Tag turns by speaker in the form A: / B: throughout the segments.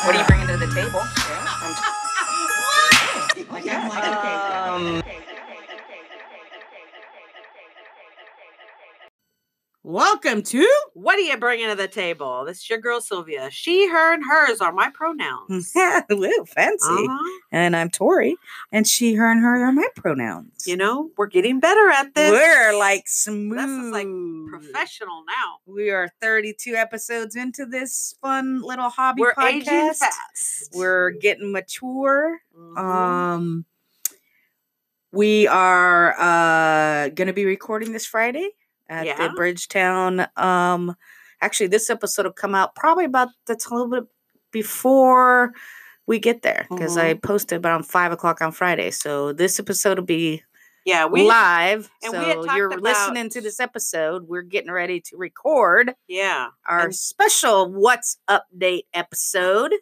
A: What do you bring to the table?
B: Um, Welcome to What Are You Bringing to the Table? This is your girl Sylvia. She, her, and hers are my
C: Hmm,
B: pronouns.
C: Woo, fancy.
B: Uh-huh.
C: And I'm Tori, and she, her, and her are my pronouns.
B: You know, we're getting better at this.
C: We're like smooth.
B: is, like, professional now.
C: We are 32 episodes into this fun little hobby
B: We're aging
C: podcast.
B: fast.
C: We're getting mature.
B: Mhm.
C: Um, we are uh going to be recording this Friday at
B: Yeah.
C: the Bridgetown. Um, actually, this episode will come out probably about that's a little bit before we get there because I
B: Mm-hmm.
C: posted about five o'clock on Friday. So this episode will be
B: yeah, we
C: live.
B: and we had
C: so
B: talked
C: you're
B: about-
C: listening to this episode. We're getting ready to record
B: yeah.
C: our
B: And-
C: special What's Update episode.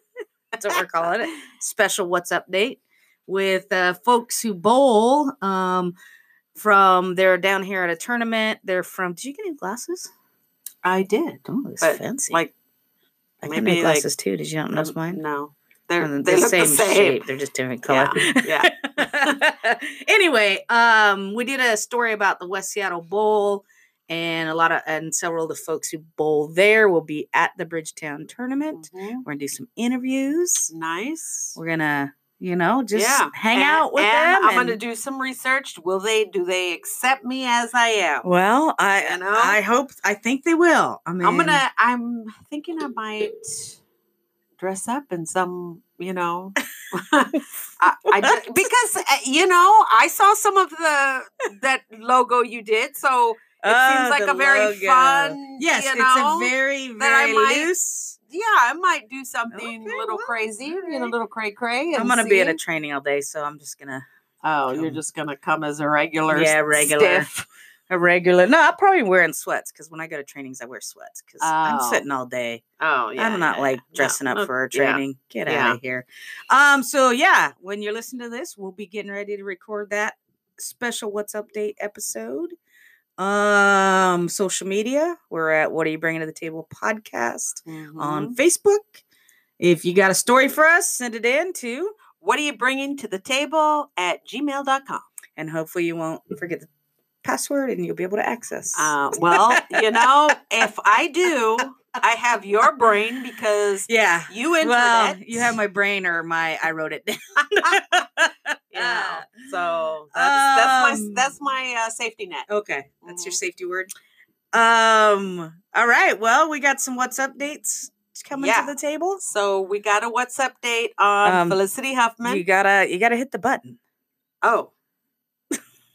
C: That's what we're calling it. Special What's Update with uh, folks who bowl. Um, from they're down here at a tournament. They're from. Did you get any glasses?
B: I did.
C: Oh, it's
B: But,
C: fancy.
B: Like
C: I got
B: maybe,
C: new
B: like,
C: glasses too. Did you not notice
B: um,
C: mine?
B: No. They're
C: Um,
B: they
C: the
B: look
C: same,
B: the same.
C: shape. They're just different color.
B: Yeah.
C: anyway, um, we did a story about the West Seattle Bowl, and a lot of and several of the folks who bowl there will be at the Bridgetown tournament.
B: Mhm.
C: We're gonna do some interviews.
B: Nice.
C: We're gonna, you know, just
B: Yeah,
C: hang
B: and-
C: out with
B: and
C: them.
B: I'm gonna
C: and-
B: do some research. Will they do they accept me as I am?
C: well, I
B: You know?
C: I hope I think they will. I mean,
B: I'm gonna. I'm thinking I might dress up in some. You know, I, I just,
C: What?
B: because uh, you know I saw some of the that logo you did, so it
C: Oh,
B: seems like
C: the
B: a very
C: logo.
B: fun.
C: Yes,
B: you
C: it's
B: know?
C: a very
B: that I
C: very
B: might-
C: loose.
B: Yeah, I might do something
C: Okay,
B: a little
C: well,
B: crazy, you know, a
C: alright.
B: little cray cray.
C: I'm
B: and
C: gonna be at a
B: see.
C: training all day, so I'm just gonna
B: oh, you're
C: um,
B: just gonna come as a regular.
C: yeah,
B: s-
C: regular.
B: stiff.
C: a regular. No, I'm probably wearing sweats because when I go to trainings, I wear sweats because
B: Oh.
C: I'm sitting all day.
B: Oh, yeah.
C: I'm not
B: yeah,
C: like
B: yeah. No,
C: dressing up
B: no,
C: for a
B: yeah.
C: training. Get
B: Yeah.
C: out of here. Um. So yeah, when you're listening to this, we'll be getting ready to record that special What's Update episode. Um, social media. We're at What Are You Bringing to the Table podcast
B: Mhm.
C: on Facebook. If you got a story for us, send it in too,
B: what are you bringing to the table at gmail.com?
C: and hopefully you won't forget the password and you'll be able to access.
B: Uh, well, you know, if I do, I have your brain because
C: yeah.
B: you entered
C: well,
B: it.
C: you have my brain or my I wrote it down.
B: you know, so that's
C: Um,
B: that's my that's my uh, safety net.
C: okay, that's your
B: Mhm.
C: safety word. Um. All right. Well, we got some what's updates coming
B: Yeah.
C: to the table.
B: So we got a what's update on
C: Um,
B: Felicity Huffman.
C: You gotta you gotta hit the button.
B: oh,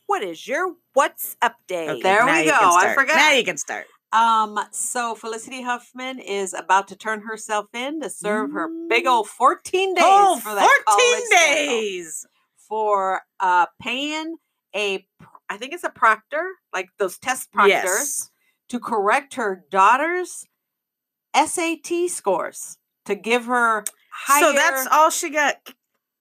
B: what is your what's update?
C: Okay,
B: there
C: now
B: we
C: you
B: go.
C: can
B: I
C: start.
B: forgot.
C: Now you can start.
B: Um, so Felicity Huffman is about to turn herself in to serve her big
C: Mm.
B: old 14 days
C: oh,
B: for that college
C: 14
B: scandal,
C: days.
B: for uh paying a pr- I think it's a proctor, like those test proctors
C: Yes.
B: to correct her daughter's SAT scores to give her higher
C: So that's all she got c-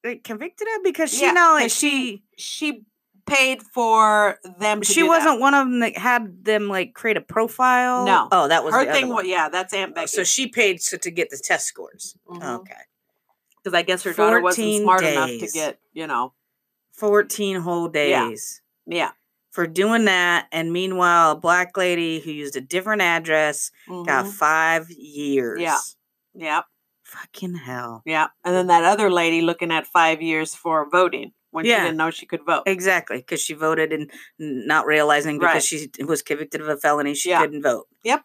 C: like, convicted of because she
B: Yeah,
C: not only
B: 'cause
C: she
B: she paid for them to
C: she
B: do that.
C: wasn't one of them that had them like create a profile.
B: No.
C: Oh, that was
B: her
C: the other
B: thing wa-
C: one.
B: yeah, that's Aunt
C: Oh,
B: Becky.
C: So she paid so to get the test scores.
B: because
C: Okay.
B: I guess her daughter wasn't
C: 14
B: smart enough to
C: days.
B: get, you know.
C: 14 whole
B: Yeah.
C: days
B: Yeah.
C: for doing that. And meanwhile, a black lady who used a different address got
B: mhm.
C: five years.
B: Yep,
C: Fucking hell.
B: yep. And then that other lady looking at five years for voting when she
C: Yeah.
B: didn't know she could vote.
C: Exactly. Because she voted and n- not realizing because
B: Right.
C: she was convicted of a felony, she
B: Yeah.
C: couldn't vote.
B: Yep.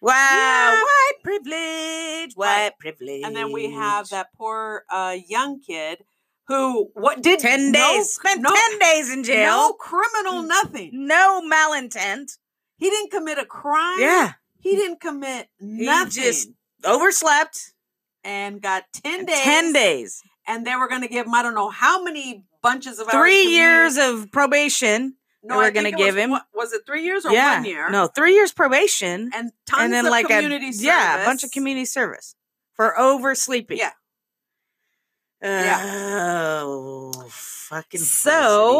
C: Wow.
B: Yeah.
C: White privilege. White privilege.
B: And then we have that poor uh, young kid who what did
C: 10
B: no-
C: days. Spent
B: no-
C: 10 days in
B: No
C: jail.
B: criminal,
C: Mm.
B: nothing.
C: No, malintent.
B: He didn't commit a crime.
C: Yeah.
B: He didn't commit
C: He
B: nothing.
C: just overslept.
B: and got 10 days.
C: 10 days.
B: And they were going to give him, I don't know how many bunches of orange
C: Three years
B: communion-
C: of probation.
B: No,
C: they were
B: I think
C: gonna
B: it
C: give
B: was
C: him.
B: one- was it three years or
C: yeah.
B: one year?
C: No, three years probation.
B: And tons
C: and then
B: of
C: like
B: community
C: a
B: service.
C: yeah, a bunch of community service for oversleeping.
B: Yeah.
C: Yeah. Oh, fucking.
B: So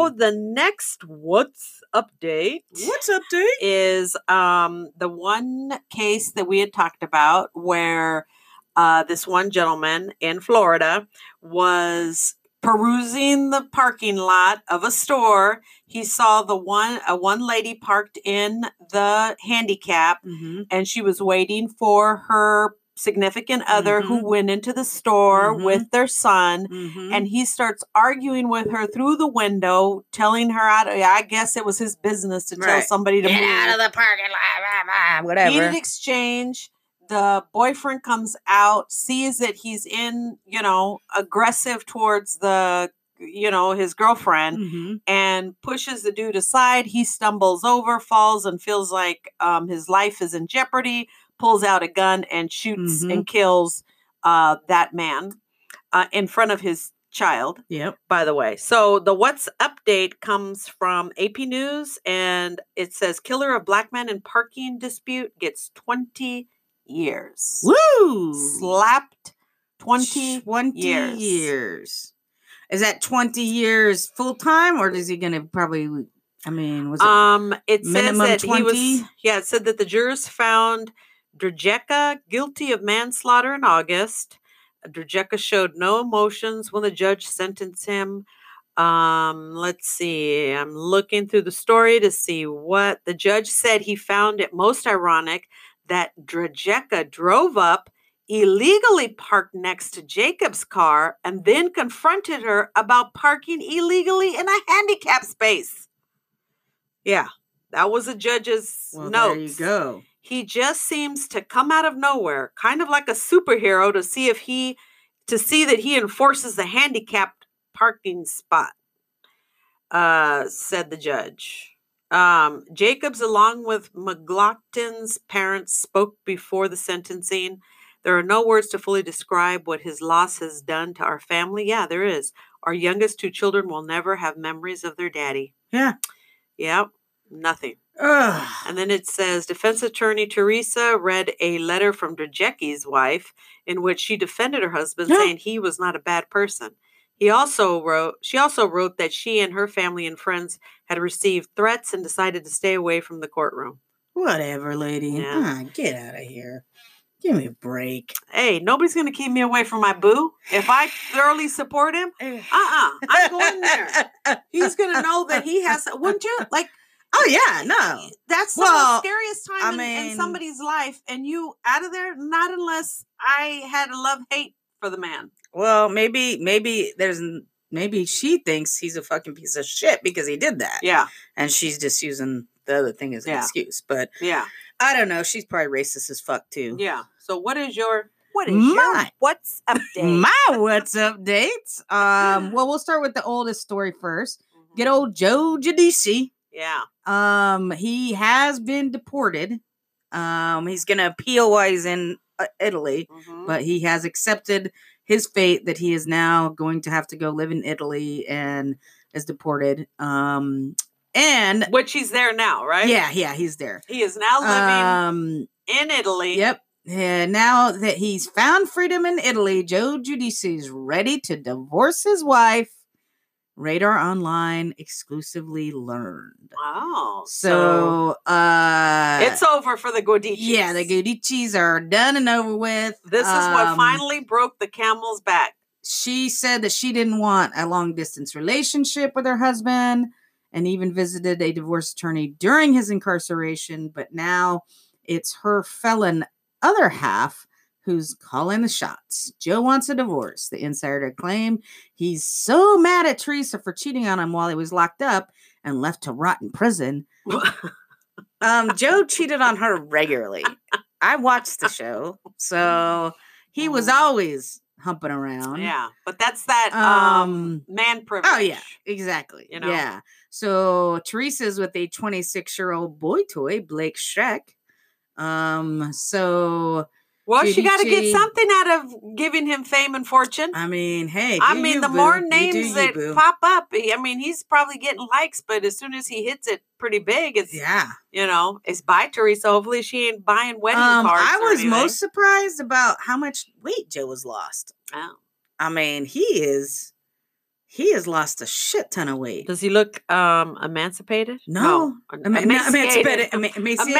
C: Felicity.
B: the next what's update
C: what's up, dude?
B: is um, the one case that we had talked about where uh, this one gentleman in Florida was perusing the parking lot of a store. He saw the one a one lady parked in the handicap
C: Mm-hmm.
B: and she was waiting for her significant other who went into the store
C: Mhm.
B: with their son
C: Mm-hmm.
B: and he starts arguing with her through the window telling her I, don't- I guess it was his business to tell
C: Right.
B: somebody to
C: get
B: move
C: out of the parking lot, rah, rah, whatever.
B: heated exchange the boyfriend comes out sees that he's in you know aggressive towards the you know his girlfriend
C: Mm-hmm.
B: and pushes the dude aside. He stumbles over, falls, and feels like um, his life is in jeopardy. Pulls out a gun and shoots
C: Mhm.
B: and kills uh, that man uh, in front of his child,
C: Yep.
B: by the way. So the What's Update comes from AP News and it says Killer of Black Man in Parking Dispute gets 20 years.
C: Woo.
B: Slapped 20
C: 20
B: years.
C: years. Is that 20 years full time or is he going to probably, I mean, was it?
B: Um, it says
C: minimum
B: that he
C: 20?
B: was. Yeah, it said that the jurors found Drajeka guilty of manslaughter in August. Drajeka showed no emotions when the judge sentenced him. Um, let's see. I'm looking through the story to see what the judge said. He found it most ironic that Drajeka drove up, illegally parked next to Jacob's car, and then confronted her about parking illegally in a handicap space. Yeah, that was the judge's
C: well,
B: notes.
C: there you go.
B: He just seems to come out of nowhere, kind of like a superhero to see if he to see that he enforces the handicapped parking spot. Uh, said the judge. Um, Jacobs, along with McLaughlin's parents, spoke before the sentencing. There are no words to fully describe what his loss has done to our family. Yeah, there is. Our youngest two children will never have memories of their daddy.
C: Yeah.
B: Yep. Nothing.
C: Ugh.
B: And then it says defense attorney Teresa read a letter from Drajeki's wife in which she defended her husband
C: Yeah.
B: saying he was not a bad person. He also wrote she also wrote that she and her family and friends had received threats and decided to stay away from the courtroom.
C: Whatever, lady.
B: Yeah.
C: Ah, get out of here. Give me a break.
B: Hey, nobody's going to keep me away from my boo. If I thoroughly support him, uh-uh, I'm going there. He's going to know that he has wouldn't you? Like
C: Oh, yeah, no.
B: that's
C: Well,
B: the most scariest time
C: I
B: in, in
C: mean-
B: somebody's life and you out of there not unless i had a love hate for the man
C: Well, maybe, maybe there's, n- maybe she thinks he's a fucking piece of shit because he did that.
B: yeah
C: And she's just using the other thing as an
B: Yeah.
C: excuse. But
B: yeah
C: I don't know. She's probably racist as fuck, too.
B: yeah so what is your what is your
C: My-
B: what's update
C: My what's updates. Um, well, we'll start with the oldest story first.
B: Mhm.
C: Good old Joe Giudice.
B: yeah
C: Um, he has been deported. Um, he's gonna appeal while he's in uh, Italy,
B: mhm.
C: but he has accepted his fate that he is now going to have to go live in Italy and is deported. Um, and
B: which he's there now right
C: yeah, yeah, he's there.
B: he is now living
C: Um,
B: in italy
C: Yep. And now that he's found freedom in Italy, Joe Giudice is ready to divorce his wife. Radar Online exclusively learned.
B: wow
C: So, uh
B: it's over for the godichis
C: yeah, the Giudices are done and over with.
B: this is what
C: Um,
B: finally broke the camel's back
C: she said that she didn't want a long distance relationship with her husband and even visited a divorce attorney during his incarceration. But now it's her felon other half who's calling the shots. Joe wants a divorce, the insider claimed. He's so mad at Teresa for cheating on him while he was locked up and left to rot in prison. Um, Joe cheated on her regularly. I watched the show, so he was
B: Mm.
C: always humping around.
B: yeah but that's that um,
C: Um,
B: man privilege
C: Oh yeah, exactly.
B: you know?
C: Yeah. So Teresa's with a 26 year old boy toy, Blake Shrek. Um, so
B: Well, she
C: Judy
B: got to
C: G.
B: get something out of giving him fame and fortune.
C: I mean, hey.
B: I
C: do
B: mean,
C: you,
B: the
C: boo.
B: more
C: You do
B: names
C: you,
B: that
C: boo.
B: pop up, eh, I mean, he's probably getting likes, but as soon as he hits it pretty big, it's,
C: Yeah.
B: you know, it's by Teresa. Hopefully she ain't buying wedding
C: Um,
B: cards.
C: I
B: or
C: was
B: anything.
C: most surprised about how much weight Joe has lost.
B: Oh.
C: I mean, he is he has lost a shit ton of weight.
B: Does he look um emancipated?
C: No,
B: em-
C: Ema- not
B: emaciated.
C: emancipated- ema- emaciated?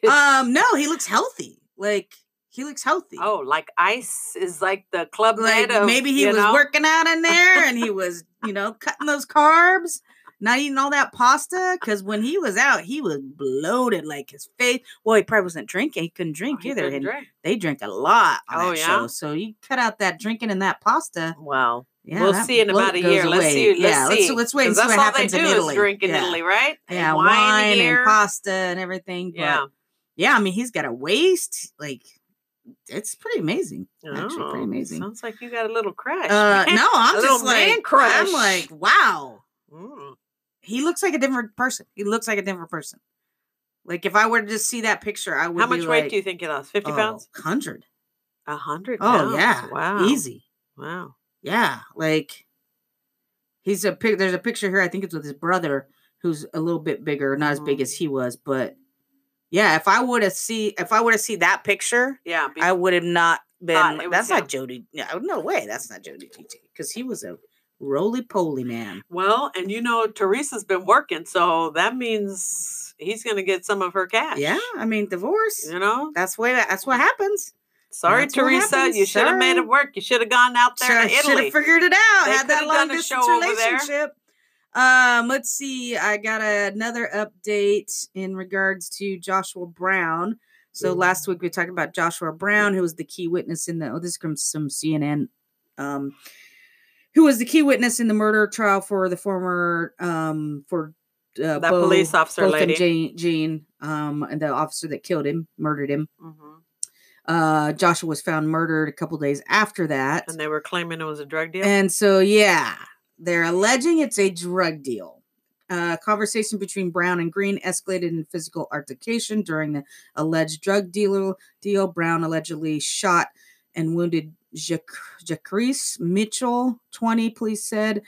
B: Emaciated.
C: Um, no, he looks healthy. Like he looks healthy.
B: oh, like ice is like the club
C: like
B: med of,
C: maybe he
B: you
C: was
B: know?
C: working out in there and he was, you know, cutting those carbs, not eating all that pasta. Because when he was out, he was bloated. Like his face. Well, he probably wasn't drinking. He couldn't
B: Oh,
C: drink
B: he
C: either.
B: couldn't
C: and
B: drink.
C: they drink a lot on
B: Oh,
C: that
B: yeah?
C: show. So you cut out that drinking and that pasta.
B: Wow.
C: Yeah,
B: we'll
C: that
B: see in about
C: bloat
B: a
C: goes
B: year. Let's see.
C: away.
B: Let's
C: yeah,
B: see.
C: Let's, let's wait
B: 'Cause
C: and see
B: that's
C: what
B: all
C: happens
B: they do
C: in Italy.
B: Is drink in
C: yeah.
B: Italy, right? They
C: Yeah, wine,
B: here.
C: and pasta and everything. But yeah,
B: Yeah.
C: yeah. I mean, he's got a waist. Like, it's pretty amazing. Actually, pretty
B: Oh,
C: amazing.
B: Sounds like you got a little crush.
C: Uh, no, I'm
B: little
C: just like,
B: man crush.
C: I'm like, wow.
B: Mm.
C: He looks like a different person. He looks like a different person. Like if I were to just see that picture, I would. oh,
B: How much weight do you think he lost? Fifty pounds?
C: Hundred.
B: A hundred.
C: Oh
B: pounds.
C: yeah.
B: Wow.
C: Easy.
B: Wow.
C: Yeah, like he's a pic. There's a picture here. I think it's with his brother, who's a little bit bigger, not as big
B: Mhm.
C: as he was, but yeah. If I would have see, if I would have seen that picture,
B: Yeah. be-
C: I would have not
B: Thought it
C: been.
B: was
C: That's
B: him.
C: not Jody. No, no way. That's not Jody TT because he was a roly poly man.
B: well, and you know Teresa's been working, so that means he's going to get some of her cash.
C: Yeah, I mean divorce.
B: You know,
C: That's way. That's what happens.
B: sorry,
C: That's what
B: Teresa,
C: happens,
B: you should have made
C: sorry.
B: it work. You should have gone out there to
C: should
B: Italy.
C: have figured it out.
B: They
C: had that
B: coulda done
C: long
B: a show
C: distance
B: over there.
C: relationship. Um, let's see. I got another update in regards to Joshua Brown. So last week we talked about Joshua Brown, who was the key witness in the. Oh, this comes from CNN. Um, who was the key witness in the murder trial for the former um for uh,
B: that
C: Bo-
B: police officer
C: Botham
B: lady.
C: Jean, Jean, um, and the officer that killed him, murdered him.
B: hmm
C: Uh, Joshua was found murdered a couple days after that.
B: And they were claiming it was a drug deal.
C: And so, yeah, they're alleging it's a drug deal. Uh, conversation between Brown and Green escalated in physical altercation during the alleged drug dealer deal. Brown allegedly shot and wounded Jacques Mitchell, 20, police said.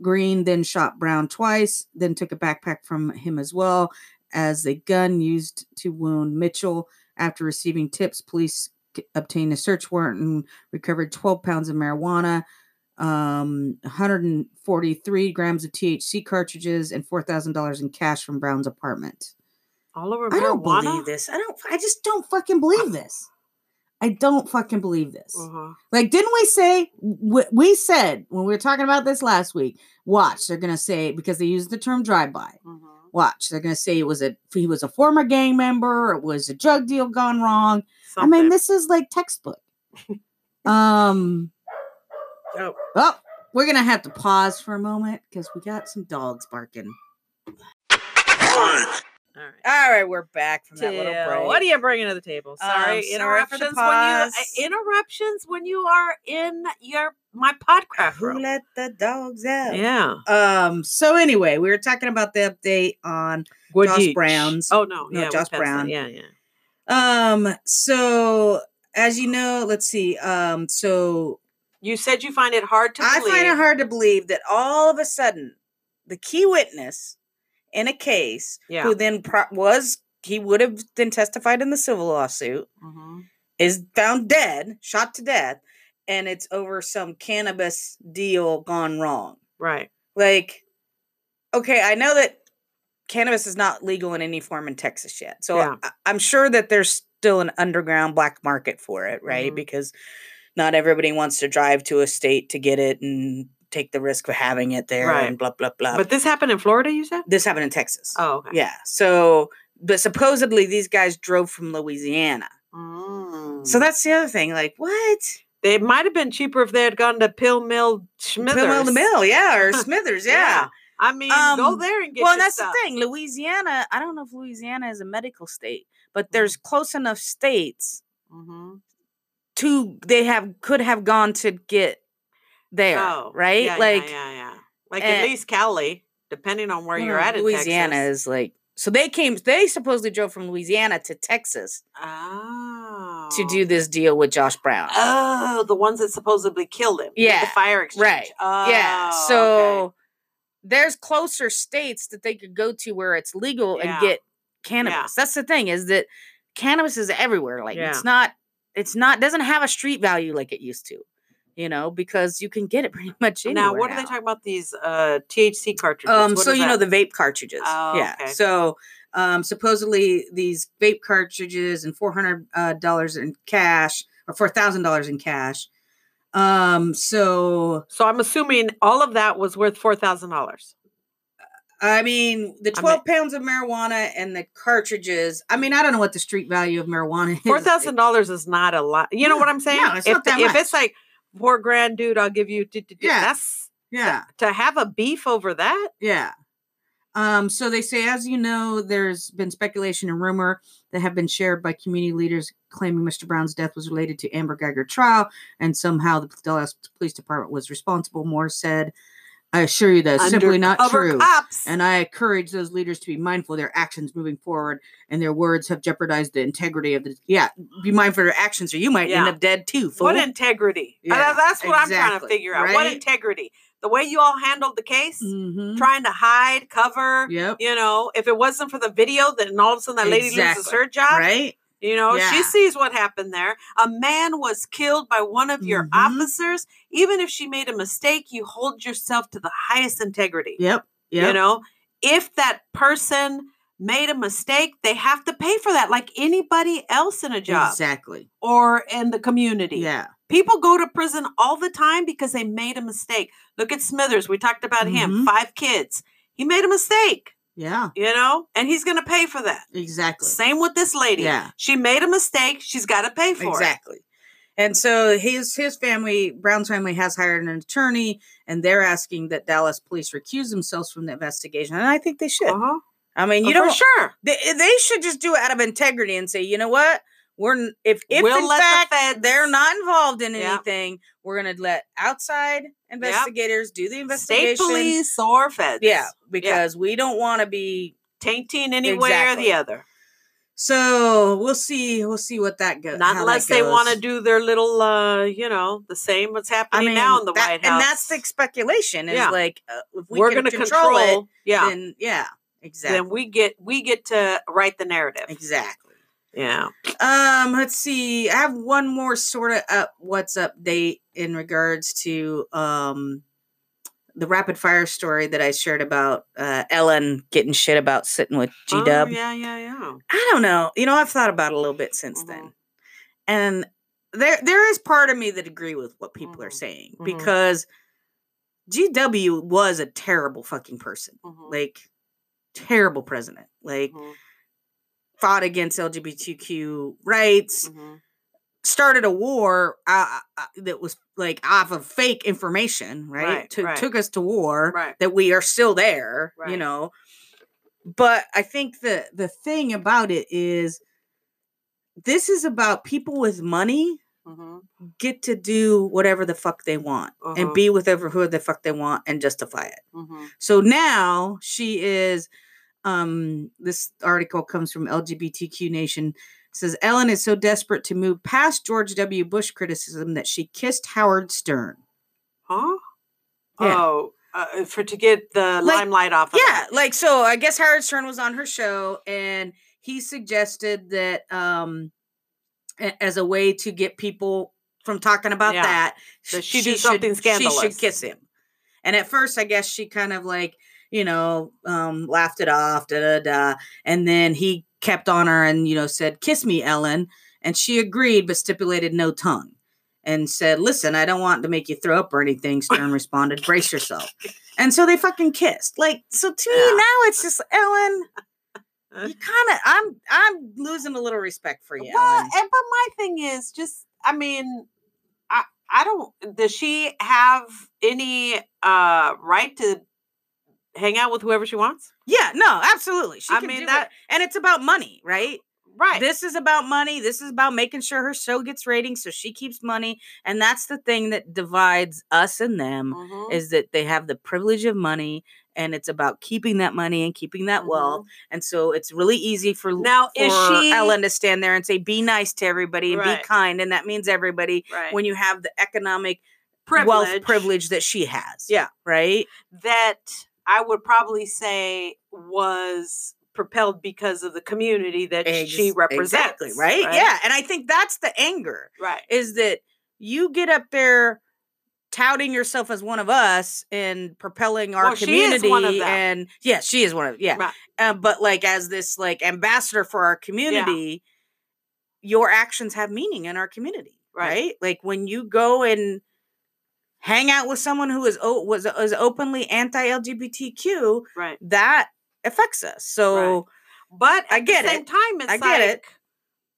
C: Green then shot Brown twice, then took a backpack from him as well as a gun used to wound Mitchell. After receiving tips, police c- obtained a search warrant and recovered 12 pounds of marijuana, um, 143 grams of THC cartridges, and $4,000 in cash from Brown's apartment.
B: All over
C: I don't
B: marijuana.
C: believe this. I don't. I just don't fucking believe this. I don't fucking believe this.
B: Uh-huh.
C: Like, didn't we say we, we said when we were talking about this last week? Watch, they're gonna say because they used the term drive-by.
B: Mhm.
C: Watch, they're gonna say it was a he was a former gang member. It was a drug deal gone wrong. I mean,
B: Something.
C: this is like textbook. um.
B: Oh.
C: Oh, we're gonna have to pause for a moment because we got some dogs barking.
B: All right.
C: All right, we're back from
B: Till- What are you bringing to the table?
C: Um,
B: Sorry,
C: sorry for the
B: interruptions
C: pause.
B: when you uh, interruptions when you are in your my podcast
C: Who
B: room.
C: let the dogs out?
B: Yeah,
C: Um. So anyway, we were talking about the update on.
B: Gwadich.
C: Brown's.
B: Oh no,
C: No,
B: yeah, we
C: Josh
B: passed that.
C: Brown.
B: Yeah, yeah.
C: Um. So as you know, let's see. Um. So
B: You said you find it hard to.
C: I
B: believe.
C: find it hard to believe that all of a sudden, the key witness in a case,
B: Yeah.
C: who then pro- was he would have then testified in the civil lawsuit,
B: Mhm.
C: is found dead, shot to death, and it's over some cannabis deal gone wrong.
B: Right.
C: Like, okay, I know that cannabis is not legal in any form in Texas yet. So
B: Yeah.
C: I, I'm sure that there's still an underground black market for it, right?
B: Mhm.
C: Because not everybody wants to drive to a state to get it and take the risk of having it there
B: Right.
C: and blah, blah, blah.
B: But this happened in Florida. You said.
C: this happened in Texas.
B: Oh. Okay.
C: Yeah. So, but supposedly these guys drove from Louisiana.
B: Mm.
C: So that's the other thing. Like, what?
B: they might have been cheaper if they had gone to Pill Mill Smithers.
C: Pill the Mill, yeah, or Smithers, yeah.
B: I mean, go
C: Um,
B: there and get.
C: well,
B: your
C: and that's
B: stuff.
C: the thing. Louisiana, I don't know if Louisiana is a medical state, but there's
B: Mm.
C: close enough states
B: Mhm.
C: to they have could have gone to get there,
B: Oh,
C: right?
B: Yeah, yeah,
C: like
B: yeah, yeah. Like
C: eh,
B: at least Cali, depending on where
C: no,
B: you're
C: no,
B: at. in
C: mm, Louisiana
B: Texas.
C: is like so they came they supposedly drove from Louisiana to Texas
B: Oh.
C: to do this deal with Josh Brown.
B: Oh, the ones that supposedly killed him. with
C: Yeah,
B: The fire exchange.
C: right. yeah.
B: Oh,
C: So
B: okay.
C: there's closer states that they could go to where it's legal
B: Yeah.
C: and get cannabis. That's the thing is that cannabis is everywhere. Like
B: Yeah.
C: it's not, it's not, doesn't have a street value like it used to, you know, because you can get it pretty much anywhere.
B: now, what are they talking about? These uh, THC cartridges.
C: Um,
B: What
C: so
B: is
C: you know
B: that?
C: the vape cartridges.
B: Oh,
C: yeah.
B: okay.
C: So um, supposedly these vape cartridges and four hundred uh, dollars in cash or four thousand dollars in cash. Um, so
B: So I'm assuming all of that was worth four thousand dollars.
C: I mean, the
B: I'm
C: twelve pounds of marijuana and the cartridges. I mean, I don't know what the street value of marijuana is.
B: Four thousand dollars is not a lot. You know
C: No,
B: what I'm saying?
C: no, it's
B: if,
C: not that
B: if it's
C: much.
B: like four grand, dude, I'll give you. d- d- d-
C: Yeah.
B: That's
C: Yeah,
B: to have a beef over that.
C: yeah. Um, so they say, as you know, there's been speculation and rumor that have been shared by community leaders claiming Mr. Brown's death was related to Amber Geiger trial, and somehow the Dallas Police Department was responsible. Moore said, "I assure you that's simply not
B: Undercover
C: true."
B: Cops.
C: And I encourage those leaders to be mindful of their actions moving forward, and their words have jeopardized the integrity of the. Yeah, be mindful of your actions, or you might end
B: Mm-hmm. Yeah.
C: up dead too. Fool.
B: What integrity? Uh,
C: Yeah,
B: that's what I'm trying to
C: exactly,
B: figure out. What
C: right?
B: integrity? The way you all handled the case,
C: Mhm.
B: trying to hide, cover.
C: Yep.
B: You know, if it wasn't for the video, then all of a sudden that lady loses
C: Exactly,
B: her job.
C: Right.
B: You know,
C: Yeah.
B: she sees what happened there. A man was killed by one of your
C: Mhm.
B: officers. Even if she made a mistake, you hold yourself to the highest integrity.
C: Yep. Yep.
B: You know, if that person made a mistake, they have to pay for that like anybody else in a job
C: Exactly.
B: or in the community.
C: Yeah.
B: People go to prison all the time because they made a mistake. Look at Smithers. We talked about him,
C: Mhm.
B: five kids. He made a mistake,
C: Yeah.
B: you know, and he's going to pay for that.
C: Exactly.
B: Same with this lady.
C: Yeah.
B: She made a mistake. She's got to pay for it.
C: Exactly. And so his his family, Brown's family, has hired an attorney, and they're asking that Dallas police recuse themselves from the investigation. And I think they should.
B: Uh-huh.
C: I mean, you
B: For
C: don't.
B: sure.
C: They, eh, they should just do it out of integrity and say, you know what, we're n- if if
B: We'll
C: in
B: let the
C: fact
B: feds-
C: they're not involved in
B: Yep.
C: anything, we're gonna let outside investigators do the investigation.
B: State police or feds.
C: yeah, because we don't want to be.
B: Tainting any way or
C: Exactly.
B: the other.
C: So we'll see. We'll see what that goes.
B: Not unless they want to do their little, uh, you know, the same what's happening now in the
C: that-
B: White House.
C: and that's the speculation. Is
B: Yeah.
C: like uh, if
B: we
C: we
B: are
C: can
B: going to
C: control,
B: control.
C: it,
B: yeah.
C: then yeah, exactly,
B: Then we get we get to write the narrative.
C: exactly.
B: Yeah.
C: Um, let's see. I have one more sort of up what's update in regards to um the rapid fire story that I shared about uh Ellen getting shit about sitting with G Dub.
B: Oh, yeah, yeah, yeah.
C: I don't know. You know, I've thought about it a little bit since
B: Mhm.
C: then, and there there is part of me that agree with what people are
B: Mhm.
C: saying
B: Mhm.
C: because GW was a terrible fucking person,
B: Mhm,
C: like terrible president, like
B: mhm,
C: fought against LGBTQ rights,
B: mhm.
C: started a war uh, uh, that was like off of fake information, right?
B: Right,
C: Took-
B: right.
C: Took us to war
B: Right.
C: that we are still there, you
B: Right.
C: know. But I think the the thing about it is this is about people with money
B: mhm.
C: get to do whatever the fuck they want
B: Uh-huh.
C: and be with whoever who the fuck they want and justify it.
B: Mhm.
C: So now she is um this article comes from LGBTQ Nation It says Ellen is so desperate to move past George W. Bush criticism that she kissed Howard Stern.
B: Huh?
C: Yeah.
B: Oh, uh, for to get the
C: Like,
B: limelight off of
C: Yeah,
B: her.
C: like so I guess Howard Stern was on her show and he suggested that um a- as a way to get people from talking about
B: Yeah,
C: that,
B: that
C: sh-
B: she do something
C: She
B: scandalous.
C: should kiss him. And at first I guess she kind of like, you know, um laughed it off, da da da. And then he kept on her and, you know, said, Kiss me, Ellen. And she agreed, but stipulated no tongue and said, Listen, I don't want to make you throw up or anything. Stern responded, Brace yourself. And so they fucking kissed. Like, so to
B: Yeah.
C: me now it's just Ellen. You kind of, I'm, I'm losing a little respect for you.
B: Well,
C: Ellen.
B: and, but my thing is just I mean, I I don't does she have any uh right to hang out with whoever she wants?
C: yeah, no, absolutely. She
B: I
C: can
B: mean,
C: do
B: that-
C: that, and it's about money, right?
B: Right.
C: This is about money. This is about making sure her show gets ratings so she keeps money. And that's the thing that divides us and them
B: Mhm,
C: is that they have the privilege of money and it's about keeping that money and keeping that
B: mhm.
C: wealth. And so it's really easy for
B: Mm-hmm. Now, is
C: for
B: she-
C: Ellen to stand there and say, be nice to everybody and
B: Right.
C: be kind. And that means everybody
B: Right.
C: when you have the economic
B: privilege,
C: wealth privilege that she has.
B: Yeah.
C: Right?
B: that I would probably say was propelled because of the community that she
C: Ex-
B: represents.
C: Exactly, right? Yeah. And I think that's the anger
B: Right.
C: is that you get up there touting yourself as one of us and propelling our
B: Well, she is
C: community
B: one of them.
C: and yeah she is one of yeah
B: Right.
C: Uh, but like as this like ambassador for our community your actions have meaning in our community
B: Right.
C: like when you go and hang out with someone who is o- was is openly anti-lgbtq
B: Right.
C: that affects us so
B: But at
C: I get
B: the same
C: it.
B: time, it's
C: I get it.
B: like,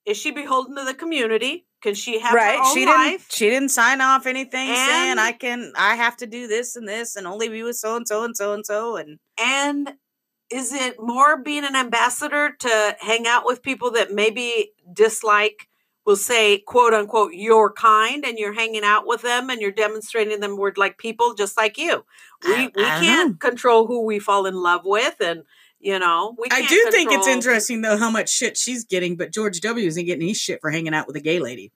B: Is she beholden to the community? Can she have
C: right
B: her own
C: she
B: life?
C: didn't she didn't sign off anything saying
B: And-
C: i can i have to do this and this and only be with so and so and so and so and
B: And is it more being an ambassador to hang out with people that maybe dislike, will say, quote unquote, your kind, and you're hanging out with them and you're demonstrating them word like people just like you? We,
C: I-
B: we
C: I don't
B: can't control who we fall in love with. And, you know, we
C: i
B: can't
C: do think it's
B: control-
C: interesting though how much shit she's getting but george w isn't getting any shit for hanging out with a gay lady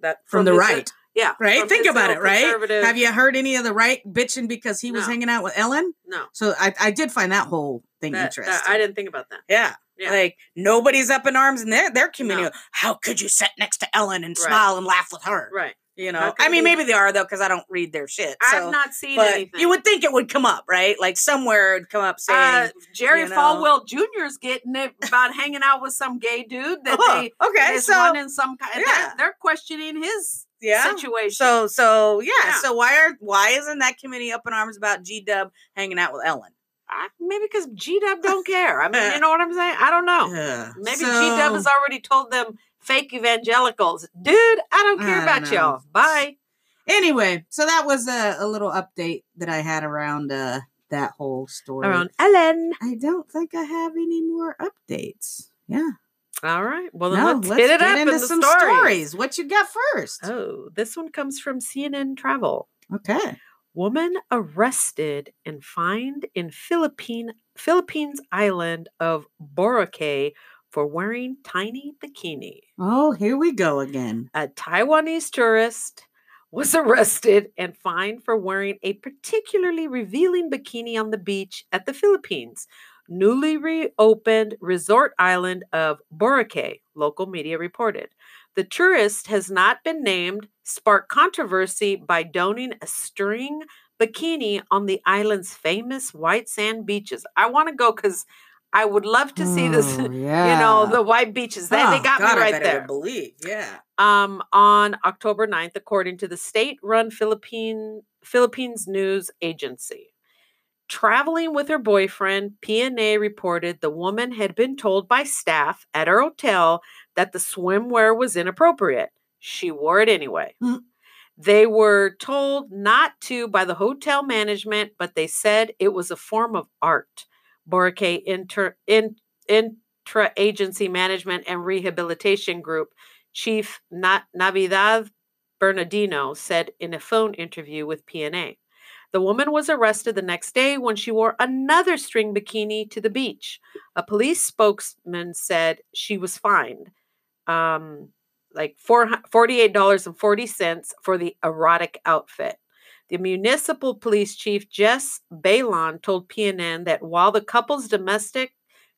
B: that
C: from, the
B: this-
C: right
B: Yeah.
C: right
B: from
C: think
B: this
C: about it
B: little
C: right
B: conservative-
C: have you heard any of the right bitching because he was
B: No.
C: hanging out with ellen
B: No.
C: so i, I did find that whole thing
B: That- that-
C: interesting
B: I didn't think about that.
C: yeah.
B: Yeah.
C: Like nobody's up in arms in their their
B: No.
C: community. How could you sit next to Ellen and
B: Right.
C: smile and laugh with her?
B: Right.
C: You
B: How
C: know,
B: could
C: I mean,
B: they-
C: maybe they are though, because I don't read their shit. so-
B: I've not seen
C: but
B: anything.
C: you would think it would come up, right? Like somewhere it'd come up saying,
B: uh, Jerry
C: you know.
B: Falwell Jr. is getting it about hanging out with some gay dude that
C: "Huh,
B: they
C: Uh-huh. okay,
B: is
C: so
B: one in some kind.
C: yeah.
B: They're, they're questioning his
C: yeah."
B: situation.
C: So so yeah,
B: Yeah.
C: so why are why isn't that committee up in arms about G Dub hanging out with Ellen?
B: I, maybe because G Dub don't care. I mean, you know what I'm saying? I don't know. Oh,
C: Ugh.
B: Maybe G Dub has
C: So-
B: already told them fake evangelicals, dude. I don't care
C: I don't
B: about
C: know.
B: y'all. Bye.
C: anyway. So that was a, a little update that I had around uh that whole story.
B: Around Ellen.
C: I don't think I have any more updates. Yeah,
B: All right. Well, then
C: no,
B: let's, hit it
C: get
B: up
C: into
B: in the
C: some
B: story.
C: stories. What you got first?
B: Oh, this one comes from CNN Travel.
C: Okay,
B: Woman arrested and fined in Philippine Philippines island of Boracay for wearing tiny bikini.
C: oh here we go again.
B: A Taiwanese tourist was arrested and fined for wearing a particularly revealing bikini on the beach at the Philippines, newly reopened resort island of Boracay, local media reported. The tourist has not been named, sparked controversy by donning a string bikini on the island's famous white sand beaches. I want to go because I would love to see this.
C: Oh,
B: You know,
C: yeah.
B: the white beaches. They, they
C: Oh,
B: got
C: God, I
B: me right
C: bet it
B: there
C: would Believe, yeah.
B: um, on October 9th, according to the state run Philippine, Philippines news agency. Traveling with her boyfriend, PNA reported the woman had been told by staff at her hotel that the swimwear was inappropriate. She wore it anyway.
C: Mm.
B: They were told not to by the hotel management, but they said it was a form of art. Boracay Inter, in, Intra Agency Management and Rehabilitation Group Chief Na- Navidad Bernardino said in a phone interview with PNA. The woman was arrested the next day when she wore another string bikini to the beach. A police spokesman said she was fined um, like four hu- $48.40 for the erotic outfit. The municipal police chief Jess Balon told PNN that while the couple's domestic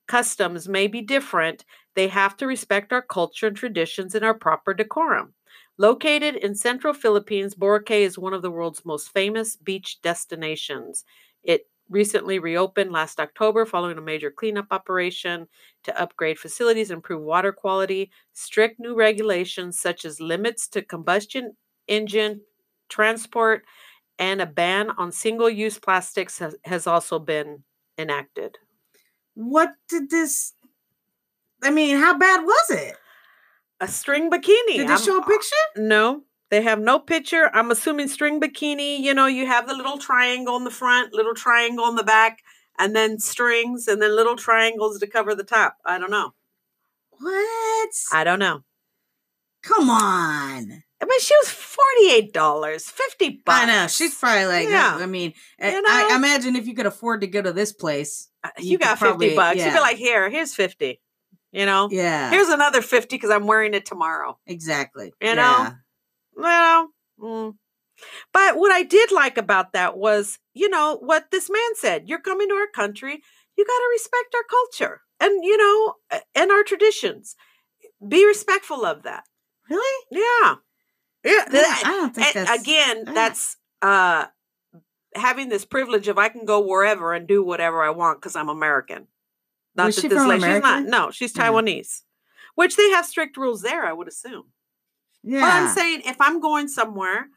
B: customs may be different, they have to respect our culture and traditions and our proper decorum. Located in central Philippines, Boracay is one of the world's most famous beach destinations. It recently reopened last October following a major cleanup operation to upgrade facilities and improve water quality. Strict new regulations such as limits to combustion engine transport and a ban on single-use plastics has, has also been enacted.
C: What did this? I mean, how bad was it?
B: A string bikini.
C: Did they
B: I'm-
C: show a picture?
B: No, they have no picture. I'm assuming string bikini. You know, you have the little triangle in the front, little triangle in the back, and then strings, and then little triangles to cover the top. I don't know.
C: What?
B: I don't know.
C: Come on.
B: I mean, Eh, she was forty-eight dollars, fifty bucks.
C: I know. She's probably like,
B: Yeah.
C: I mean, I-
B: You
C: I
B: know?
C: imagine if you could afford to go to this place.
B: Uh, you,
C: you could
B: got fifty
C: probably-
B: bucks. You'd
C: yeah.
B: be like, here, here's fifty. You know,
C: Yeah.
B: here's another fifty because I'm wearing it tomorrow.
C: exactly.
B: You know? Well, mm. but what I did like about that was, you know, what this man said: "You're coming to our country. You got to respect our culture and you know, a- and our traditions. Be respectful of that."
C: Yeah. Really?
B: Yeah, yeah. that-
C: I don't, I don't think
B: and
C: that's
B: again,
C: yeah.
B: that's uh, having this privilege of I can go wherever and do whatever I want because I'm American. Not
C: Was
B: that
C: she
B: this
C: from
B: lady, she's not.
C: America?
B: No, she's
C: Yeah.
B: Taiwanese, which they have strict rules there. I would assume.
C: Yeah.
B: But I'm saying if I'm going somewhere,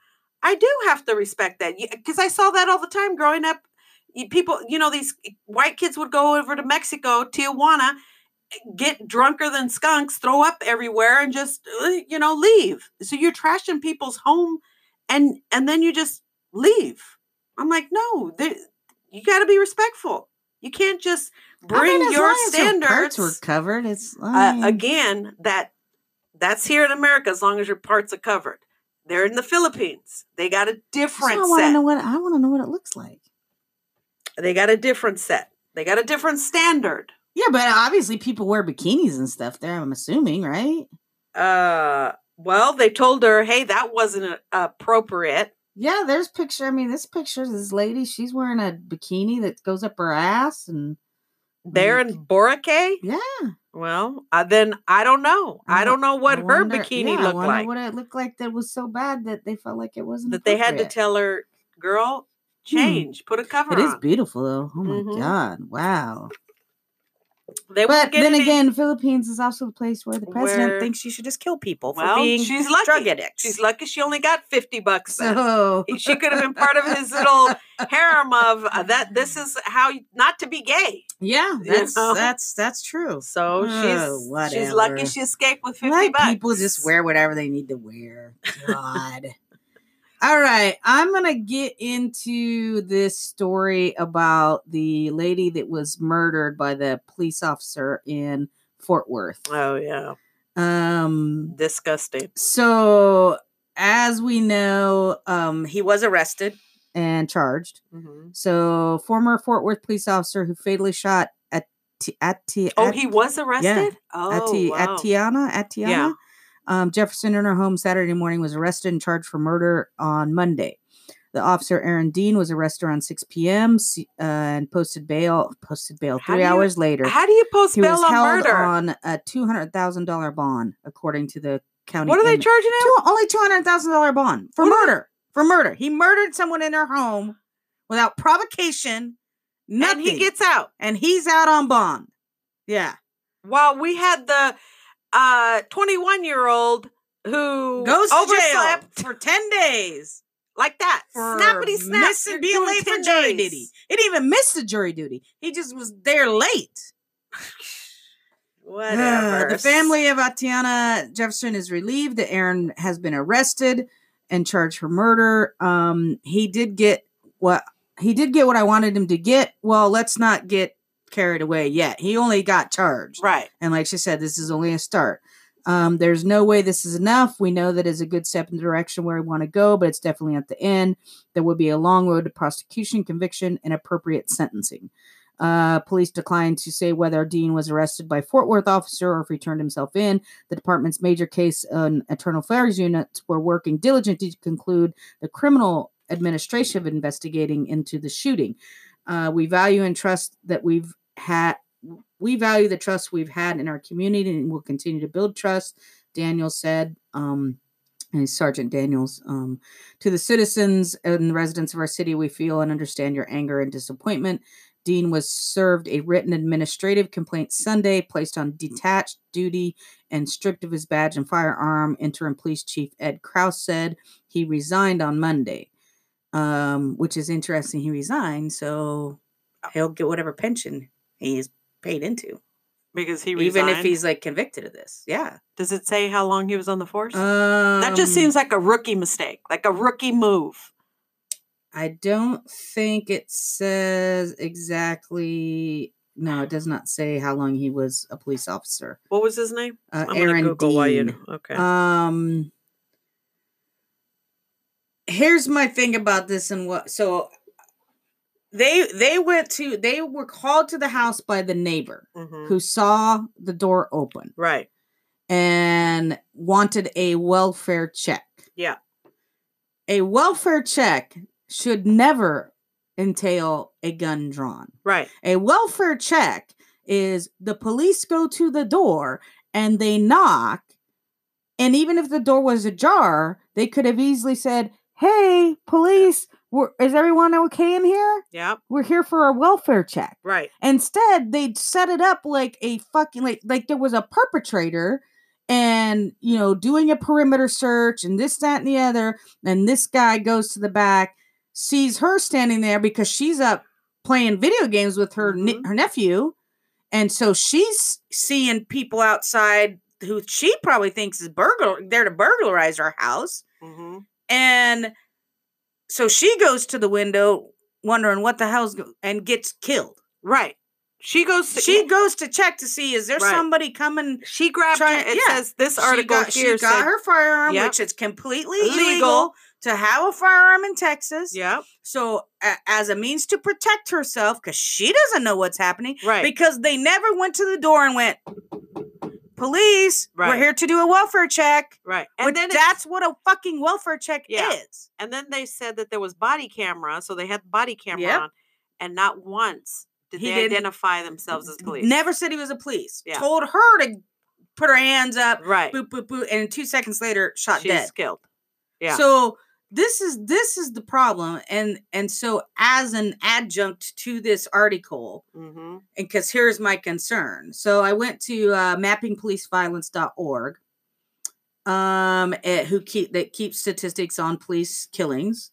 B: I do have to respect that because I saw that all the time growing up. Y- People, you know, these white kids would go over to Mexico, Tijuana, get drunker than skunks, throw up everywhere, and just uh, you know leave. So you're trashing people's home, and and then you just leave. I'm like, no, there, you got to be respectful. You can't just
C: I mean,
B: bring
C: as
B: your
C: long as
B: standards
C: parts were covered. It's
B: uh,
C: I mean,
B: again that that's here in america as long as your parts are covered they're in the philippines they got a
C: so I
B: different
C: want to
B: set
C: know what I want to know what it looks like.
B: they got a different set they got a different standard
C: Yeah, but obviously people wear bikinis and stuff there. I'm assuming, right?
B: uh well they told her hey that wasn't a- appropriate
C: Yeah, there's picture. I mean, this picture is this lady. She's wearing a bikini that goes up her ass, and
B: there in boracay
C: Mm-hmm. yeah,
B: well uh, then i don't know i
C: I
B: don't know what
C: I
B: her
C: wonder-
B: bikini
C: yeah, I
B: looked
C: wonder
B: like
C: What it looked like that was so bad that they felt like it wasn't
B: that they had to
C: appropriate.
B: tell her girl
C: Hmm.
B: change put a cover
C: It is
B: on
C: beautiful though. Oh my
B: Mhm.
C: god! Wow.
B: they won't
C: But
B: get
C: then
B: any-
C: again, Philippines is also the place where the president
B: Where-
C: thinks you should just kill people
B: well
C: for being
B: she's lucky
C: drug addicts.
B: she's lucky she only got 50 bucks then.
C: so
B: He- she could have been part of his little harem of uh, that this is how you- not to be gay
C: yeah,
B: you
C: that's
B: know?
C: that's that's true.
B: so she's
C: Oh,
B: she's lucky
C: whatever.
B: she escaped with 50
C: Let
B: bucks
C: people just wear whatever they need to wear. God. All right, I'm gonna get into this story about the lady that was murdered by the police officer in Fort Worth.
B: oh yeah
C: Um,
B: disgusting
C: so as we know, um, he was arrested and charged.
B: Mhm.
C: So former Fort Worth police officer who fatally shot at at
B: oh he was arrested oh
C: Ati,
B: wow.
C: Atiana, Atiana,
B: Yeah.
C: um, Jefferson in her home Saturday morning was arrested and charged for murder on Monday. The officer Aaron Dean was arrested around 6 p.m. se- uh, and posted bail. Posted bail
B: How do
C: three
B: you-
C: hours later.
B: how do you post
C: he
B: bail
C: was
B: on
C: held
B: murder
C: on a two hundred thousand dollar bond, according to the county.
B: what are they
C: inmate-
B: charging him
C: Two- only two hundred thousand dollar bond for
B: What are they-
C: murder. For murder, he murdered someone in her home without provocation. Nothing,
B: and he gets out
C: and he's out on bond. Yeah.
B: while we had the uh 21 year old who
C: goes to jail
B: overslept
C: for 10 days.
B: like that
C: For
B: snappity snap
C: Missing
B: you're
C: being
B: doing
C: late for
B: 10
C: jury
B: days.
C: duty. He didn't even miss the jury duty. He just was there late.
B: whatever
C: the family of Atiana Jefferson is relieved that Aaron has been arrested and charged for murder. Um, he did get what he did get what I wanted him to get. Well, let's not get carried away yet. He only got charged.
B: right
C: And like she said, this is only a start. Um, there's no way this is enough. We know that is a good step in the direction where we want to go, but it's definitely at the end. There will be a long road to prosecution, conviction, and appropriate sentencing. Uh, police declined to say whether Dean was arrested by Fort Worth officer or if he turned himself in. The department's major case and internal affairs units were working diligently to conclude the criminal administration of investigating into the shooting. Uh, we value and trust that we've had we value the trust we've had in our community and will continue to build trust daniel said um and sergeant daniels um to the citizens and the residents of our city we feel and understand your anger and disappointment dean was served a written administrative complaint sunday placed on detached duty and stripped of his badge and firearm interim police chief ed krause said he resigned on monday um which is interesting he resigned so he'll get whatever pension he's paid into,
B: because he
C: even if
B: resigned?
C: he's like convicted of this. Yeah,
B: does it say how long he was on the force that just
C: Um,
B: seems like a rookie mistake like a rookie move
C: I don't think it says exactly no, it does not say how long he was a police officer.
B: What was his name?
C: Uh,
B: I'm
C: Aaron
B: gonna Google while you
C: Dean.
B: know. Okay.
C: Um, here's my thing about this and what so they they went to they were called to the house by the neighbor
B: Mhm.
C: who saw the door open
B: Right.
C: and wanted a welfare check.
B: Yeah.
C: A welfare check should never entail a gun drawn.
B: Right.
C: A welfare check is the police go to the door and they knock. And even if the door was ajar, they could have easily said, Hey, police, we're, is everyone okay in here?
B: Yeah.
C: We're here for a welfare check.
B: Right.
C: Instead, they set it up like a fucking like like there was a perpetrator and you know doing a perimeter search and this that and the other and this guy goes to the back sees her standing there because she's up playing video games with her ne-
B: Mhm.
C: her nephew and so she's seeing people outside who she probably thinks is burglar there to burglarize her house
B: hmm
C: and so she goes to the window wondering what the hell's go- and gets killed
B: Right. She goes. To,
C: she goes to check to see is there
B: Right.
C: somebody coming.
B: She grabbed.
C: Try-
B: her, it
C: yeah.
B: says this
C: she
B: article
C: got, she
B: here.
C: got
B: said-
C: her firearm,
B: Yep.
C: which is completely
B: Illegal.
C: illegal. to have a firearm in Texas.
B: Yeah.
C: So a- as a means to protect herself, because she doesn't know what's happening,
B: Right.
C: because they never went to the door and went, "Police,
B: Right.
C: we're here to do a welfare check."
B: right.
C: And
B: And then it
C: that's what a fucking welfare check
B: Yeah.
C: is.
B: And then they said that there was body camera, so they had the body camera
C: Yep.
B: on, and not once did
C: He
B: they
C: didn't-
B: identify themselves as police.
C: Never said he was a police.
B: Yeah.
C: Told her to put her hands up,
B: Right.
C: boop boop boop, and two seconds later, shot
B: She's
C: dead.
B: killed. Yeah.
C: So this is this is the problem, and and so as an adjunct to this article,
B: hmm
C: and because here's my concern. So I went to uh, mappingpoliceviolence.org, um, eh, who keep that keeps statistics on police killings.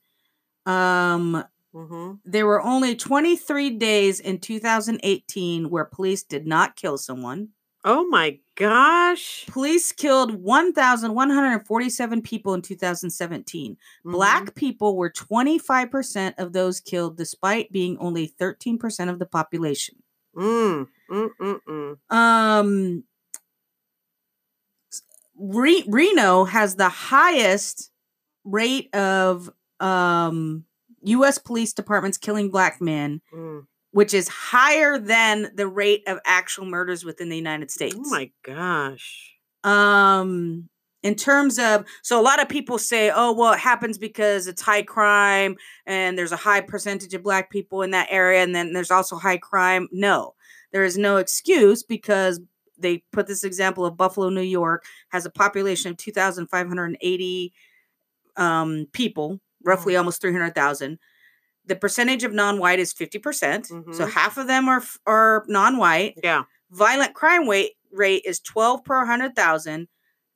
C: Um,
B: hmm
C: there were only 23 days in 2018 where police did not kill someone.
B: Oh my gosh.
C: Police killed 1,147 people in 2017.
B: Mm-hmm.
C: Black people were 25% of those killed, despite being only 13% of the population.
B: Mhm. Mm. Mm. Mm.
C: Um, s- Re- Reno has the highest rate of um, U.S. police departments killing black men,
B: Mm.
C: which is higher than the rate of actual murders within the United States.
B: Oh my gosh.
C: um in terms of so a lot of people say oh well it happens because it's high crime and there's a high percentage of black people in that area and then there's also high crime no there is no excuse because they put this example of buffalo new york has a population of 2580 um, people roughly almost 300000 the percentage of non-white is 50% percent so
B: Mhm.
C: half of them are f- are non-white
B: Yeah.
C: violent crime rate rate is 12 per 100,000.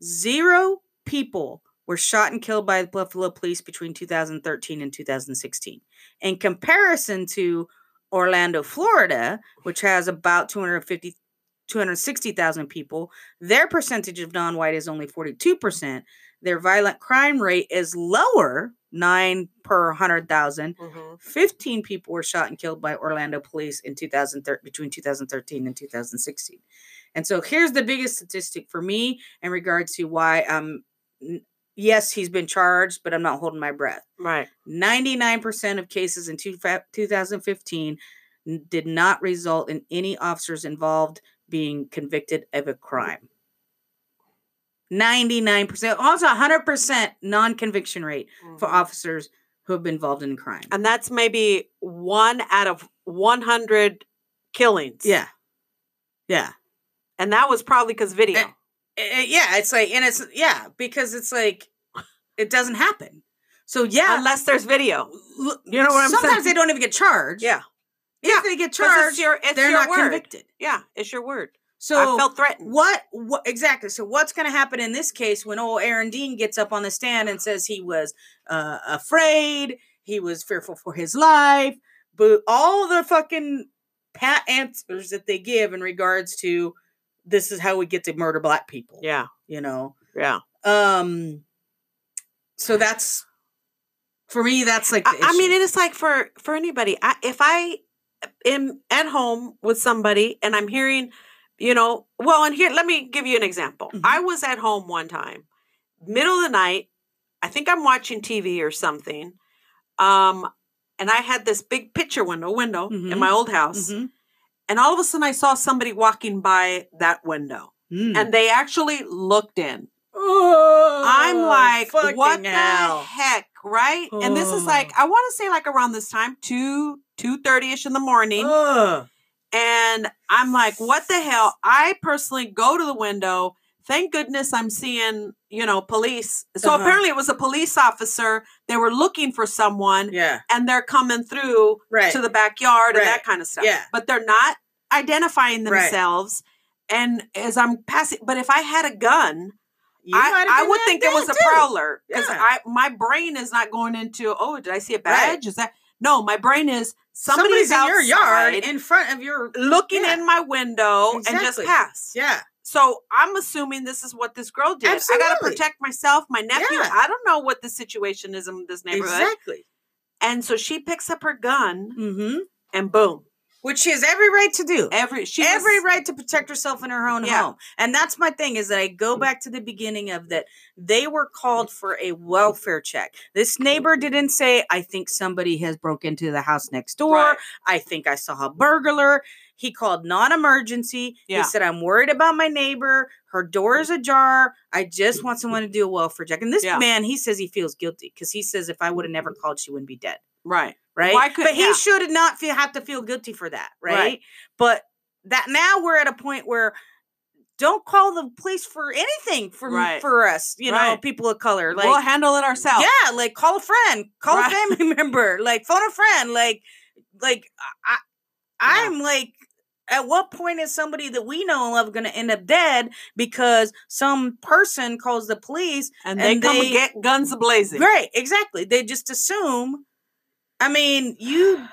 C: Zero people were shot and killed by the Buffalo police between 2013 and 2016. In comparison to Orlando, Florida, which has about 250 260,000 people, their percentage of non-white is only 42%. Their violent crime rate is lower, 9 per 100,000.
B: hmm
C: 15 people were shot and killed by Orlando police in 2013 between 2013 and 2016. And so here's the biggest statistic for me in regards to why um n- yes, he's been charged, but I'm not holding my breath.
B: Right.
C: 99% of cases in two, fa- 2015 n- did not result in any officers involved being convicted of a crime. 99%, also 100% non-conviction rate for
B: Mhm.
C: officers who have been involved in crime.
B: And that's maybe one out of 100 killings.
C: Yeah. Yeah.
B: And that was probably because video.
C: I- I- Eh, yeah, it's like and it's yeah, because it's like it doesn't happen. So yeah,
B: Unless there's video.
C: l-
B: You know what I'm saying?
C: sometimes they don't even get charged.
B: Yeah.
C: If
B: Yeah,
C: they get
B: 'Cause it's
C: charged,
B: your- it's
C: they're
B: your
C: not
B: word.
C: convicted.
B: Yeah. It's your word.
C: So
B: I felt threatened.
C: what what exactly so what's going to happen in this case when old aaron dean gets up on the stand and says he was uh, afraid he was fearful for his life but all the fucking pat answers that they give in regards to this is how we get to murder black people
B: Yeah.
C: you know
B: Yeah.
C: um so that's for me that's like the
B: I, I mean,
C: issue.
B: it is like for for anybody. I, if I in at home with somebody and I'm hearing, you know, well, and here let me give you an example.
C: Mhm.
B: I was at home one time, middle of the night. I think I'm watching TV or something. Um, and I had this big picture window window in
C: Mhm.
B: my old house,
C: Mhm.
B: and all of a sudden I saw somebody walking by that window,
C: Mm.
B: and they actually looked in. I'm
C: Oh,
B: like,
C: fucking
B: what the
C: hell. Oh.
B: heck, right? And this is like,
C: Ugh.
B: I want to say like around this time, two two thirty ish in the morning,
C: Oh. Ugh.
B: and I'm like, what the hell? I personally go to the window. Thank goodness I'm seeing, you know, police. So
C: Uh-huh.
B: apparently it was a police officer. They were looking for someone,
C: Yeah.
B: and they're coming through
C: Right.
B: to the backyard and
C: Right.
B: that kind of stuff.
C: Yeah.
B: But they're not identifying
C: Right.
B: themselves. And as I'm passing, but if I had a gun,
C: You might have
B: I, I
C: been
B: would
C: that
B: think it was a
C: dad, too.
B: prowler because
C: Yeah.
B: I my brain is not going into oh did I see a badge
C: Right.
B: is that no my brain is somebody's,
C: Somebody's in your yard
B: outside
C: in front of your
B: looking
C: Yeah.
B: in my window and just
C: Exactly.
B: passed.
C: yeah.
B: So I'm assuming this is what this girl did. I got to
C: Absolutely.
B: protect myself, my nephew.
C: Yeah.
B: I don't know what the situation is in this neighborhood.
C: Exactly.
B: And so she picks up her gun
C: Mm-hmm.
B: and boom
C: Which she has every right to do.
B: every she was-
C: every right to protect herself in her own
B: Yeah. Mm.
C: home. And that's my thing is that I go back to the beginning of that they were called for a welfare check. This
B: Mm.
C: neighbor didn't say, I think somebody has broke into the house next door.
B: Right.
C: I think I saw a burglar. He called non-emergency.
B: Yeah. Mm.
C: He said, I'm worried about my neighbor. Her door is ajar. I just want someone to do a welfare check. And this
B: Yeah.
C: man, he says he feels guilty because he says if I would have never called, she wouldn't be dead
B: right
C: right?
B: Why could-
C: but he
B: yeah.
C: should not feel have to feel guilty for that,
B: Right.
C: right? But that now we're at a point where don't call the police for anything for
B: Right.
C: for us, you know,
B: Right.
C: people of color. Like
B: we'll handle it ourselves.
C: yeah, like call a friend, call
B: Right.
C: a family member, like phone a friend, like like I
B: Yeah.
C: I'm like at what point is somebody that we know and love going to end up dead because some person calls the police
B: and they
C: And
B: come
C: they-
B: get guns blazing.
C: Right, exactly. They just assume. I mean, you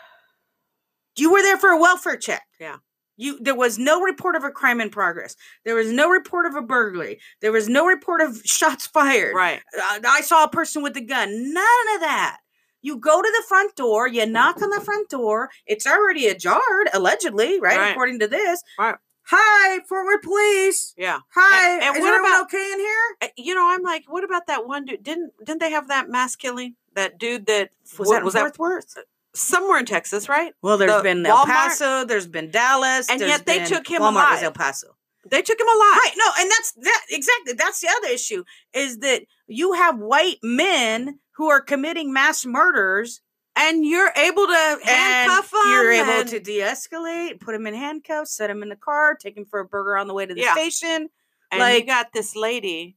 C: you were there for a welfare check.
B: Yeah.
C: You there was no report of a crime in progress. There was no report of a burglary. There was no report of shots fired.
B: right
C: Uh, I saw a person with a gun. None of that. You go to the front door, you knock on the front door. It's already ajar, allegedly, right?
B: Right.
C: According to this.
B: Right.
C: Hi, Fort Worth Police.
B: yeah.
C: Hi,
B: and
C: is
B: what
C: everyone
B: about-
C: okay in here?
B: I- you know, I'm like, what about that one dude? Didn't didn't they have that mass killing? That dude that was that was that
C: Fort Worth?
B: somewhere in Texas, right?
C: Well, there's
B: The
C: been
B: Walmart-
C: El Paso, there's been Dallas,
B: And
C: there's
B: yet they
C: been-
B: took him
C: Walmart
B: alive.
C: was El Paso,
B: They took him alive.
C: right? No, and that's that exactly. That's the other issue is that you have white men who are committing mass murders,
B: And you're able to handcuff
C: and
B: him.
C: you're able
B: and-
C: to de-escalate, put him in handcuffs, set him in the car, take him for a burger on the way to the
B: Yeah.
C: station
B: and you
C: like-
B: got this lady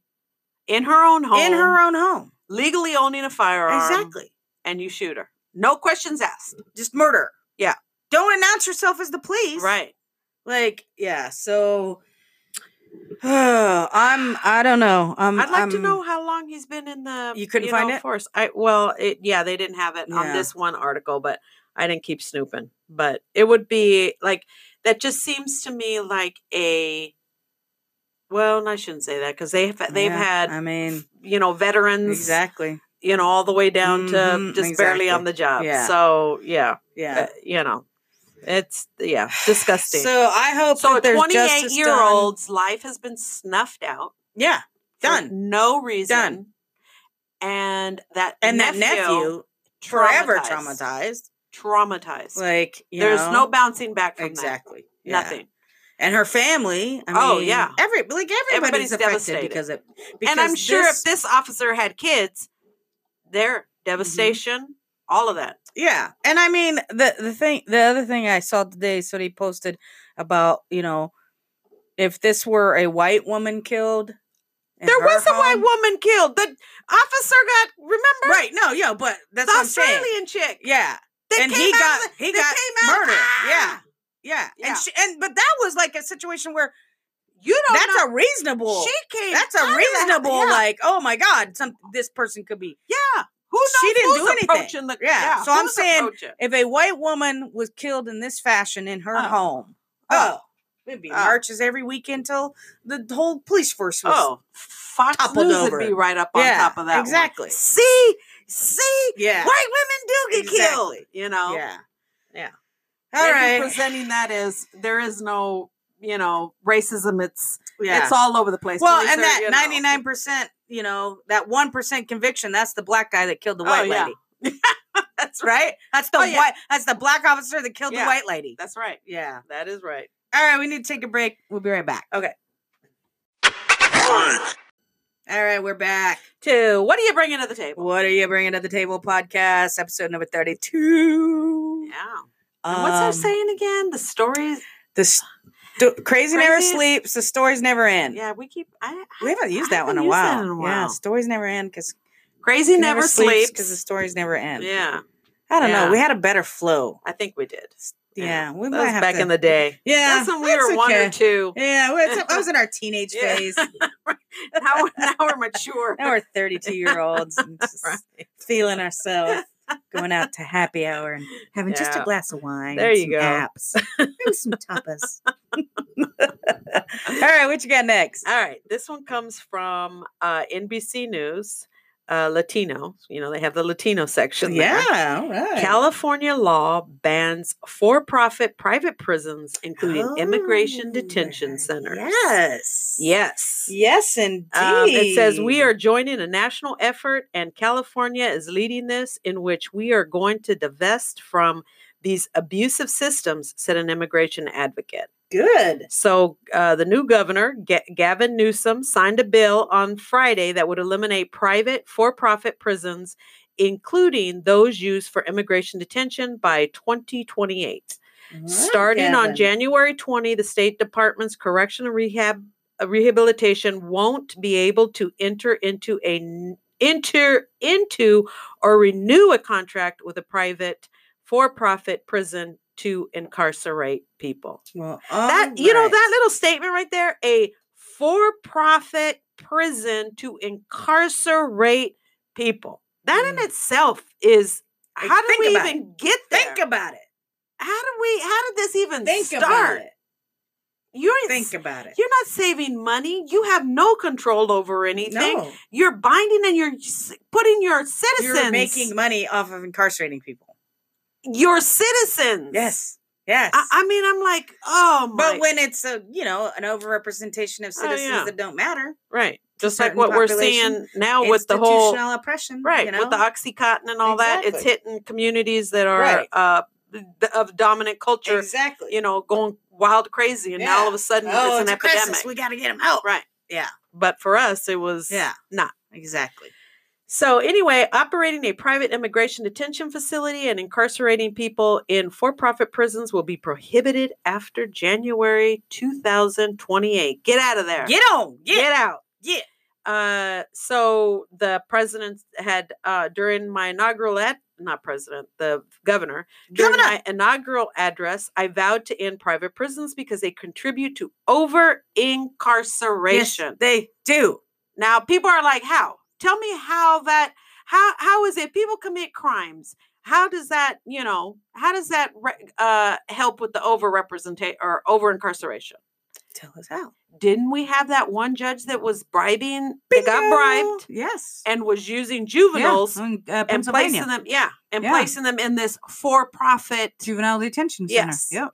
B: in her own home,
C: in her own home. Um,
B: legally owning a firearm,
C: Exactly,
B: and you shoot her. No questions asked.
C: just murder.
B: Yeah.
C: don't announce yourself as the police,
B: Right.
C: Like, yeah. So. I'm. I don't know. I'm.
B: I'd like to
C: I'm-
B: know how long he's been in the
C: um, You couldn't find
B: know,
C: it?
B: force. I well, it, yeah, they didn't have it on
C: Yeah.
B: this one article, but I didn't keep snooping. But it would be like that. Just seems to me like a well, and I shouldn't say that because they've they've
C: Yeah, uh,
B: had
C: I mean,
B: you know veterans,
C: exactly.
B: you know, all the way down to
C: Mhm,
B: just barely on
C: exactly.
B: the job.
C: Yeah.
B: So yeah,
C: Yeah.
B: uh, you know, it's yeah, disgusting. So,
C: So I hope
B: a
C: that there's
B: 28
C: justice
B: year
C: done.
B: old's life has been snuffed out.
C: Yeah,
B: for
C: done.
B: no reason. And that
C: And
B: nephew,
C: that nephew forever
B: traumatized.
C: traumatized.
B: Traumatized.
C: Like you
B: There's
C: know,
B: no bouncing back from
C: exactly
B: that.
C: yeah.
B: Nothing.
C: And her family. I mean,
B: Oh, yeah.
C: Every like
B: Everybody's
C: everybody's, affected
B: devastated.
C: because it. Because
B: and I'm sure
C: this-
B: if this officer had kids, their devastation,
C: Mm-hmm.
B: all of that.
C: Yeah, and I mean the the thing the other thing I saw today, somebody posted about you know if this were a white woman killed. in
B: there
C: her
B: was a white
C: home-
B: woman killed. The officer got remember
C: right? No, yeah, but that's
B: the
C: what I'm saying.
B: Australian chick.
C: Yeah,
B: that
C: and
B: came
C: he
B: out
C: got
B: of the-
C: he
B: that
C: got
B: came out-
C: murdered.
B: Ah!
C: Yeah, yeah,
B: Yeah.
C: and she, and but that was like a situation where
B: You don't
C: that's
B: know.
C: a reasonable.
B: she came.
C: that's
B: out of
C: a
B: the-
C: reasonable.
B: yeah,
C: Like, oh my god, some this person could be.
B: yeah. Who knows
C: she didn't
B: who's
C: do anything.
B: approaching the
C: Yeah, so I'm
B: who's
C: saying
B: approaching?
C: If a white woman was killed in this fashion in her
B: Oh.
C: home,
B: Oh.
C: oh, it'd be
B: Oh.
C: marches every weekend till the whole police force was.
B: Oh, Fox
C: toppled
B: News
C: over.
B: would be right up on
C: Yeah,
B: top of that. one.
C: exactly.
B: See, see,
C: Yeah.
B: white women do get killed.
C: Exactly.
B: You know.
C: Yeah.
B: Yeah.
C: All
B: They've
C: right.
B: been presenting that as there is no, you know, racism. It's
C: yeah.
B: it's all over the place.
C: well,
B: Police
C: and
B: are,
C: that
B: you know-
C: ninety nine percent, you know, that one percent conviction. That's the black guy that killed the
B: Oh,
C: white
B: yeah.
C: lady. that's right. That's the
B: Oh, yeah.
C: white. That's the black officer that killed
B: Yeah.
C: the white lady.
B: That's right.
C: Yeah.
B: That is right.
C: All right, we need to take a break. We'll be right back.
B: Okay.
C: All right, we're back.
B: Two. What are you bringing to the table?
C: What are you bringing to the table podcast? Episode number thirty two.
B: Yeah. And what's
C: Um,
B: that saying again? The stories.
C: The sto- crazy never
B: Crazy-
C: sleeps. The stories never end.
B: Yeah, we keep. I, I-
C: We haven't used
B: I
C: that one in
B: haven't used
C: a while.
B: that in a
C: Yeah,
B: while.
C: stories never end because
B: Crazy never, sleeps.
C: because the stories never end.
B: yeah,
C: I don't
B: Yeah.
C: know. We had a better flow.
B: I think we did.
C: Yeah,
B: Yeah,
C: we
B: That
C: might
B: was
C: have
B: back
C: to-
B: in the day.
C: yeah.
B: That's when we were one
C: okay.
B: or two.
C: Yeah, well, it's- I was in our teenage
B: Yeah.
C: phase.
B: Now, we're- now we're mature.
C: Now we're thirty-two year olds and just
B: Right.
C: feeling ourselves, going out to happy hour and having just a
B: Yeah.
C: glass of wine.
B: There
C: and
B: you
C: some
B: go.
C: Apps, maybe some tapas. All right, what you got next?
B: All right. This one comes from uh, NBC News, uh, Latino. You know, they have the Latino section. there.
C: all right.
B: California law bans for profit private prisons, including immigration
C: Oh,
B: detention centers.
C: Yes.
B: Yes.
C: Yes, indeed.
B: Um, it says we are joining a national effort, and California is leading this, in which we are going to divest from these abusive systems, said an immigration advocate.
C: good.
B: So uh, the new governor, Ga- Gavin Newsom, signed a bill on Friday that would eliminate private for-profit prisons, including those used for immigration detention by 2028. Starting on
C: January.
B: January 20, the state department's correction and rehab uh, rehabilitation won't be able to enter into a n- enter into or renew a contract with a private for-profit prison to incarcerate people
C: Well,
B: that you know
C: alright.
B: that little statement right there a for-profit prison to incarcerate people that in
C: Mm.
B: itself is
C: Like,
B: how did
C: think
B: we
C: about
B: even get there
C: Think about it.
B: how did we how did this even
C: Think about
B: start
C: it.
B: you ain't
C: Think
B: think
C: about it.
B: you're not saving money you have no control over anything
C: No,
B: you're binding and you're s- putting your citizens
C: you're making money off of incarcerating people.
B: your citizens
C: Yes, yes.
B: I, I mean i'm like oh my
C: but when it's a you know an overrepresentation of
B: Oh,
C: citizens
B: yeah.
C: that don't matter,
B: right just like
C: certain
B: what we're
C: population,
B: seeing now Oh, with the whole
C: institutional oppression,
B: right
C: You know?
B: with the oxycontin and all that it's
C: Exactly.
B: hitting communities that are
C: Right.
B: uh th- of dominant culture
C: exactly.
B: you know going wild crazy and now all of a sudden
C: oh,
B: it's
C: it's
B: an
C: a
B: epidemic
C: crisis. We got to get them out.
B: right
C: Yeah.
B: but for us it was
C: Yeah.
B: not
C: Exactly.
B: so anyway operating a private immigration detention facility and incarcerating people in for-profit prisons will be prohibited after january 2028 get out of there
C: Get on. Get,
B: get out
C: Yeah.
B: uh, so the president had uh, during my inaugural ad, not president, the governor, during
C: Governor.
B: my inaugural address, I vowed to end private prisons because they contribute to over
C: Yes,
B: incarceration.
C: they do.
B: Now people are like, how? Tell me how that how how is it people commit crimes? How does that, you know, how does that re- uh, help with the overrepresentation or over incarceration?
C: Tell us how.
B: Didn't we have that one judge that was bribing, that got bribed?
C: Yes.
B: and was using juveniles
C: on, uh,
B: and
C: Pennsylvania.
B: placing them, yeah, and
C: Yeah.
B: placing them in this for-profit,
C: juvenile detention
B: Yes.
C: center. Yep.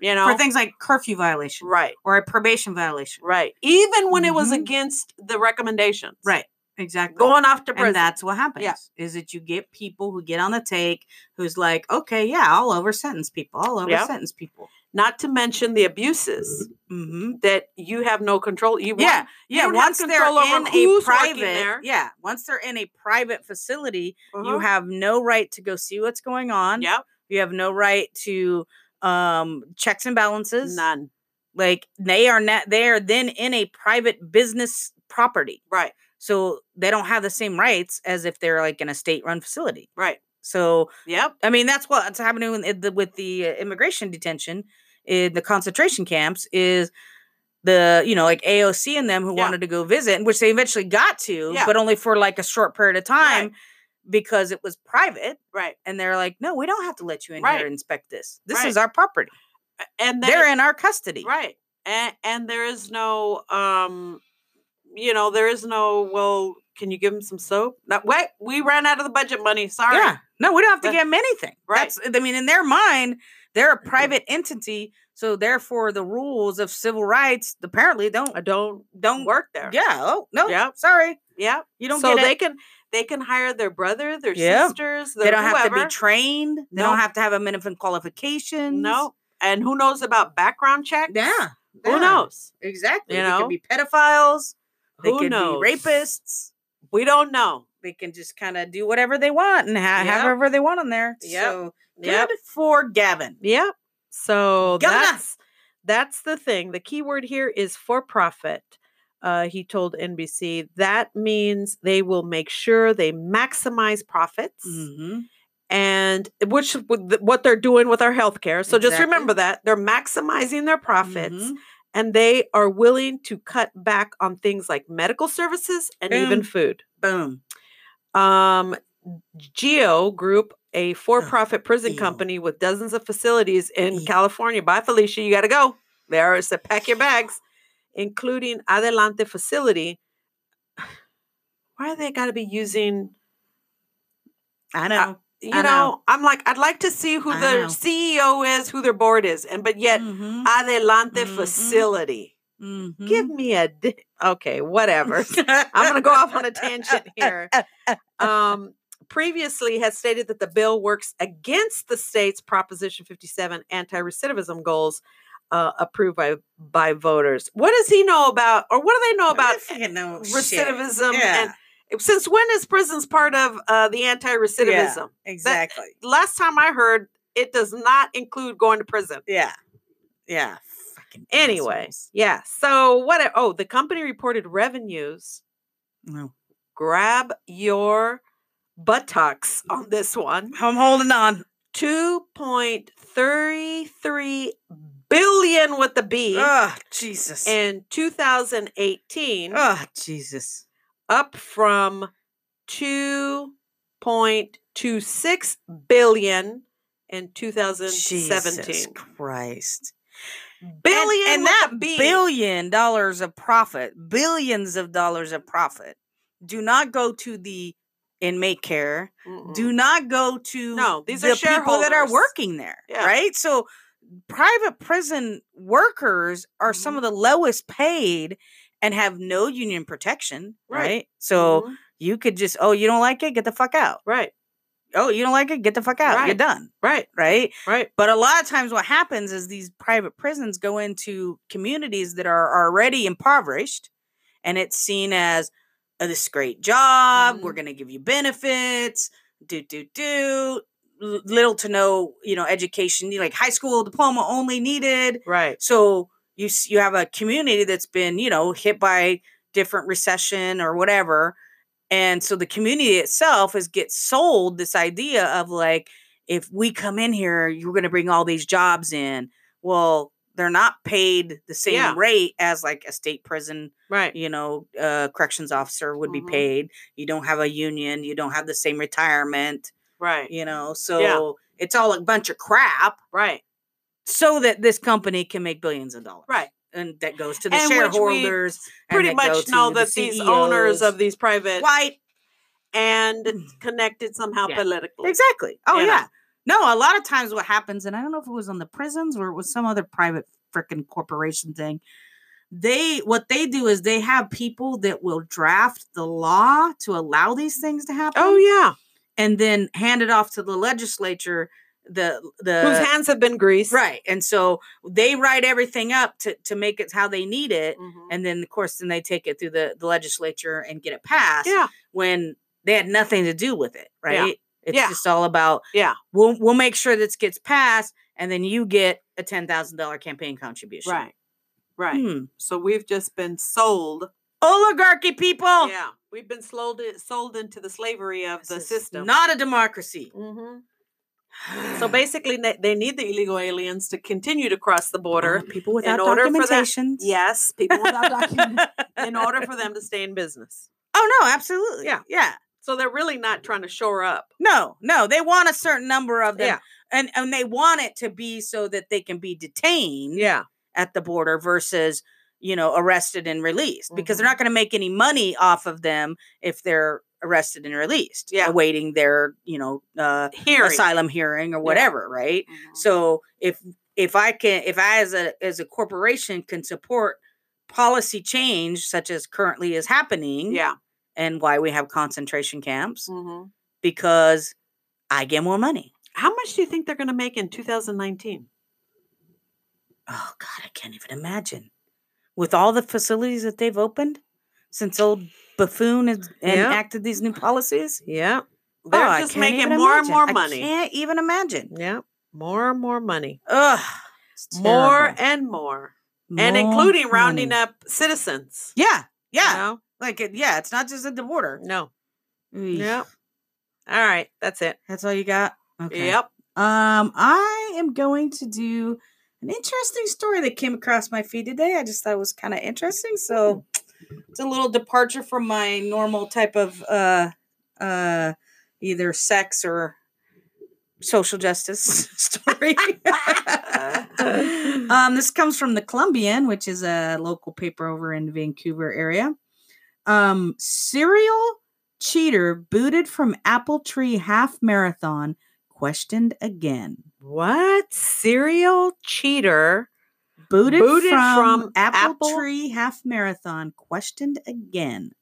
B: you
C: Yep.
B: know,
C: For things like curfew violation
B: right,
C: or a probation violation.
B: right. Even when it was
C: Mhm.
B: against the recommendations,
C: Right. Exactly.
B: going off to prison,
C: and that's what happens. Is that you get people who get on the take who's like, okay, yeah, I'll over sentence people. I'll over
B: Yeah.
C: sentence people.
B: not to mention the abuses
C: Mm-hmm.
B: that you have no control. You
C: Yeah.
B: want-
C: Yeah.
B: don't have
C: Once they're
B: control over
C: in a
B: who's working
C: private,
B: there.
C: yeah. Once they're in a private facility, you
B: Uh-huh.
C: have no right to go see what's going on.
B: yep,
C: You have no right to um checks and balances.
B: none,
C: Like they are not they are then in a private business property.
B: right,
C: So they don't have the same rights as if they're like in a state run facility.
B: right,
C: So
B: yep,
C: I mean, that's what's happening with the, with the uh, immigration detention in the concentration camps is the you know like AOC and them who
B: Yeah.
C: wanted to go visit, and which they eventually got to,
B: Yeah.
C: but only for like a short period of
B: Right.
C: time because it was private.
B: right,
C: And they're like, no, we don't have to let you in
B: Right.
C: here and inspect this. This
B: Right.
C: is our property.
B: and then,
C: They're in our custody.
B: right, and and there is no, um, you know, there is no well. Can you give him some soap? No, wait, we ran out of the budget money. Sorry.
C: Yeah. No, we don't have to
B: But-
C: give them anything.
B: Right.
C: That's, I mean, in their mind, they're a private entity, so therefore the rules of civil rights apparently don't uh,
B: I don't
C: don't
B: work there.
C: Yeah. Oh no.
B: Yep.
C: Sorry,
B: Yeah.
C: you don't
B: so
C: get
B: they
C: it.
B: can they can hire their brother, their
C: Yep.
B: sisters,
C: They,
B: their
C: don't have to be
B: whoever.
C: trained. They don't
B: Nope.
C: have to have a minimum qualifications.
B: No. And who knows about background checks?
C: Yeah. yeah,
B: Who knows?
C: Exactly.
B: You
C: They
B: know?
C: could be pedophiles. They
B: Who
C: could
B: knows?
C: be rapists.
B: We don't know.
C: They can just kind of do whatever they want and ha-
B: Yep.
C: however they want on there.
B: Yep.
C: So good
B: Yep.
C: for Gavin.
B: Yep. So
C: Governor.
B: that's that's the thing. The key word here is for profit. Uh, he told NBC that means they will make sure they maximize profits,
C: Mm-hmm.
B: and which with th- what they're doing with our healthcare. So just
C: Exactly.
B: remember that they're maximizing their profits,
C: Mhm.
B: and they are willing to cut back on things like medical services and even
C: Boom.
B: food.
C: Boom.
B: Um, Geo Group, a for profit prison
C: Oh, Geo.
B: company with dozens of facilities in
C: Geo.
B: California. Bye, Felicia. You got to go. There is a pack your bags, including Adelante facility. Why they got to be using?
C: I know.
B: You
C: I
B: know,
C: know.
B: I'm like, I'd like to see who
C: I
B: their
C: know.
B: CEO is, who their board is, and but yet
C: Mhm.
B: Adelante
C: Mhm.
B: facility.
C: Mhm.
B: Give me a di- okay,
C: Mm-hmm.
B: whatever. I'm going to go off on a tangent here. Um, previously had stated that the bill works against the state's Proposition 57 anti-recidivism goals uh, approved by by voters. What does he know about, or what do they know about
C: Fucking no shit.
B: recidivism?
C: Yeah,
B: And since when is prisons part of uh, the anti-recidivism?
C: exactly.
B: Last time I heard, it does not include going to prison.
C: yeah. Yeah. Fucking
B: Anyway,
C: assholes.
B: yeah. So what? Oh, the company reported revenues
C: No.
B: grab your buttocks on this one.
C: I'm holding on.
B: 2.33 billion with the B
C: Oh, Jesus.
B: in 2018,
C: oh, Jesus.
B: up from 2.26 billion in 2017.
C: Jesus Christ.
B: Billion
C: and, and
B: with
C: that
B: a B.
C: billion dollars of profit, billions of dollars of profit, do not go to the inmate care.
B: Mm-mm.
C: do not go to
B: Mm. No, these
C: the
B: are
C: people that are
B: shareholders.
C: working there
B: Yeah.
C: right so private prison workers are
B: Mm-hmm.
C: some of the lowest paid and have no union protection
B: Right.
C: right, so
B: Mhm.
C: you could just oh you don't like it get the fuck out
B: right,
C: oh you don't like it get the fuck out you're
B: Right.
C: done
B: right,
C: right
B: right.
C: but a lot of times what happens is these private prisons go into communities that are already impoverished and it's seen as oh, this is a great job. We're
B: Mhm.
C: going to give you benefits. Do, do, do. L- Little to no, you know, education, like high school diploma only needed.
B: Right.
C: So you s- you have a community that's been, you know, hit by different recession or whatever. And so the community itself is get sold this idea of like if we come in here, you're going to bring all these jobs in. Well, they're not paid the same
B: Yeah.
C: rate as like a state prison,
B: Right.
C: you know, uh, corrections officer would
B: Mhm.
C: be paid. You don't have a union. You don't have the same retirement,
B: Right.
C: you know. So it's all a bunch of crap
B: Right.
C: so that this company can make billions of dollars.
B: Right.
C: And that goes to the
B: And which we
C: shareholders. and
B: Pretty
C: that go
B: much
C: to
B: know
C: the
B: that these owners
C: CEOs.
B: of these private
C: white.
B: and connected somehow
C: Yeah.
B: politically.
C: Exactly. Oh
B: You know?
C: yeah. No, a lot of times what happens, and I don't know if it was on the prisons or it was some other private freaking corporation thing. They what they do is they have people that will draft the law to allow these things to happen.
B: Oh yeah,
C: and then hand it off to the legislature. The the
B: whose hands have been greased,
C: right, and so they write everything up to to make it how they need it,
B: Mhm.
C: and then of course then they take it through the, the legislature and get it passed
B: Yeah,
C: when they had nothing to do with it
B: Yeah.
C: right it's
B: Yeah.
C: just all about
B: Yeah.
C: we'll, we'll make sure this gets passed and then you get a $10000 campaign contribution
B: right, right.
C: Hmm.
B: So we've just been sold.
C: oligarchy people
B: Yeah, we've been sold i- sold into the slavery of
C: This
B: the
C: is
B: system.
C: not a democracy
B: Mhm. So basically, they, they need the illegal aliens to continue to cross the border.
C: people without
B: Mm-hmm. order for that-
C: documentation
B: Mm-hmm. Yes, people without document in order for them to stay in business.
C: oh no absolutely
B: Yeah.
C: yeah
B: So they're really not trying to shore up.
C: no no they want a certain number of them
B: Yeah.
C: and and they want it to be so that they can be detained
B: Yeah,
C: at the border versus you know, arrested and released
B: Mm-hmm.
C: because they're not going to make any money off of them if they're arrested and released,
B: Yeah.
C: awaiting their, you know, uh,
B: Hearing. Mm-hmm.
C: asylum hearing or whatever, right? So if if I can if I as a as a corporation can support policy change such as currently is happening
B: Yeah.
C: and why we have concentration camps
B: Mhm.
C: because I get more money.
B: How much do you think they're going to make in 2019?
C: Oh god, I can't even imagine. With all the facilities that they've opened since old buffoon has
B: Yeah.
C: enacted these new policies,
B: Yeah.
C: oh,
B: They're
C: I
B: just
C: can't
B: making
C: even
B: more and
C: imagine.
B: more
C: I
B: money.
C: can't even imagine.
B: Yeah. More and more money.
C: Ugh. it's
B: More
C: terrible.
B: and more. and
C: More
B: including rounding
C: money.
B: up citizens.
C: Yeah. Yeah.
B: No.
C: Like, it- yeah, it's not just at the border.
B: No.
C: Eesh.
B: Yep. All right. That's it.
C: That's all you got?
B: Yep.
C: Um, I am going to do an interesting story that came across my feed today. I just thought it was kind of interesting. So it's a little departure from my normal type of uh, uh, either sex or social justice story.
B: Uh,
C: um, this comes from the Columbian, which is a local paper over in Vancouver area. Um, serial cheater booted from apple tree half marathon questioned again.
B: What serial cheater?
C: Booted,
B: Booted
C: from,
B: from
C: apple,
B: Apple-
C: tree half marathon questioned again.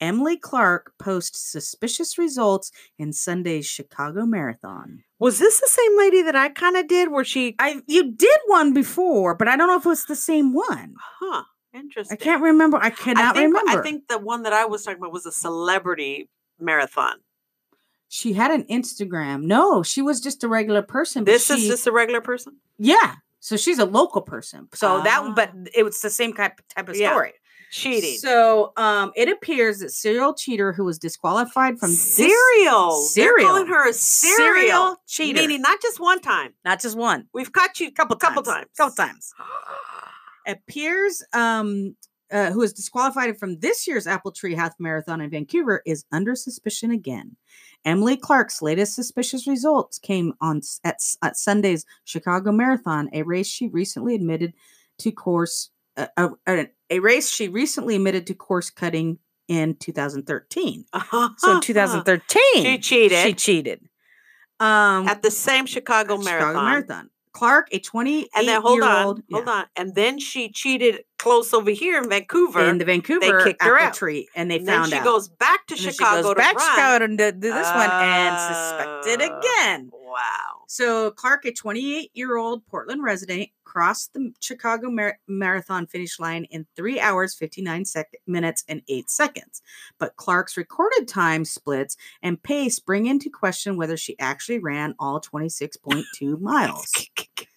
C: Emily Clark posts suspicious results in Sunday's Chicago Marathon.
B: Was this the same lady that I kind of did where she
C: I you did one before, but I don't know if it's the same one.
B: huh, interesting.
C: I can't remember. I
B: I
C: cannot
B: think,
C: remember.
B: I think the one that I was talking about was a celebrity marathon.
C: she had an Instagram. No, she was just a regular person. but
B: This is
C: she-
B: just a regular person?
C: yeah. So she's a local person. So that
B: Ah.
C: one, but it was the same type type of
B: Yeah.
C: story.
B: Cheating.
C: So um, it appears that serial cheater who was disqualified from this-
B: serial. They're calling
C: Serial.
B: her a serial,
C: cheater,
B: Meaning not just one time.
C: not just one,
B: We've caught you a couple couple times.
C: couple times. Appears um, uh, who was disqualified from this year's Apple Tree Half Marathon in Vancouver is under suspicion again. Emily Clark's latest suspicious results came on s- at, s- at Sunday's Chicago Marathon, a race she recently admitted to course uh, uh, uh, a race she recently admitted to course cutting in 2013. So in 2013,
B: Uh-huh. She cheated.
C: She cheated. Um,
B: at the same Chicago
C: Chicago
B: Marathon.
C: Marathon. Clark, a 28
B: And then hold
C: year
B: on,
C: old,
B: hold on. And then she cheated close over here in Vancouver.
C: in the Vancouver
B: kicked her
C: apple
B: out.
C: tree, and they
B: and then
C: found
B: she
C: out.
B: goes back to
C: And then she
B: Chicago
C: goes
B: to
C: back to
B: run.
C: Chicago and did this one and suspected
B: Oh.
C: again.
B: Wow.
C: So Clark, a 28 year old Portland resident, crossed the Chicago Mar- Marathon finish line in three hours, 59 sec- minutes, and eight seconds. But Clark's recorded time splits and pace bring into question whether she actually ran all 26.2 miles.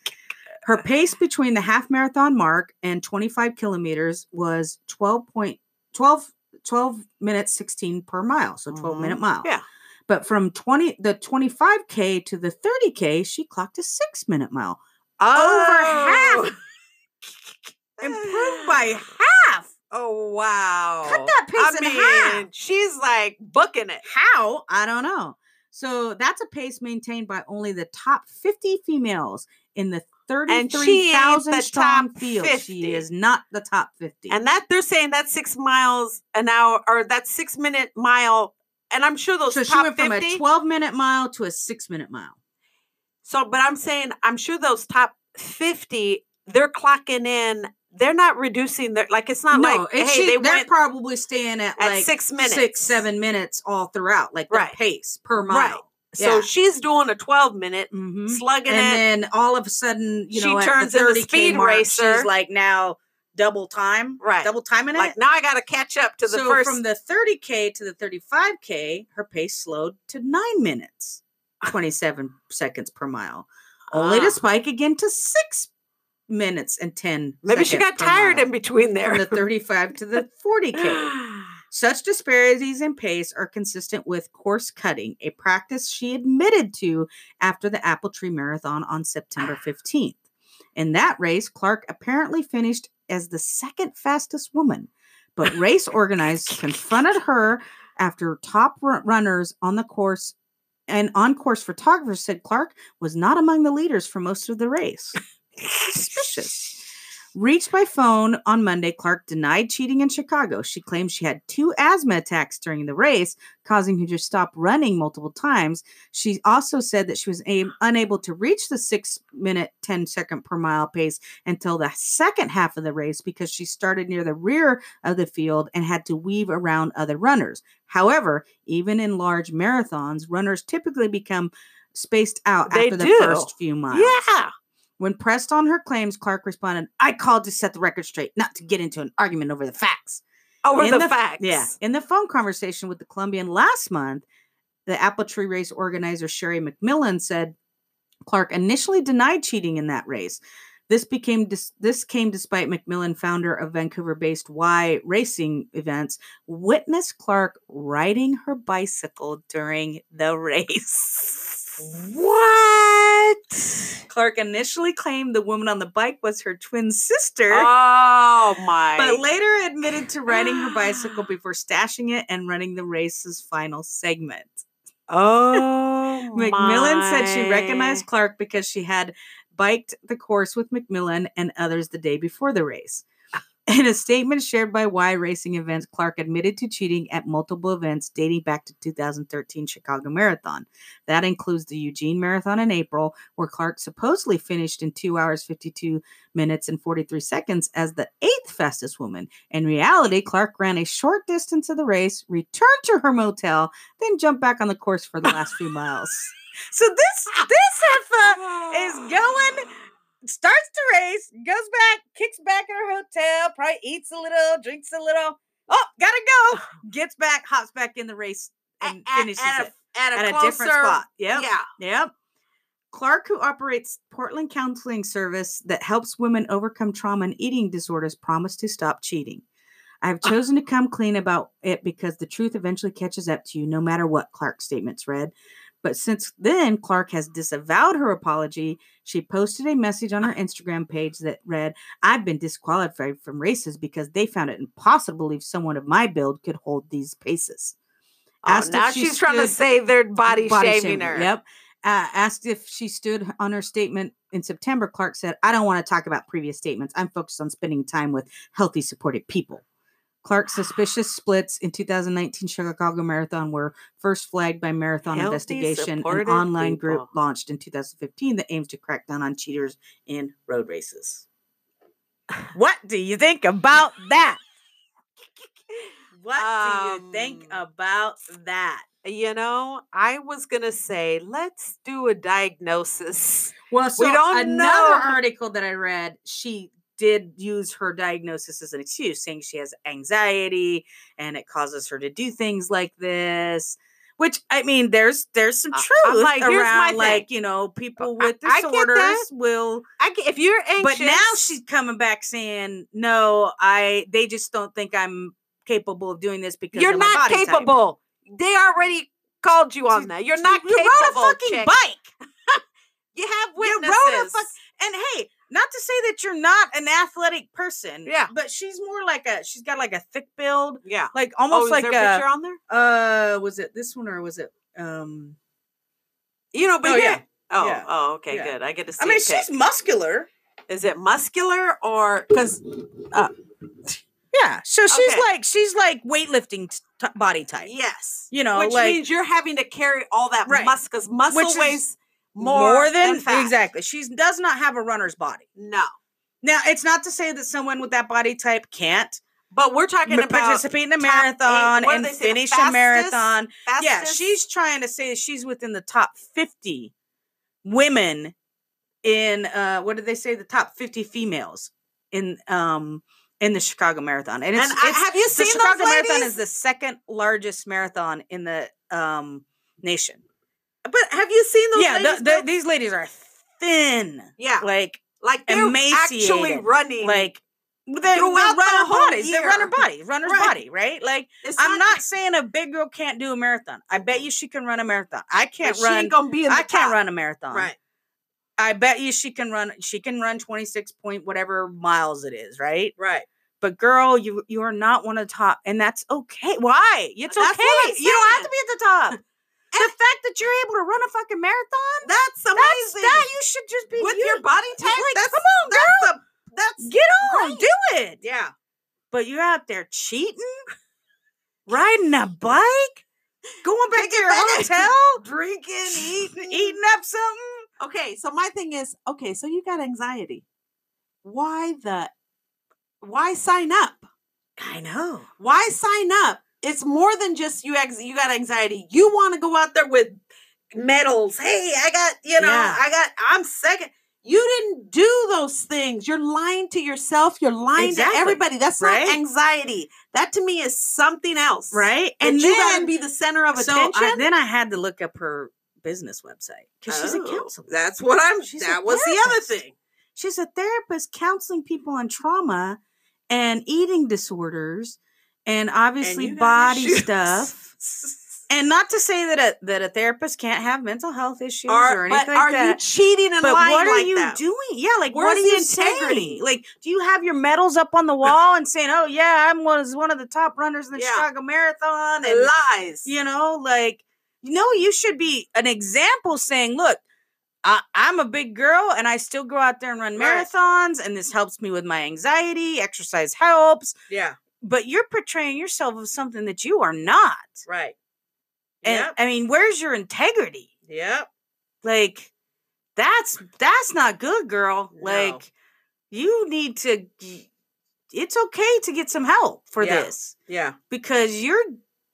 C: Her pace between the half marathon mark and 25 kilometers was 12 point 12 12 minutes 16 per mile, so 12 minute mile.
B: Mm-hmm. Yeah.
C: But from 20 the 25k to the 30k, she clocked a 6 minute mile.
B: Oh!
C: Over half. Improved by half.
B: Oh wow.
C: Cut that pace
B: I
C: in half.
B: mean, she's like booking it.
C: How? I don't know. So that's a pace maintained by only the top 50 females in the
B: ain't the
C: 33,000 strong
B: top
C: field.
B: 50.
C: She is not the top 50.
B: And that they're saying that's six miles an hour or that six minute mile. And I'm sure those
C: so she
B: top
C: went from
B: 50.
C: a 12 minute mile to a six minute mile.
B: So, but I'm saying I'm sure those top 50, they're clocking in. They're not reducing their like it's not like hey,
C: it's she-
B: they
C: they're
B: went
C: probably staying at,
B: at
C: like
B: six minutes.
C: six, seven minutes all throughout, like the
B: Right.
C: pace per mile.
B: Right. So
C: yeah.
B: she's doing a 12 minute,
C: Mhm.
B: slugging
C: And
B: it.
C: then all of a sudden, you
B: She
C: know, at
B: turns
C: the
B: into
C: 30
B: Speed
C: mark,
B: Racer.
C: She's like now double time,
B: Right.
C: Double timing it.
B: Like now I gotta catch up to the
C: so
B: first
C: from the 30k to the 35k, her pace slowed to nine minutes, 27 seconds per mile, only
B: Ah.
C: to spike again to six minutes and 10.
B: Maybe she got
C: seconds per
B: tired
C: mile
B: in between
C: from
B: there.
C: the 35 to the 40k. Such disparities in pace are consistent with course cutting, a practice she admitted to after the Apple Tree Marathon on September 15th. In that race, Clark apparently finished as the second fastest woman, but race organizers confronted her after top ru- runners on the course and on-course photographers said Clark was not among the leaders for most of the race. Suspicious. Reached by phone on Monday, Clark denied cheating in Chicago. She claimed she had two asthma attacks during the race, causing her to stop running multiple times. She also said that she was a- unable to reach the six minute, 10 second per mile pace until the second half of the race because she started near the rear of the field and had to weave around other runners. However, even in large marathons, runners typically become spaced out
B: They do.
C: after the first few miles.
B: Yeah.
C: When pressed on her claims, Clark responded, I called to set the record straight, not to get into an argument over the facts.
B: Over
C: In
B: the,
C: the-
B: facts.
C: Yeah. In the phone conversation with the Colombian last month, the Apple Tree race organizer Sherry McMillan said Clark initially denied cheating in that race. This became dis- this came despite McMillan, founder of Vancouver-based Y Racing events, witnessed Clark riding her bicycle during the race.
B: What?
C: Clark initially claimed the woman on the bike was her twin sister.
B: Oh my.
C: but later admitted to riding her bicycle before stashing it and running the race's final segment.
B: oh.
C: McMillan said she recognized
B: my.
C: Clark because she had biked the course with McMillan and others the day before the race. In a statement shared by Y Racing Events, Clark admitted to cheating at multiple events dating back to 2013 Chicago Marathon. That includes the Eugene Marathon in April, where Clark supposedly finished in 2 hours 52 minutes and 43 seconds as the eighth fastest woman. In reality, Clark ran a short distance of the race, returned to her motel, then jumped back on the course for the last few miles.
D: So this this heifer is going, starts the race, goes back, kicks back in her hotel, probably eats a little, drinks a little. Oh, gotta go.
C: gets back, hops back in the race,
B: A-
C: and
B: a-
C: finishes
B: at a-
C: it
B: at a,
C: at a different
B: closer-
C: spot. Yep.
B: Yeah. Oh,
C: Yep. Clark, who operates Portland Counseling Service that helps women overcome trauma and eating disorders, promised to stop cheating. I have chosen to come clean about it because the truth eventually catches up to you, no matter what Clark's statements read. But since then, Clark has disavowed her apology. She posted a message on her Instagram page that read, I've been disqualified from races because they found it impossible to believe someone of my build could hold these paces.
B: Oh,
C: Asked if
B: now
C: she
B: she's trying to
C: stood-
B: say they're body, shaming her.
C: Yep. Uh, asked if she stood on her statement in September, Clark said, I don't want to talk about previous statements. I'm focused on spending time with healthy, supportive people. Clark's suspicious splits in 2019 Chicago Marathon were first flagged by Marathon
B: Healthy,
C: Investigation, an
B: supportive
C: online group
B: people.
C: launched in 2015 that aims to crack down on cheaters in road races.
D: What do you think about that? What do you think
B: Um,
D: about that?
B: You know, I was gonna say let's do a diagnosis.
C: Well, so
B: don't
C: another
B: know.
C: article that I read, she did use her diagnosis as an excuse, saying she has anxiety and it causes her to do things like this. Which I mean, there's there's some
B: I- I'm
C: truth
B: like, here's my
C: around,
B: thing.
C: like you know, people
B: I-
C: with
B: I get that.
C: disorders will.
B: I ca- if you're anxious,
C: But now she's coming back saying, "No, I. They just don't think I'm capable of doing this because
B: you're
C: of my
B: not
C: body type."
B: capable. They already called you on that. You're not
C: You
B: capable.
C: rode a fucking
B: chick.
C: bike.
B: You have
C: You
B: witnesses.
C: rode a fuck- and hey not to say that you're not an athletic person
B: Yeah.
C: but she's more like a she's got like a thick build
B: yeah.
C: like
B: Oh,
C: almost
B: is
C: like
B: there
C: a,
B: a picture on there?
C: uh was it this one or was it um
B: You know, but
C: oh,
B: yeah.
C: yeah,
B: Oh,
C: yeah,
B: oh, okay,
C: yeah.
B: good. I get to see.
D: I mean,
B: a pic.
D: she's muscular.
B: is it muscular or because
C: yeah so she's
B: Okay.
C: like she's like weightlifting t- t- body type
B: yes,
C: you know
B: which
C: like
B: means you're having to carry all that
C: Right.
B: muscle because muscle
C: Which is
B: weighs more, than, fat.
C: exactly she does not have a runner's body
B: No,
C: now it's not to say that someone with that body type can't
B: but we're talking
C: ma-
B: about
C: participate in a
B: top eight-
C: marathon
B: what do
C: and
B: they say, the
C: finish a
B: fastest-
C: marathon
B: fastest.
C: yeah, she's trying to say she's within the top 50 women in uh what did they say the top 50 females in um in the Chicago Marathon. And it's,
B: and I,
C: it's-
B: have you
C: the
B: seen
C: Chicago
B: those ladies?
C: Marathon is the second largest marathon in the um nation.
B: but have you seen those?
C: yeah, the-
B: ladies,
C: the-
B: though?
C: these ladies are thin.
B: yeah,
C: Like
B: like they're actually
C: emaciated,
B: running.
C: like they're, they're
B: Throughout the
C: runner
B: whole
C: bodies. They're runner
B: year.
C: bodies, runner's
B: Right.
C: body, right? Like
B: It's
C: I'm not saying a big girl can't do a marathon. I bet you she can run a marathon. I
B: but
C: can't
B: She
C: run
B: ain't gonna be in. The
C: I can't
B: top.
C: run a marathon.
B: Right.
C: I bet you she can run she can run 26 point whatever miles it is, right?
B: Right.
C: But girl, you you are not one of the top and that's okay. Why?
B: That's
C: It's
B: what I'm
C: okay. You don't have
B: saying.
C: to be at the top. the fact that you're able to run a fucking marathon,
B: That's amazing.
C: that's that you should just be
B: With
C: you.
B: your body type,
C: Like,
B: that's
C: come on,
B: that's the that's
C: Get but you're out there cheating, riding a bike, going back to your hotel,
B: Drinking, eating,
C: eating up something.
B: Okay, so my thing is, okay, so you got anxiety. Why the why sign up?
C: I know.
B: Why sign up? It's more than just you ex- you got anxiety. You want to go out there with medals. Hey, I got, you know,
C: Yeah.
B: I got I'm second. You didn't do those things. You're lying to yourself. You're lying
C: Exactly,
B: to everybody. That's
C: right?
B: not anxiety. That to me is something else.
C: Right?
B: And
C: And
B: you gotta
C: then,
B: be the center of
C: so
B: attention.
C: I, then I had to look up her business website because she's a
B: Oh,
C: counselor.
B: That's what I'm
C: She's a
B: that was the other
C: therapist.
B: thing.
C: She's a therapist counseling people on trauma and eating disorders and obviously
B: you got
C: body
B: issues.
C: stuff. And not to say that a that a therapist can't have mental health issues
B: Are-
C: or anything
B: but
C: like
B: are
C: that.
B: you cheating and
C: but
B: lying
C: what are
B: like
C: you
B: that?
C: doing? Yeah, like
B: Where's
C: what
B: the
C: is the integrity?
B: integrity?
C: Like, do you have your medals up on the wall and saying, "Oh yeah, I'm one was one of the top runners in the
B: Yeah.
C: Chicago Marathon"? And
B: Lies.
C: you know, like no, you should be an example, saying, "Look, I, I'm a big girl, and I still go out there and run
B: Right.
C: marathons, and this helps me with my anxiety. Exercise helps."
B: Yeah.
C: But you're portraying yourself as something that you are not.
B: Right.
C: And
B: yep.
C: I mean, where's your integrity?
B: Yep.
C: like that's that's not good girl
B: No.
C: like you need to y- it's okay to get some help for
B: Yeah.
C: this
B: Yeah.
C: because you're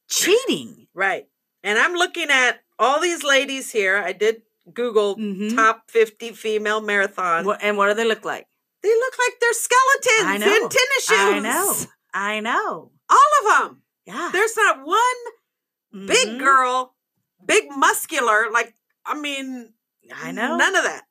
C: cheating
B: Right. And I'm looking at all these ladies here. I did Google
C: Mhm.
B: top 50 female marathon.
C: Wha- and what do they look like
B: They look like they're skeletons
C: I
B: in
C: know.
B: tennis shoes.
C: I know. i know
B: All of them.
C: yeah
B: There's not one big
C: Mhm.
B: girl, big muscular. Like, I mean,
C: i know
B: None of that.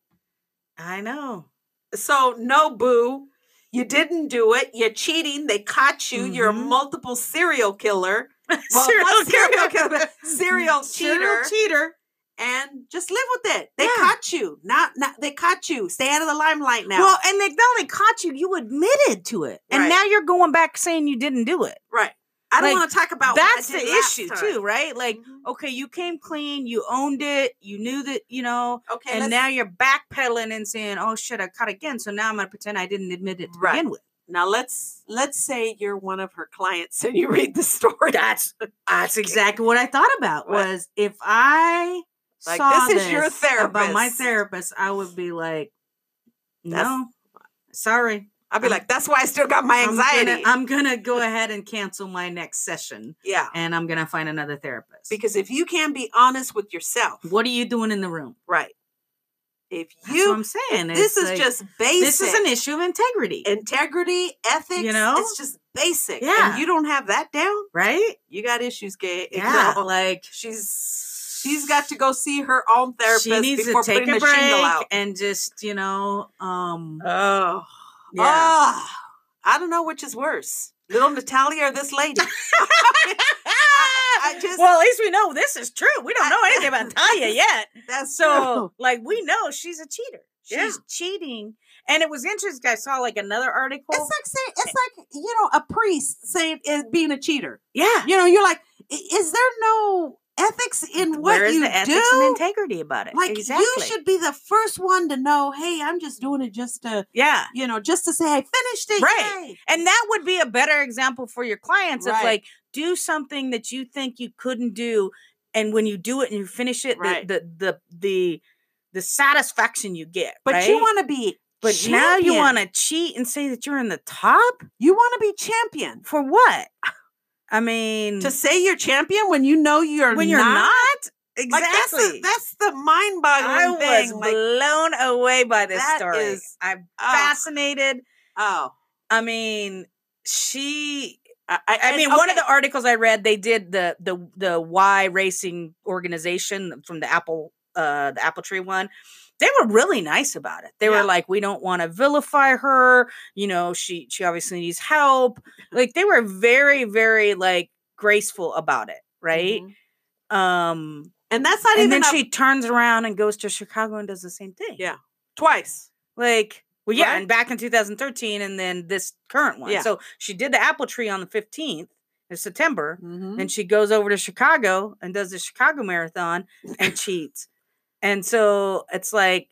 C: i know
B: So no boo. You didn't do it. You're cheating. They caught you. You're a
C: Mhm.
B: multiple serial killer. Well,
C: Serial
B: not serial
C: killer.
B: killer, but serial cheater.
C: Serial cheater
B: and just live with it. They
C: Yeah.
B: caught you. Not, not they caught you. Stay out of the limelight now.
C: well and they not only caught you you admitted to it and
B: Right.
C: now you're going back saying you didn't do it
B: right. I don't
C: like,
B: want to talk about what I
C: that's the
B: did last
C: issue
B: time.
C: too right like
B: Mhm.
C: okay, you came clean, you owned it, you knew that, you know,
B: Okay,
C: and
B: let's-
C: now you're backpedaling and saying, oh shit, I caught again. So now I'm going to pretend I didn't admit it to
B: Right.
C: begin with.
B: now let's let's say you're one of her clients and you read the story.
C: That's that's exactly what I thought about
B: What?
C: was if I
B: Like,
C: saw
B: this is your
C: about my
B: therapist.
C: therapist, I would be like,
B: That's-
C: no, sorry.
B: I'd be like, that's why I still got my
C: um, I'm gonna- um,
B: anxiety.
C: I'm going to go ahead and cancel my next session
B: yeah.
C: and I'm going to find another therapist.
B: Because if you can be honest with yourself,
C: what are you doing in the room?
B: right? If
C: Mm-hmm. That's what
B: you,
C: I'm saying.
B: this
C: It's
B: is
C: like,
B: just basic.
C: this is an issue of integrity.
B: integrity, ethics. You know,
C: know?
B: it's just basic.
C: Yeah.
B: and you don't have that down.
C: right?
B: You got issues, gay.
C: Yeah, like
B: she's she's got to go see her own therapist
C: she needs
B: before
C: to take
B: putting
C: a
B: the shingle
C: break
B: out.
C: and just you know, um,
B: Oh, ah,
C: yeah.
B: I don't know which is worse, little Natalia or this lady. I just-
C: well, at least we know this is true. We don't know
B: I-
C: anything about Talia yet,
B: That's
C: so like we know she's a cheater. She's
B: Yeah.
C: cheating, and it was interesting. I saw like another article.
B: It's like saying it's like you know a priest saying is being a cheater.
C: yeah,
B: You know, you're like, "I- is there no ethics in what
C: where is
B: you
C: the ethics
B: do?
C: and integrity about it?
B: like
C: exactly.
B: you should be the first one to know. Hey, I'm just doing it just to
C: yeah.
B: you know just to say I finished it.
C: Right.
B: yay."
C: And that would be a better example for your clients
B: Right.
C: of like do something that you think you couldn't do, and when you do it and you finish it,
B: Right.
C: the, the the the the satisfaction you get.
B: But you
C: right?
B: want to be,
C: but now you
B: champion.
C: want to cheat and say that you're in the top
B: you want to be champion.
C: for what? I mean,
B: To say you're champion when you know you're
C: Mm. when you're not,
B: not. Like, that's the-
C: exactly.
B: that's the, mind-boggling
C: I was
B: thing. Like,
C: blown away by this
B: that
C: story.
B: is-
C: I'm
B: oh.
C: fascinated.
B: oh,
C: I mean, she
B: I, I,
C: I
B: and-
C: mean, one of
B: okay,
C: the articles I read, they did the the the Y Racing organization from the Apple uh the Apple Tree one. They were really nice about it. They
B: Yeah.
C: were like, "We don't want to vilify her. You know, she she obviously needs help." Like they were very very like graceful about it, right?
B: mhm.
C: Um,
B: and that's not
C: and
B: even
C: then
B: a-
C: she turns around and goes to Chicago and does the same thing.
B: Yeah. twice.
C: Like, well, yeah,
B: Right?
C: and back in 2013, and then this current one.
B: Yeah.
C: So she did the Apple Tree on the 15th of September
B: Mm-hmm.
C: and she goes over to Chicago and does the Chicago marathon and cheats. And so it's like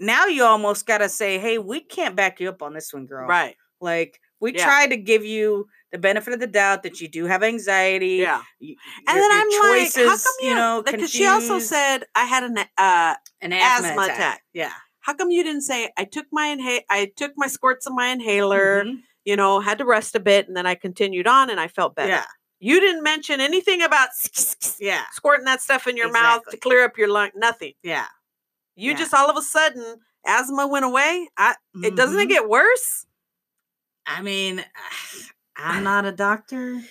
C: now you almost got to say, "Hey, we can't back you up on this one, girl."
B: Right.
C: Like we
B: Yeah.
C: tried to give you the benefit of the doubt that you do have anxiety.
B: Yeah.
C: y-
B: And
C: your-
B: then I'm
C: your
B: like, how
C: choices,
B: come you,
C: you know?
B: Because she also
C: confused.
B: said I had an uh,
C: an
B: asthma, attack.
C: Yeah.
B: How come you didn't say I took my inha- I took my squirts of my inhaler,
C: Mhm.
B: you know, had to rest a bit, and then I continued on and I felt better.
C: Yeah.
B: You didn't mention anything about
C: Yeah.
B: squirting that stuff in your mouth to
C: Exactly.
B: clear up your lung. Nothing.
C: Yeah.
B: You
C: Yeah.
B: just all of a sudden asthma went away. I it doesn't it
C: Mhm.
B: get worse?
C: I mean,
E: I'm not a doctor.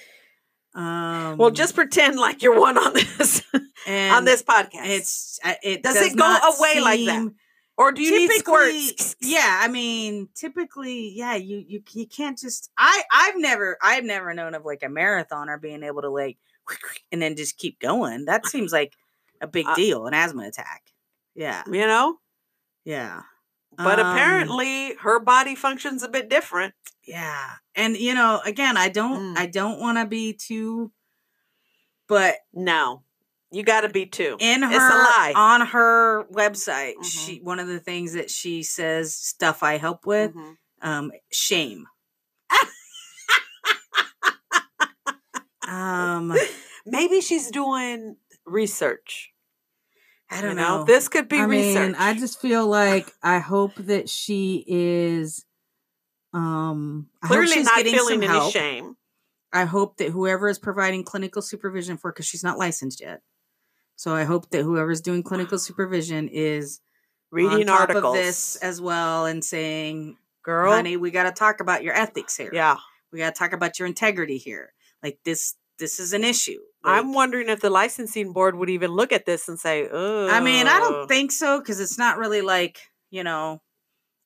E: Um,
B: Well, just pretend like you're one on this on
C: Mm-hmm. and
B: this podcast.
C: It's I- it
B: Does
C: does,
B: it go
C: not
B: away like that?
C: seem-
B: or do you need squirts?
C: typically- Yeah, I mean, typically, yeah, you you you can't just. I I've never I've never known of like a marathoner being able to like and then just keep going. That seems like a big
B: Uh,
C: deal, an asthma attack. Yeah,
B: You know?
C: yeah,
B: But
C: Um,
B: apparently her body functions a bit different.
C: yeah, and you know, again, I don't
B: Mm.
C: I don't want to be too, but
B: No. You gotta be too.
C: in her
B: It's a lie.
C: on her website
B: Mhm.
C: she one of the things that she says stuff i help with
B: Mhm.
C: um shame um
B: Maybe she's doing research.
C: i
B: you
C: don't know,
B: This could be
E: I
B: research.
E: mean, I just feel like I hope that she is. Um, I hope
B: clearly
E: she's
B: not
E: getting
B: feeling
E: some
B: any
E: help.
B: shame.
C: i hope that whoever is providing clinical supervision for because she's not licensed yet so i hope that whoever's doing clinical supervision is on
B: Reading
C: top
B: articles.
C: of this as well and saying
B: Girl.
C: honey we got to talk about your ethics here
B: yeah.
C: we got to talk about your integrity here like this this is an issue
B: I'm
C: Like,
B: wondering if the licensing board would even look at this and say, "Oh."
C: i mean i don't think so because it's not really like you know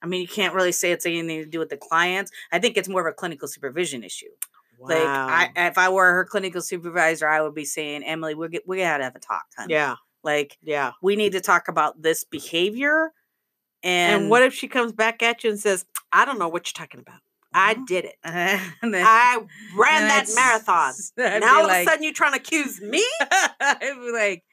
C: i mean you can't really say it's anything to do with the clients i think it's more of a clinical supervision issue like I, if i were her clinical supervisor i would be saying emily we're get, we gotta have a talk honey.
B: yeah,
C: like
B: yeah.
C: we need to talk about this behavior and,
B: And, what if she comes back at you and says, "I don't know what you're talking about. I
C: Mhm.
B: did it.
C: and then-
B: I ran
C: and
B: that
C: it's-
B: marathon."
C: I'd be
B: now all of
C: like-
B: a sudden you're trying to accuse me?
C: I'd be like,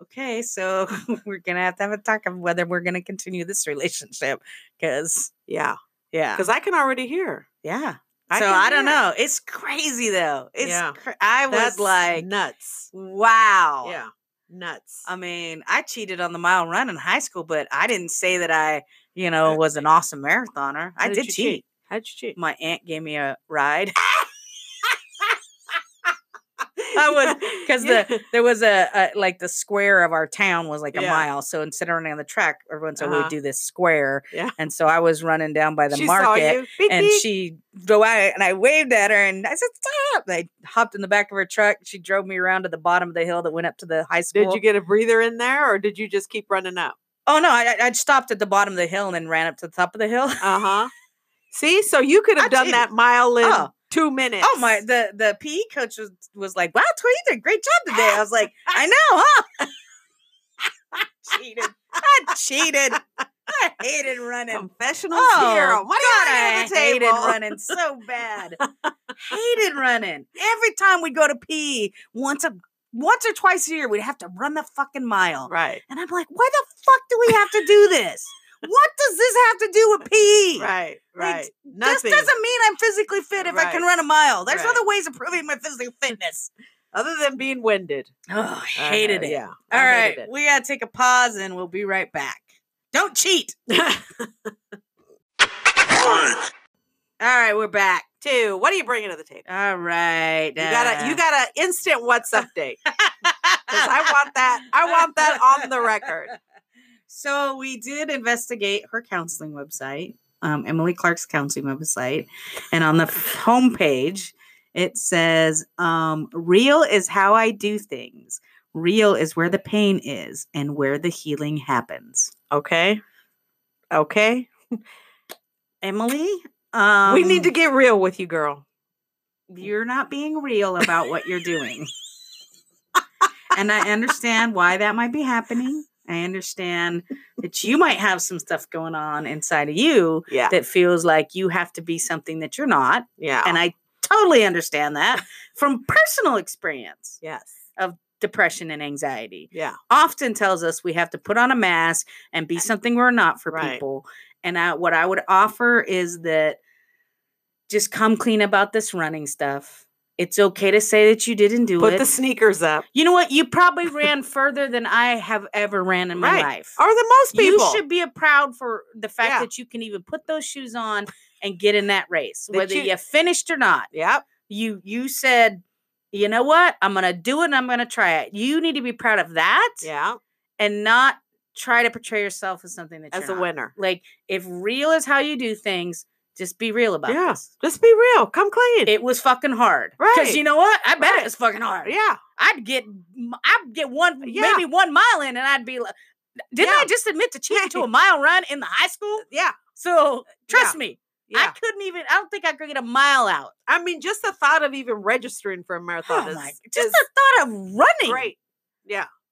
C: okay, so we're gonna have to have a talk of whether we're gonna continue this relationship because
B: Yeah,
C: yeah,
B: because I can already hear.
C: yeah.
B: I
C: so
B: can
C: I don't
B: hear.
C: know. It's crazy though. It's
B: Yeah.
C: cra- I was
B: That's
C: like, Um,
B: nuts.
C: wow.
B: Yeah, nuts.
C: I mean, I cheated on the mile run in high school, but I didn't say that I, you know, was an awesome marathoner. I
B: How
C: did,
B: you
C: cheat.
B: How'd you cheat?
C: My aunt gave me a ride. I was because the there was a, a like the square of our town was like a
B: Yeah.
C: mile. So instead of running on the track, everyone said
B: Uh-huh.
C: we'd do this square.
B: Yeah.
C: And so I was running down by the
B: she saw
C: market.
B: you. Beep,
C: And
B: beep.
C: she go out and I waved at her and I said, Stop. And I hopped in the back of her truck. She drove me around to the bottom of the hill that went up to the high school.
B: did you get a breather in there, or did you just keep running up?
C: oh no, I I- I stopped at the bottom of the hill and then ran up to the top of the hill.
B: Uh huh. See, so you could have
C: I
B: done
C: did.
B: that mile in
C: Oh.
B: two minutes.
C: Oh my the the PE coach was was like, Wow, Tori, you did a great job today. I was like, I know, huh? cheated. I cheated. I hated running.
B: Confessional
C: Oh,
B: hero. What do you
C: God, I
B: want to
C: hated
B: table?
C: running so bad. hated running. Every time we'd go to pee, once a once or twice a year, we'd have to run the fucking mile.
B: Right,
C: And I'm like, why the fuck do we have to do this? What does this have to do with pee?
B: right,
C: Like,
B: right.
C: This
B: Nothing
C: doesn't mean I'm physically fit if I can
B: Right.
C: run a mile. There's
B: Right.
C: other ways of proving my physical fitness.
B: other than being winded.
C: Oh, I
B: I know,
C: hated it.
B: Yeah.
C: All
B: I
C: right,
B: hated it.
C: we gotta take a pause and we'll be right back. Don't cheat. All right, we're back.
B: Two. What are you bringing to the table?
C: All right. uh,
B: You got a you got an instant what's update because I want that. I
C: I
B: want that on the record.
C: So we did investigate her counseling website, um, Emily Clark's counseling website, and on the f- homepage it says, um, "Real is how I do things. Real is where the pain is and where the healing happens."
B: Okay. Okay.
C: Emily, um,
B: we need to get real with you, girl.
C: You're not being real about what you're doing, and I understand why that might be happening. I understand that you might have some stuff going on inside of you
B: Yeah.
C: that feels like you have to be something that you're not.
B: Yeah.
C: And I totally understand that from personal experience.
B: yes.
C: Depression and anxiety
B: Yeah.
C: often tells us we have to put on a mask and be something we're not for
B: Right.
C: people. And I, what I would offer is that just come clean about this running stuff. It's okay to say that you didn't do
B: Put
C: it.
B: the sneakers up.
C: you know what? You probably ran further than I have ever ran in my
B: Right.
C: life.
B: Are the most
C: you
B: people
C: should be proud for the fact
B: Yeah.
C: that you can even put those shoes on and get in that race,
B: That
C: whether
B: you-
C: you, finished or not.
B: Yep.
C: You you said, you know what? I'm gonna do it. and I'm gonna try it. You need to be proud of that
B: Yeah.
C: and not try to portray yourself as something that
B: As
C: you're
B: a
C: not.
B: winner.
C: Like if real is how you do things, just be real about
B: Yeah.
C: this.
B: Just be real. Come clean.
C: It was fucking hard,
B: Right.
C: Because you know what? I bet
B: Right.
C: it was fucking hard.
B: yeah.
C: I'd get m- I'd get one
B: Yeah.
C: maybe one mile in, and I'd be like, didn't
B: Yeah.
C: I just admit to cheating to a mile run in the high school?
B: Yeah.
C: So trust me, I
B: Yeah.
C: couldn't even. I don't think I could get a mile out.
B: I, mean, just the thought of even registering for a marathon
C: Oh
B: is,
C: my! Just
B: is
C: the thought of running,
B: great.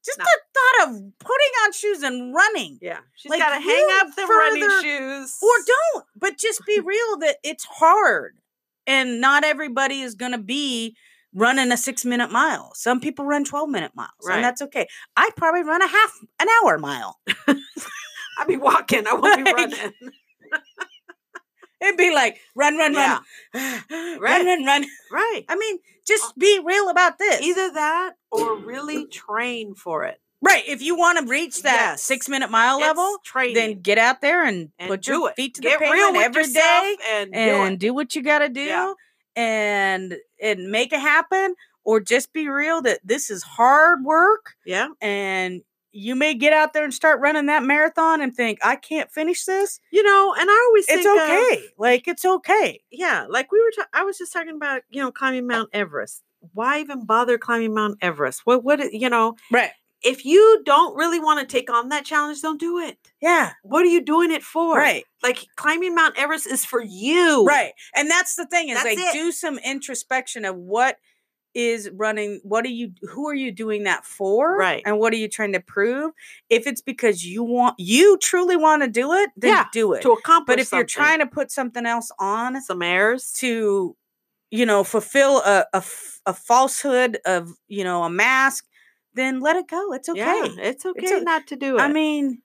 C: just
B: No.
C: the thought of putting on shoes and running,
B: Yeah. she's
C: Like,
B: got to hang
C: you
B: up the running
C: further-
B: shoes.
C: or don't. But just be real that it's hard, and not everybody is going to be running a six minute mile. Some people run twelve minute miles,
B: Right.
C: and that's okay. I probably run a half an hour mile.
B: I'll be walking. I won't be
C: Like,
B: running.
C: It'd be like run, run,
B: Yeah.
C: run,
B: Right.
C: run, run, run.
B: Right.
C: I mean, just be real about this.
B: Either that or really train for it.
C: right, if you want to reach that
B: Yes.
C: six-minute mile level,
B: It's training.
C: then get out there and,
B: and
C: put
B: do
C: your
B: it.
C: feet to the
B: Get real
C: pavement
B: with
C: every
B: yourself
C: day,
B: and,
C: and
B: do it.
C: do what you got to do,
B: Yeah.
C: and and make it happen, or just be real that this is hard work,
B: yeah.
C: and you may get out there and start running that marathon and think I can't finish this.
B: You know, and I always
C: It's
B: think of-
C: okay, like it's okay.
B: yeah, like we were. Ta- I was just talking about you know climbing Mount Everest. Why even bother climbing Mount Everest? What what it- you know?
C: Right.
B: If you don't really want to take on that challenge, don't do it.
C: Yeah.
B: What are you doing it for?
C: Right.
B: Like climbing Mount Everest is for you.
C: Right. And that's the thing is
B: That's
C: like
B: it.
C: do some introspection of what is running what are you who are you doing that for?
B: Right.
C: And what are you trying to prove? If it's because you want you truly want to do it, then
B: Yeah,
C: do it.
B: To accomplish.
C: But if you're trying to put something else on
B: some airs,
C: to you know fulfill a a f- a falsehood of, you know, a mask, then let it go. It's okay.
B: yeah, it's okay
C: o-
B: not to do it.
C: I mean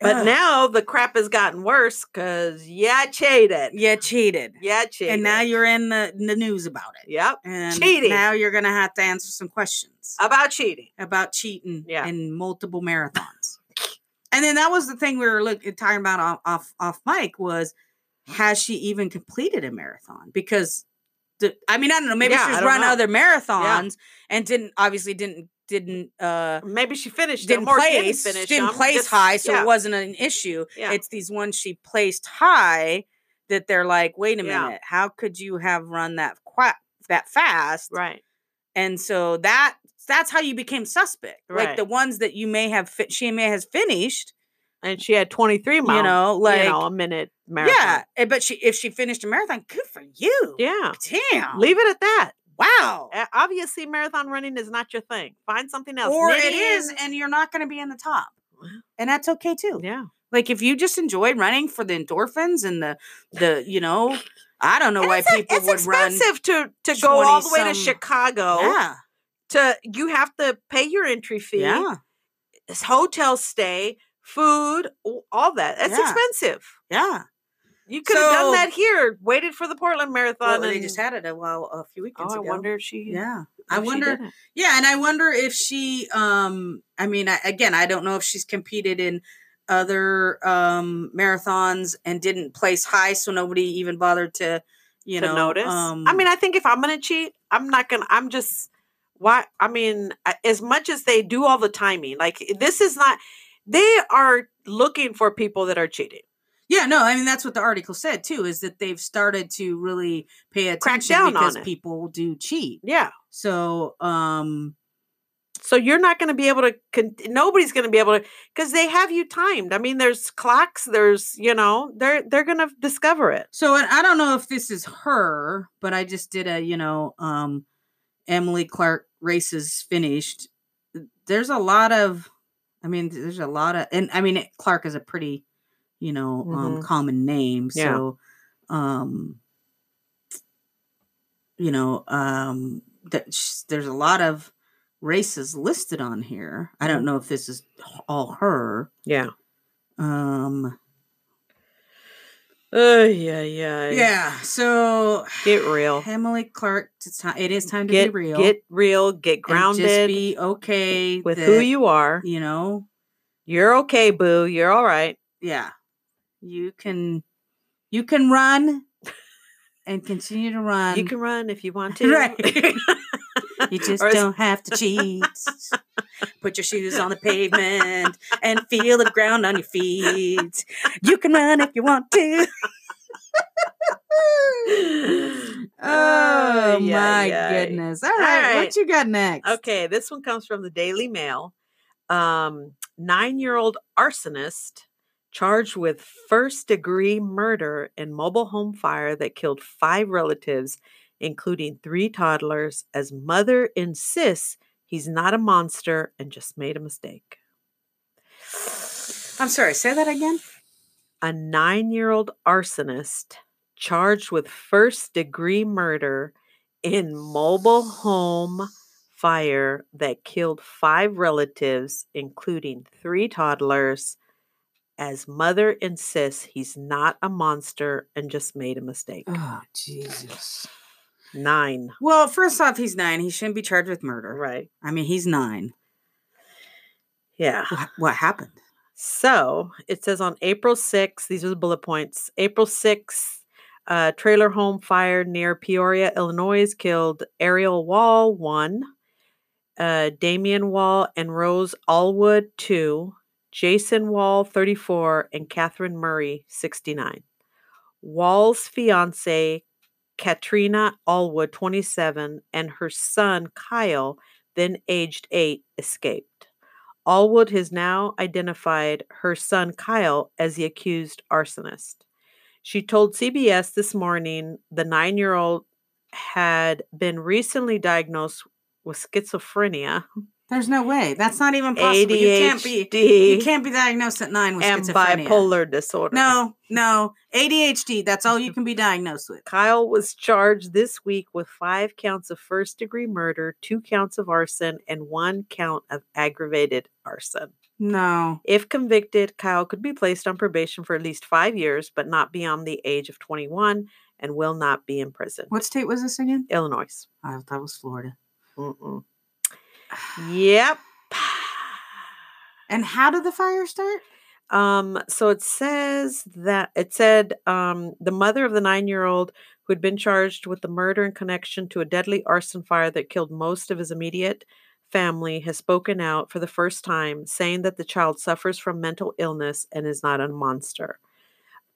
B: but
C: ugh,
B: now the crap has gotten worse because yeah, cheated.
C: you cheated.
B: Yeah, cheated.
C: And now you're in the, the news about it.
B: yep
C: And
B: Cheating.
C: now you're going to have to answer some questions
B: about cheating.
C: about cheating
B: Yeah.
C: in multiple marathons. and then that was the thing we were look, talking about off, off off mic was has she even completed a marathon? Because the, I mean, I don't know, maybe
B: Yeah, I
C: she's
B: don't
C: run
B: know.
C: other marathons and didn't obviously didn't didn't uh
B: Maybe she finished.
C: didn't
B: them or didn't
C: place
B: finish
C: didn't,
B: them,
C: place
B: just-
C: high, so
B: yeah.
C: it wasn't an issue.
B: Yeah.
C: It's these ones she placed high that they're like, wait a
B: Yeah.
C: minute, how could you have run that qua- that fast?
B: Right.
C: and so that that's how you became suspect like
B: Right.
C: the ones that you may have fi- she may has finished
B: And she had 23 miles.
C: you know like
B: you know, a minute
C: yeah
B: marathon.
C: eh, but she if she finished a marathon good for you
B: Yeah.
C: damn
B: Leave it at that.
C: wow
B: Uh, Obviously, marathon running is not your thing. Find something else.
C: or it
B: Knitting
C: is
B: is-
C: and you're not going to be in the top and that's okay too
B: Yeah.
C: like if you just enjoy running for the endorphins and the the you know i don't know
B: And
C: why
B: it's, a-
C: people
B: it's
C: would
B: expensive to to go all the way to
C: 20-some
B: Chicago.
C: run yeah
B: To you have to pay your entry fee,
C: yeah
B: s- hotel stay, food, o- all that. That's
C: Yeah.
B: expensive.
C: yeah
B: You could have
C: So-
B: done that here. Waited for the Portland Marathon.
C: well, they
B: and-
C: just had it a while a few weekends
B: oh, I
C: ago
B: wonder if she.
C: yeah i
B: if she
C: wonder
B: did it.
C: Yeah, and I wonder if she um I mean I, again, I don't know if she's competed in other um marathons and didn't place high so nobody even bothered to you
B: to
C: know
B: notice.
C: Um,
B: I mean, I think if I'm gonna cheat, I'm not gonna. I'm just why. I mean, a- as much as they do all the timing, like this is not. They are looking for people that are cheating.
C: yeah, no, I mean that's what the article said too is that they've started to really pay attention
B: Crack down on
C: because
B: it.
C: people do cheat.
B: Yeah.
C: So, um
B: So you're not going to be able to. Con- nobody's going to be able to because they have you timed. I mean, there's clocks. There's you know they're they're going to discover it.
C: So and I don't know if this is her, but I just did a, you know, um Emily Clark races finished. There's a lot of I mean, there's a lot of and I mean it- Clark is a pretty, you know, um
B: Mhm.
C: common name.
B: Yeah.
C: So um you know, um that sh- there's a lot of races listed on here. I don't know if this is all her.
B: Yeah.
C: Um
B: Oh yeah, yeah.
D: Yeah. So
B: Get real.
D: Emily Clark, it's time. It is time to
B: Get
D: be real.
B: Get real. Get
D: and
B: grounded
D: Just be okay
B: with
D: that,
B: who you are.
D: You know.
B: You're okay, boo. You're all right.
D: Yeah. You can. You can run. And continue to run.
B: you
C: Um,
B: can run if you want to.
D: Right. You just
B: Or is-
D: don't have to cheat. Put your shoes on the pavement and feel the ground on your feet. You can run if you want to.
C: Oh
B: Ay,
C: my
B: ay, ay.
C: goodness. All right,
B: right.
C: What you got next?
B: Okay, this one comes from the Daily Mail. Um, nine year old arsonist charged with first degree murder in mobile home fire that killed five relatives, including three toddlers, as mother insists he's not a monster and just made a mistake.
D: I'm sorry, say that again.
B: a nine year old arsonist charged with first degree murder in mobile home fire that killed five relatives, including three toddlers, as mother insists he's not a monster and just made a mistake.
C: Oh Jesus.
B: Nine.
D: Well, first off, he's nine. He shouldn't be charged with murder.
B: Right.
D: I mean, he's nine.
B: Yeah.
D: What, what happened?
B: So it says on April 6th, these are the bullet points. April 6th, uh, trailer home fire near Peoria, Illinois killed Ariel Wall, one, uh, Damian Wall and Rose Allwood, two, Jason Wall, 34, and Catherine Murray, 69. Wall's fiance, Katrina Allwood, 27, and her son, Kyle, then aged eight, escaped. Allwood has now identified her son Kyle as the accused arsonist. She told CBS this morning the nine year old had been recently diagnosed with schizophrenia,
D: There's no way. That's not even possible. You can't be. You
B: ADHD,
D: can't be diagnosed at nine with
B: and
D: schizophrenia.
B: bipolar disorder.
D: No, no. ADHD. That's all you can be diagnosed with.
B: Kyle was charged this week with five counts of first degree murder, two counts of arson, and one count of aggravated arson.
D: No.
B: If convicted, Kyle could be placed on probation for at least five years, but not beyond the age of 21 and will not be in prison.
D: What state was this again?
B: Illinois.
D: I thought it was Florida.
B: Mm-mm. Yep.
D: And how did the fire start?
B: Um, so it says that it said um, the mother of the nine year old who had been charged with the murder in connection to a deadly arson fire that killed most of his immediate family has spoken out for the first time, saying that the child suffers from mental illness and is not a monster.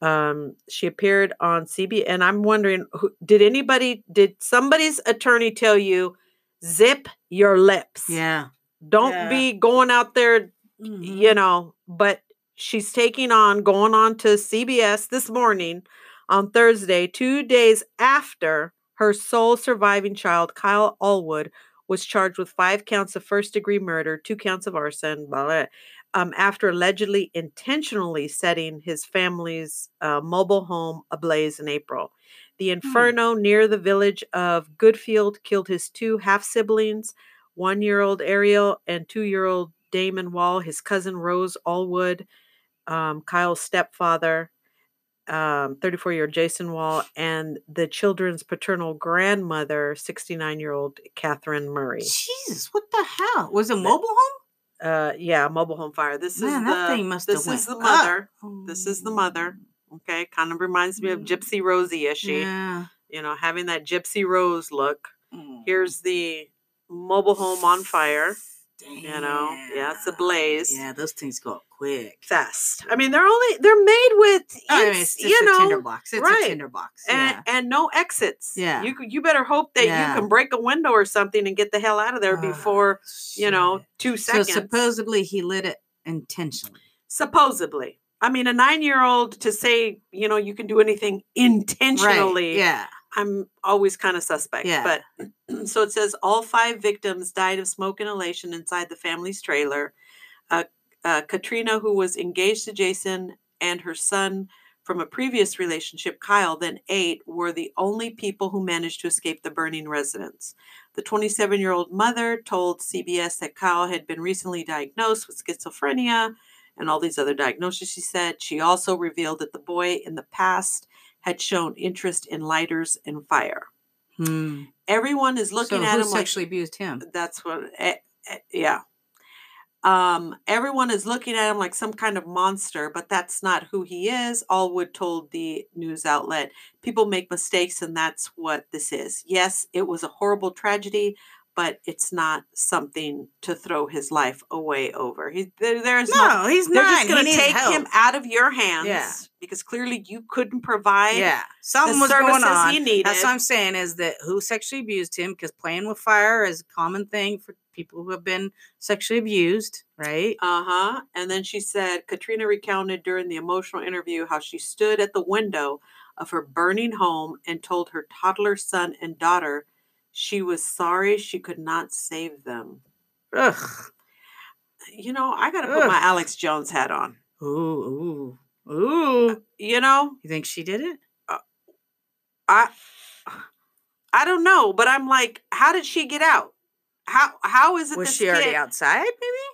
B: Um, she appeared on CB, and I'm wondering, who, did anybody, did somebody's attorney tell you, zip your lips?
D: Yeah.
B: Don't
D: Yeah.
B: be going out there
D: Mm-hmm.
C: Mm-hmm.
B: you know, but she's taking on going on to CBS this morning on Thursday, two days after her sole surviving child, Kyle Allwood, was charged with five counts of first degree murder, two counts of arson, blah, blah, um, after allegedly intentionally setting his family's uh, mobile home ablaze in April. The inferno near the village of Goodfield killed his two half siblings, one year old Ariel and two year old Damon Wall, his cousin Rose Allwood, um, Kyle's stepfather, 34 year old Jason Wall, and the children's paternal grandmother, 69 year old Catherine Murray
D: Jesus, what the hell? Was it mobile home?
B: uh yeah mobile home fire this
D: Man,
B: is
D: that
B: the,
D: thing must have
B: this
D: went
B: is the
D: up.
B: mother this is the mother okay kind of reminds me of
D: Mm.
B: gypsy rosie as she
D: Yeah.
B: you know having that gypsy rose look here's the mobile home on fire you know yeah it's a blaze
D: Yeah, those things go up quick.
B: fast i mean they're only they're made with
D: Oh, I mean,
B: it's,
D: it's just
B: you
D: a
B: know
D: tinderbox. It's
B: right.
D: a tinderbox.
B: and,
D: yeah.
B: and no exits
D: Yeah.
B: you c- you better hope that
D: Yeah.
B: you can break a window or something and get the hell out of there
D: Ah,
B: before you know
D: shit.
B: two
D: So
B: seconds
D: supposedly he lit it intentionally.
B: supposedly i mean a nine year old to say you know you can do anything intentionally
D: Right. Yeah.
B: i'm always kind of suspect
D: Yeah.
B: but so it says all five victims died of smoke inhalation inside the family's trailer uh, uh, katrina who was engaged to jason and her son from a previous relationship kyle then eight were the only people who managed to escape the burning residence the 27 year old mother told cbs that kyle had been recently diagnosed with schizophrenia and all these other diagnoses, she said. She also revealed that the boy in the past had shown interest in lighters and fire.
C: Hmm.
B: Everyone is looking
F: so
B: at
F: who
B: him like
F: sexually abused him?
B: that's what eh, eh, yeah um everyone is looking at him like some kind of monster but that's not who he is allwood told the news outlet people make mistakes and that's what this is yes it was a horrible tragedy but it's not something to throw his life away over he there, there's no
C: No, he's
B: they're
C: not.
B: just going to
C: He needs
B: take
C: help.
B: him out of your hands because clearly you couldn't provide
C: Yeah,
B: the
C: something was
B: services
C: going on.
B: he needed
C: That's what I'm saying is that who sexually abused him? Because playing with fire is a common thing for people who have been sexually abused, right?
B: Uh huh. And then she said Katrina recounted during the emotional interview how she stood at the window of her burning home and told her toddler son and daughter she was sorry she could not save them.
C: Ugh.
B: You know, I got to put my
C: Ugh.
B: Alex Jones hat on.
C: Ooh, ooh, ooh.
B: You know,
C: Uh, You think she did it?
B: I don't know, but I'm like, how did she get out? How how is it
C: Was
B: this
C: she already
B: kid-
C: outside? Maybe.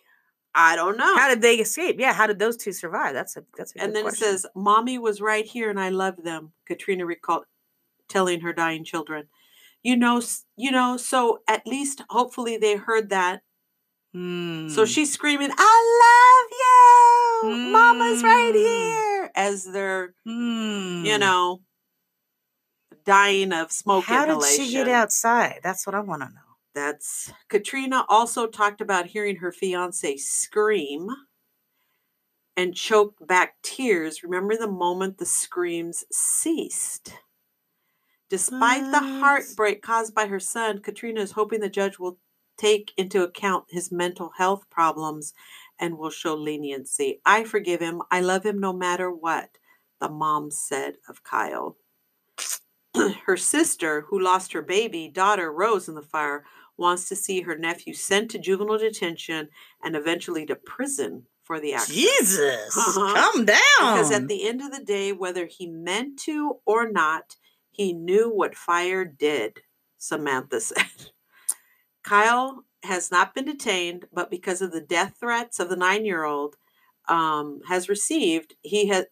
B: I don't know.
C: How did they escape? Yeah. How did those two survive? That's a that's a.
B: and
C: good
B: then
C: question.
B: it says, "Mommy was right here, and I love them." Katrina recalled telling her dying children, "You know, s- you know." So at least, hopefully, they heard that. So
C: Hmm.
B: she's screaming, "I love you, Mama's right
C: Mm.
B: here," as they're, you
C: Hmm.
B: know, dying of smoke
C: How did
B: inhalation.
C: she get outside? That's what I want to know.
B: That's Katrina also talked about hearing her fiance scream and choked back tears. Remember the moment the screams ceased. Despite the
C: What?
B: heartbreak caused by her son, Katrina is hoping the judge will take into account his mental health problems and will show leniency. I forgive him. I love him no matter what, the mom said of Kyle. her sister, who lost her baby daughter Rose in the fire, wants to see her nephew sent to juvenile detention and eventually to prison for the action.
C: Jesus,
B: Uh-huh.
C: calm down.
B: Because
F: Um
B: at the end of the day, whether he meant to or not, he knew what fire did, Samantha said. Kyle has not been detained, but because of the death threats of the nine year old, um, has received, he has.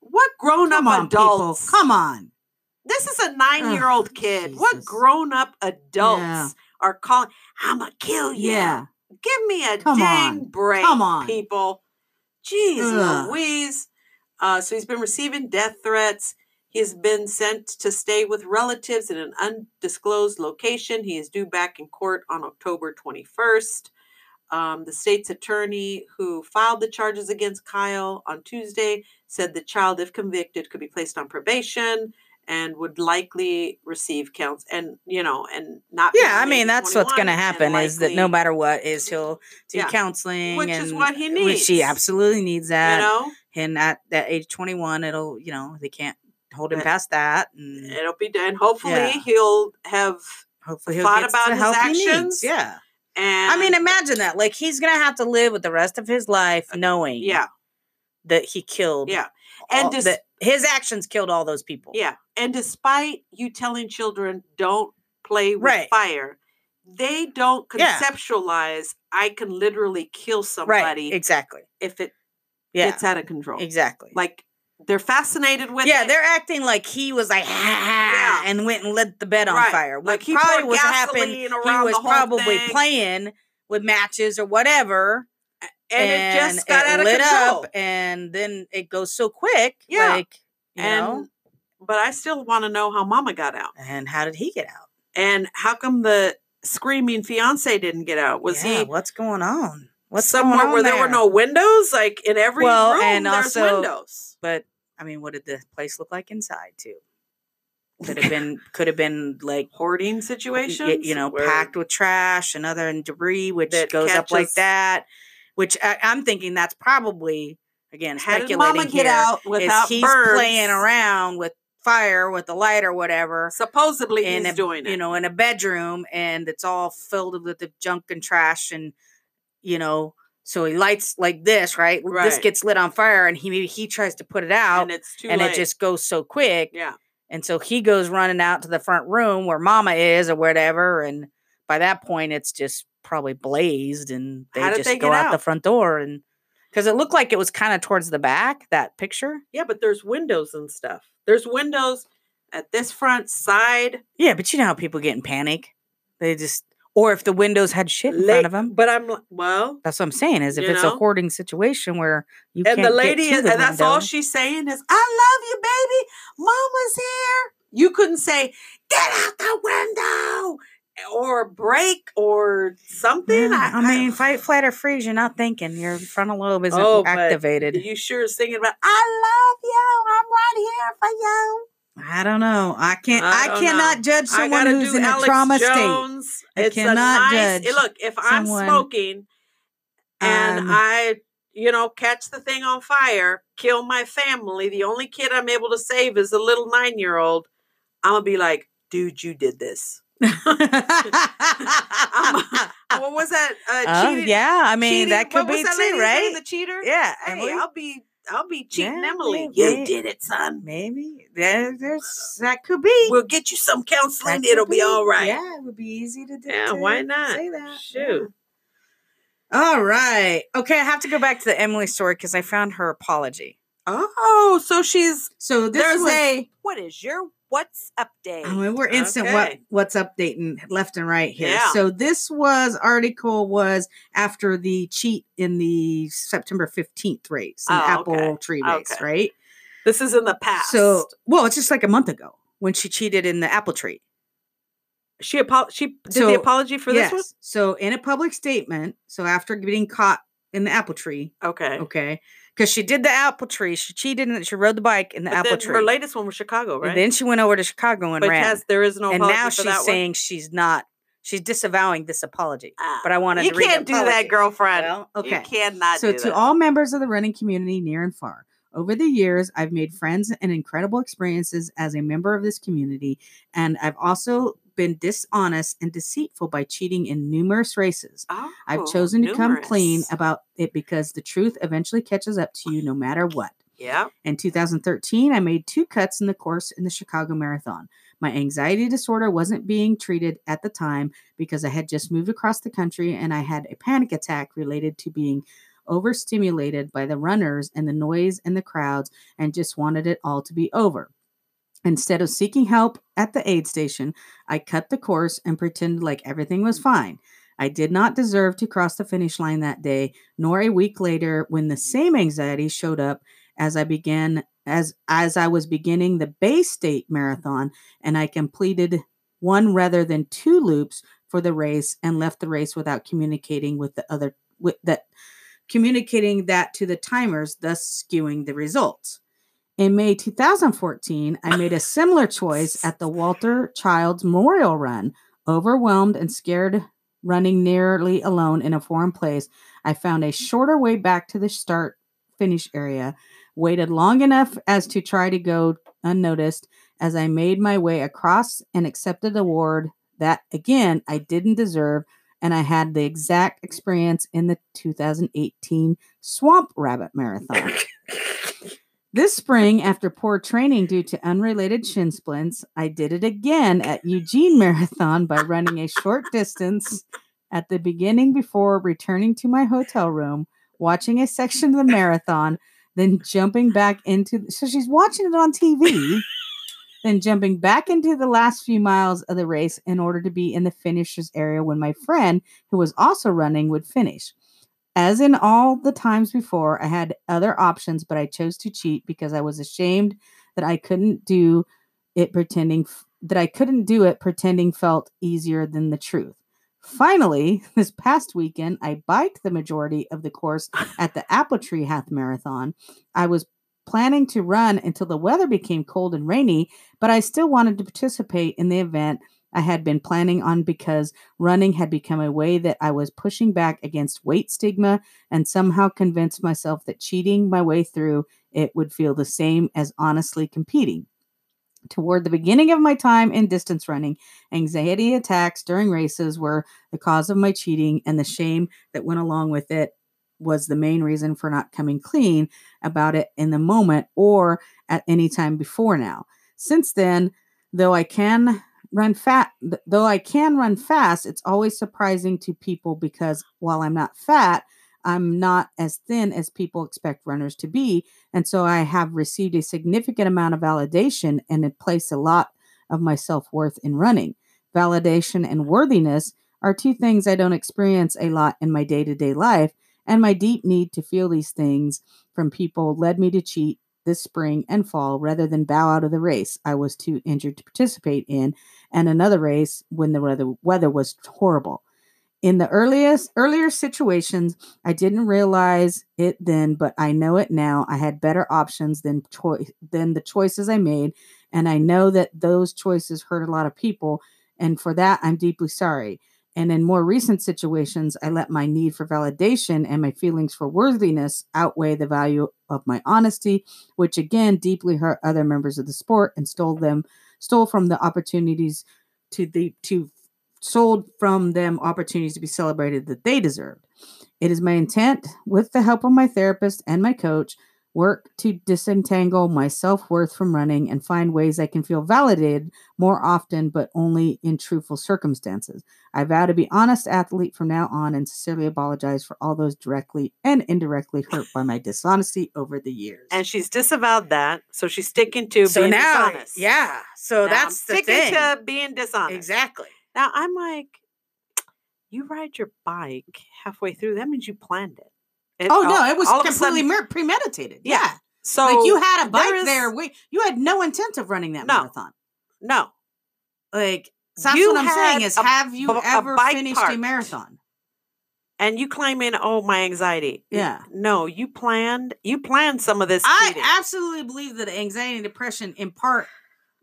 B: What grown up
F: Come on,
B: adults?
F: people. Come on.
B: This is a nine year old kid. What
F: Jesus.
B: grown up adults
F: Yeah.
B: are calling, I'm going to kill you.
F: Yeah.
B: Give me a
F: Come
B: dang
F: on.
B: break,
F: Come on.
B: people. Jeez
F: Ugh.
B: Louise. Uh, so he's been receiving death threats. He's been sent to stay with relatives in an undisclosed location. He is due back in court on October 21st. Um, the state's attorney who filed the charges against Kyle on Tuesday said the child, if convicted, could be placed on probation and would likely receive counts and you know and not be
C: yeah, I
B: under the age
C: mean
B: of
C: that's what's going to
B: 21 and
C: happen is that no
B: likely-
C: matter what is he'll do
B: Yeah.
C: counseling,
B: Which is
C: and-
B: what he
C: Which he
B: needs.
C: absolutely needs that.
B: you know
C: And at that age twenty one, it'll you know they can't hold him
B: But-
C: past that, and
B: it'll be done. Hopefully,
C: Yeah.
B: he'll have.
C: hopefully he'll
B: thought
C: get
B: about
C: the
B: his
C: help he
B: actions.
C: needs. Yeah,
B: And
C: I mean imagine that. Like he's going to have to live with the rest of his life knowing
B: Uh, yeah,
C: that he killed.
B: Yeah. And
C: all-
B: dis-
C: that his actions killed all those people.
B: yeah. And despite you telling children don't play with
C: Right.
B: fire, they don't
C: Yeah.
B: conceptualize. I can literally kill
C: right.
B: somebody
C: Exactly.
B: if it
C: Yeah,
B: gets out of control.
C: exactly.
B: Like they're fascinated with.
C: yeah,
B: it.
C: they're acting like he was like, "Ah,"
B: Yeah.
C: and went and lit the bed on
B: Right.
C: fire. What
B: like he
C: probably
B: poured
C: was happening. He
B: gasoline around
C: was
B: the whole
C: probably
B: thing,
C: playing with matches or whatever,
B: and, it just got
C: it
B: out of
C: lit
B: control.
C: up, and then it goes so quick.
B: Yeah.
C: like you
B: and
C: know,
B: but I still want to know how Mama got out.
C: and how did he get out?
B: And how come the screaming fiance didn't get out? Was
C: Yeah,
B: he
C: What's going on? What's going
B: somewhere
C: on
B: where there? were no windows? Like in every
C: Well,
B: room,
C: and
B: there's
C: also-
B: windows.
C: But I mean, what did the place look like inside too? Could have been. Could have been like.
B: Hoarding
C: y- y-
B: situations,
C: you know,
B: where-
C: packed with trash and other and debris, which
B: That
C: goes up like
B: catches-
C: that. Which I, I'm thinking that's probably again
B: How did
C: speculating
B: Mama get
C: here,
B: out
C: is
B: without
C: he's
B: birds?
C: playing around with fire with a light or whatever
B: Supposedly
C: in
B: he's
C: a,
B: doing it.
C: you know in a bedroom and it's all filled with the junk and trash and you know so he lights like this right, this
B: Right.
C: gets lit on fire and he maybe he tries to put it out
B: and it's too
C: and
B: late.
C: it just goes so quick
B: yeah,
C: and so he goes running out to the front room where mama is or whatever. And by that point, it's just probably blazed and they
B: How did
C: just
B: they
C: go
B: get
C: out, the
B: out?
C: front door. And
D: because it looked like it was kind of towards the back that picture.
B: Yeah, but there's windows and stuff. There's windows at this front side.
D: Yeah, but you know how people get in panic. They just or if the windows had shit in front
B: late-
D: of them.
B: But I'm li- well,
D: That's what I'm saying is if
B: You
D: it's
B: know?
D: a hoarding situation where you
B: and the
D: can't get
B: lady,
D: to
B: is,
D: the
B: and that's all
D: window.
B: she's saying is, "I love you, baby. Mama's here." You couldn't say, "Get out the window." Or break or something.
D: Yeah, Mm, I, mean, fight, flight, or freeze. You're not thinking. Your frontal lobe isn't
B: Oh, but
D: activated.
B: you sure is thinking about. I love you. I'm right here for you.
D: I don't know. I can't.
B: I
D: I,
B: don't
D: cannot judge someone
B: gotta
D: who's
B: do
D: in
B: Alex
D: a trauma state.
B: Jones.
D: I
B: It's a
D: cannot
B: nice.
D: judge
B: Look, if I'm
D: someone,
B: smoking and
D: um,
B: I, you know, catch the thing on fire, kill my family. The only kid I'm able to save is a little nine year old. I'm gonna be like, dude, you did this. I'm- what was that? Uh,
D: oh
B: cheated-
D: yeah, I mean
B: cheated-
D: that could
B: what was
D: be
B: that
D: too,
B: lady's name,
D: right?
B: The cheater.
D: yeah,
B: Hey,
D: Emily?
B: I'll be, I'll be cheating
D: Yeah,
B: Emily.
D: yeah, yeah.
B: You did it, son.
D: maybe there, there's that could be.
B: We'll get you some counseling.
D: That
B: It'll
D: could
B: be all right.
D: Yeah, it would be easy to do.
B: Yeah,
D: to
B: why not?
D: Say that.
B: Shoot.
D: yeah. All right. Okay, I have to go back to the Emily story because I found her apology.
B: Oh, so she's
C: So this
B: There's
C: was,
B: a what is your what's up day?
C: I mean, we're instant what
B: Okay.
C: what's updating left and right here.
B: Yeah.
C: So this was article was after the cheat in the September 15th race, an
B: Oh,
C: apple
B: okay.
C: tree race,
B: Okay.
C: right?
B: This is in the past.
C: So well, it's just like a month ago.
D: When she cheated in the apple tree.
B: she apo- she did
C: So,
B: the apology for this
C: Yes. So in a public statement, so after getting caught in the apple tree,
B: one. Okay.
D: Oh,
C: okay,
D: Because she did the apple tree. She cheated and she rode the bike in the
B: But
D: apple
B: then
D: tree.
B: Her latest one was Chicago, right?
D: And then she went over to Chicago and
B: but
D: ran.
B: yes, there is no
D: and
B: apology
D: now
B: for
D: she's
B: that
D: saying she's not. She's disavowing this apology.
B: one. Ah,
D: But I wanted
B: you
D: to read the
B: can't do that,
D: apology.
B: girlfriend.
C: well,
B: You
C: okay.
B: cannot.
C: So,
B: do
C: to
B: that.
C: all members of the running community near and far, over the years, I've made friends and incredible experiences as a member of this community, and I've also been dishonest and deceitful by cheating in numerous races.
B: Oh,
C: I've chosen to come clean
B: numerous.
C: about it because the truth eventually catches up to you no matter what.
B: Yeah.
C: In 2013, I made two cuts in the course in the Chicago Marathon. My anxiety disorder wasn't being treated at the time because I had just moved across the country and I had a panic attack related to being overstimulated by the runners and the noise and the crowds and just wanted it all to be over. Instead of seeking help at the aid station, I cut the course and pretended like everything was fine. I did not deserve to cross the finish line that day, nor a week later when the same anxiety showed up as I began as as I was beginning the Bay State Marathon and I completed one rather than two loops for the race and left the race without communicating with the other with that communicating that to the timers thus skewing the results. In May 2014, I made a similar choice at the Walter Childs Memorial Run, overwhelmed and scared running nearly alone in a foreign place. I found a shorter way back to the start finish area, waited long enough as to try to go unnoticed as I made my way across and accepted the award that again I didn't deserve and I had the exact experience in the 2018 Swamp Rabbit Marathon. This spring, after poor training due to unrelated shin splints, I did it again at Eugene Marathon by running a short distance at the beginning before returning to my hotel room, watching a section of the marathon, then jumping back into. So she's watching it on TV, then jumping back into the last few miles of the race in order to be in the finishers area when my friend, who was also running, would finish. As in all the times before, I had other options, but I chose to cheat because I was ashamed that I couldn't do it pretending f- that I couldn't do it pretending felt easier than the truth. Finally, this past weekend, I biked the majority of the course at the Apple Tree Half Marathon. I was planning to run until the weather became cold and rainy, but I still wanted to participate in the event I had been planning on because running had become a way that I was pushing back against weight stigma and somehow convinced myself that cheating my way through it would feel the same as honestly competing. Toward the beginning of my time in distance running, anxiety attacks during races were the cause of my cheating, and the shame that went along with it was the main reason for not coming clean about it in the moment or at any time before now. Since then, though I can run fat th- though I can run fast, it's always surprising to people because while I'm not fat, I'm not as thin as people expect runners to be. And so I have received a significant amount of validation and it placed a lot of my self worth in running. Validation and worthiness are two things I don't experience a lot in my day to day life. And my deep need to feel these things from people led me to cheat this spring and fall rather than bow out of the race I was too injured to participate in and another race when the weather, weather was horrible. In the earliest earlier situations, I didn't realize it then, but I know it now. I had better options than choice than the choices I made, and I know that those choices hurt a lot of people, and for that I'm deeply sorry. And in more recent situations, I let my need for validation and my feelings for worthiness outweigh the value of my honesty, which again deeply hurt other members of the sport and stole them stole from the opportunities to the to sold from them opportunities to be celebrated that they deserved. It is my intent, with the help of my therapist and my coach, work to disentangle my self worth from running and find ways I can feel validated more often, but only in truthful circumstances. I vow to be honest athlete from now on and sincerely apologize for all those directly and indirectly hurt by my dishonesty over the years.
B: And she's disavowed that, so she's sticking to
A: So
B: being
A: now,
B: dishonest.
A: yeah. So
B: Now I'm
A: that's the
B: sticking
A: thing.
B: to being dishonest.
A: Exactly.
B: Now I'm like, you ride your bike halfway through. That means you planned it. It-
C: oh no,
B: all-
C: it was
B: all of a
C: completely
B: sudden-
C: mer- premeditated.
B: Yeah.
C: yeah.
B: so
C: like you had
B: there
C: a bike
B: is-
C: there. We, you had no intent of running that
B: No.
C: marathon.
B: no.
C: Like so that's
B: You
C: what I'm saying
B: had
C: is,
B: a-
C: have you
B: b- a
C: ever
B: bike
C: finished a
B: parked.
C: marathon?
B: And you claim in, oh my anxiety.
C: Yeah.
B: No, you planned. You planned some of this.
C: I
B: cheating.
C: absolutely believe that anxiety and depression, in part,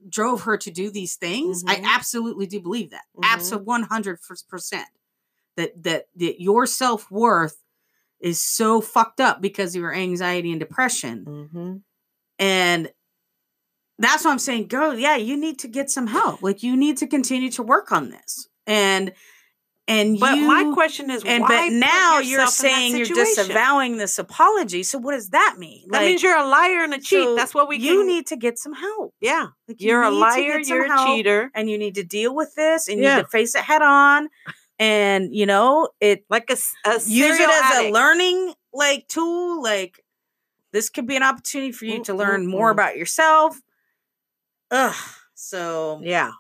C: drove her to do these things. I
B: Mhm.
C: absolutely do believe that.
B: Mhm.
C: Absolutely, one hundred percent. That that that your self worth is so fucked up because of your anxiety and depression,
B: Mhm.
C: and that's why I'm saying, girl, yeah, you need to get some help. Like you need to continue to work on this, and and
B: But
C: you,
B: my question is,
A: And
B: why
A: but
B: put
A: now you're
B: yourself in that
A: saying you're
B: situation?
A: disavowing this apology. So what does that mean?
B: That means you're a liar and a cheat.
A: so
B: That's what we
A: you
B: can-
A: need to get some help.
B: Yeah,
A: Like, you
B: you're a
A: need to
B: liar.
A: get some
B: You're a
A: help,
B: cheater.
A: and you need to deal with this, and you
B: Yeah.
A: need to face it head on. And you know, it
B: Like a, s- a
A: use it
B: serial
A: as a
B: addict.
A: learning like tool. Like this could be an opportunity for you to
B: Mm,
A: learn
B: mm,
A: more
B: mm.
A: about yourself. Ugh. So
B: Yeah,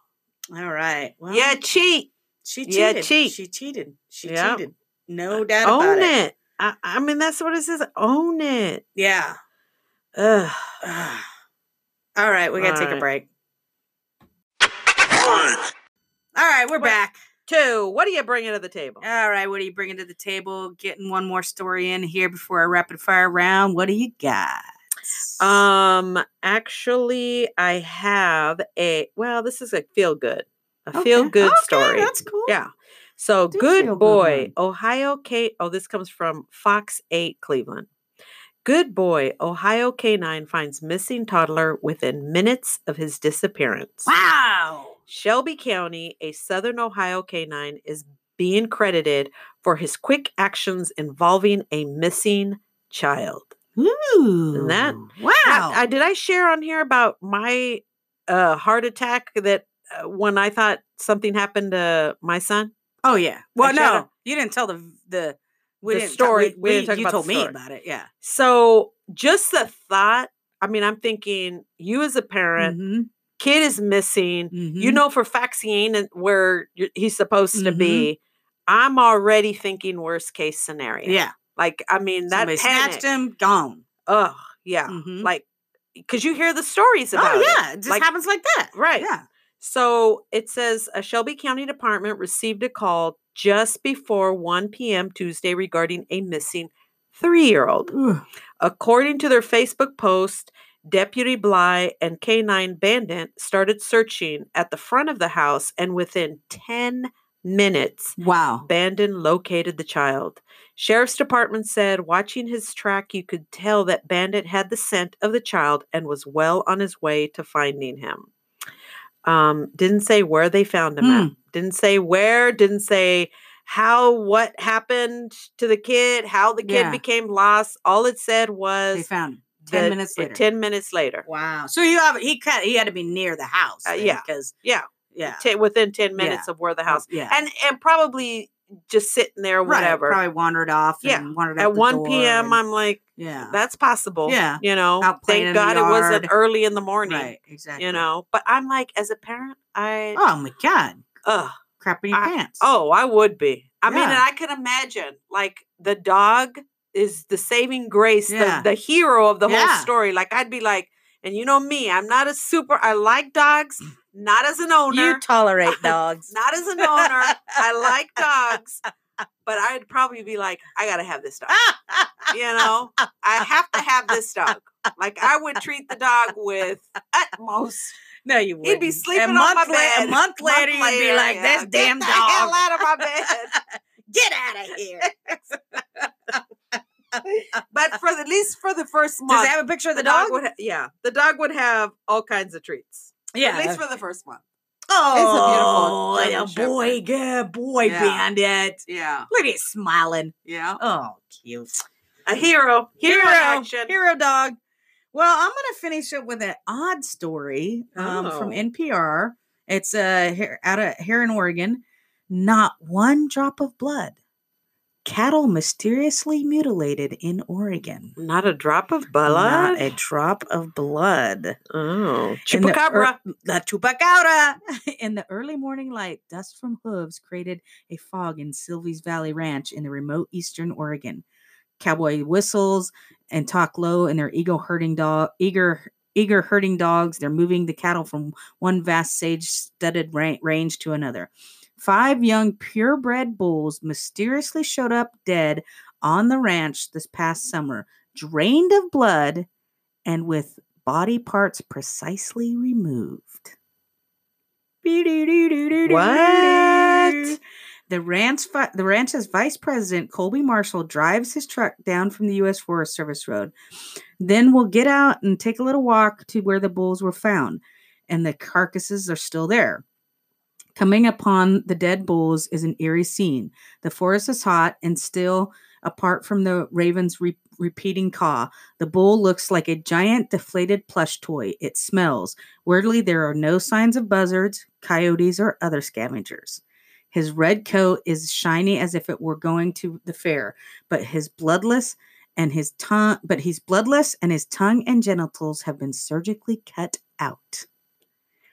A: all right. Well,
B: yeah, cheat.
A: she
B: yeah,
A: cheated.
B: cheat.
A: She cheated. She
B: Yeah. Uh,
A: cheated. No doubt about
B: Own
A: it.
B: it. I, I mean, that's what it says. Own it.
A: Yeah.
B: Ugh.
A: Ugh. All right, we gotta
B: All
A: take a break.
B: right.
A: All right, we're
B: We're-
A: back.
B: Two. What are you bringing to the table?
A: All right, what are you bringing to the table? Getting one more story in here before a rapid fire round. What do you got?
B: Um, actually, I have a well, this is a feel good, a feel
C: Okay.
B: good
A: Okay,
B: story.
A: That's cool.
B: Yeah. So
C: do
B: good
C: feel good
B: boy,
C: one.
B: Ohio K. Oh, this comes from Fox 8 Cleveland. Good boy, Ohio K9 finds missing toddler within minutes of his disappearance.
A: Wow.
B: Shelby County, a Southern Ohio K9, is being credited for his quick actions involving a missing child.
C: Ooh,
B: that-
C: wow.
B: Now, I, did I share on here about my uh, heart attack that uh, when I thought something happened to my son?
A: Oh yeah. Well,
B: should've-
A: no, you didn't tell the the,
B: The
A: didn't tell-
B: story. We didn't talk
A: you
B: about the
A: told me
B: story.
A: about it. Yeah.
B: So just the thought, I mean, I'm thinking you as a
A: Mm.
B: parent,
C: Mhm,
B: kid is missing. You
C: mhm.
A: Mm-hmm.
B: know for facts he ain't in- where y- he's supposed to
C: Mhm.
B: be. I'm already thinking worst case scenario.
A: Yeah.
B: Like, I mean, that
A: Somebody
B: panic.
A: snatched him, gone.
B: Oh, yeah.
C: Mhm.
B: Like, because you hear the stories about
A: oh
B: it.
A: yeah. It just
B: Like-
A: happens like that.
B: Right.
A: Yeah.
B: So it says a Shelby County department received a call just before 1 p.m. Tuesday regarding a missing three year old.
C: Ooh.
B: According to their Facebook post, Deputy Bly and K9 Bandit started searching at the front of the house, and within 10 minutes,
C: Wow.
B: Bandon located the child. Sheriff's Department said, watching his track, you could tell that Bandit had the scent of the child and was well on his way to finding him. Um, didn't say where they found him
C: Hmm.
B: at. Didn't say where. Didn't say how. What happened to the kid? How the kid
C: Yeah.
B: became lost. All it said was
C: They found him. 10
B: that-
C: minutes
B: uh,
C: later.
B: Ten minutes later.
A: Wow.
C: So you have he cut. He had to be near the house.
B: Uh,
C: then,
B: yeah.
C: because
B: Yeah.
C: yeah,
B: Ten- within ten minutes of where the house
C: yeah.
B: and and probably just sitting there,
C: Right,
B: whatever.
C: Probably wandered off.
B: Yeah,
C: and wandered out
B: At
C: the
B: 1
C: door
B: p.m.,
C: and-
B: I'm like,
C: yeah,
B: that's possible.
C: Yeah.
B: You know,
C: Out playing in
B: thank
C: the
B: God it wasn't
C: yard.
B: early in the morning,
C: right, exactly.
B: you know. But I'm like, as a parent, I,
C: Oh my god,
B: ugh.
C: crap in your
B: I-
C: pants.
B: Oh, I would be. I mean, and
C: Yeah.
B: I can imagine like the dog is the saving grace,
C: Yeah.
B: the, the hero of the whole
C: Yeah.
B: story. Like I'd be like, and you know me, I'm not a super. I like dogs,
C: Mm.
B: not as an owner,
D: You tolerate dogs.
B: not as an owner. I like dogs, but I'd probably be like, I gotta have this dog. You know, I have to have this dog. Like I would treat the dog with utmost.
D: no, you would.
B: He'd be sleeping on my
D: A
B: bed.
D: month later, you'd be
B: later,
D: like,
B: yeah,
D: "This
B: "Get
D: damn
B: the
D: dog,
B: hell out of my bed."
D: get out of here."
B: but for the, at least for the first month,
D: Does it have a picture of
B: the
D: the,
B: dog would ha- yeah, the dog would have all kinds of treats.
D: yeah.
B: At least for the first month.
D: oh,
B: German
D: and a boy, good boy,
B: Yeah.
D: bandit.
B: Yeah,
D: Look at it smiling.
B: yeah.
D: Oh, cute.
B: A hero, hero, in
D: hero,
B: action.
D: hero dog.
C: Well, I'm going to finish up with an odd story um, from
B: Oh.
C: NPR. It's uh, here, out of here in Oregon. Not one drop of blood. Cattle mysteriously mutilated in Oregon.
B: Not a drop of
C: Not a drop of blood.
B: oh,
C: In the
B: chupacabra.
C: La chupacabra. in the early morning light, dust from hooves created a fog in Sylvie's Valley Ranch in the remote eastern Oregon. Cowboy whistles and talk low, and their eagle herding dog, eager, eager herding dogs. They're moving the cattle from one vast sage-studded ra- range to another. Five young purebred bulls mysteriously showed up dead on the ranch this past summer, drained of blood and with body parts precisely removed.
B: What?
C: The ranch, fi- the ranch's vice president Colby Marshall drives his truck down from the U.S. Forest Service Road. Then we'll get out and take a little walk to where the bulls were found, and the carcasses are still there. Coming upon the dead bulls is an eerie scene. The forest is hot and still, apart from the raven's re- repeating caw. The bull looks like a giant deflated plush toy. It smells. Weirdly, there are no signs of buzzards, coyotes, or other scavengers. His red coat is shiny as if it were going to the fair, but his bloodless and his tongue but he's bloodless and his tongue and genitals have been surgically cut out.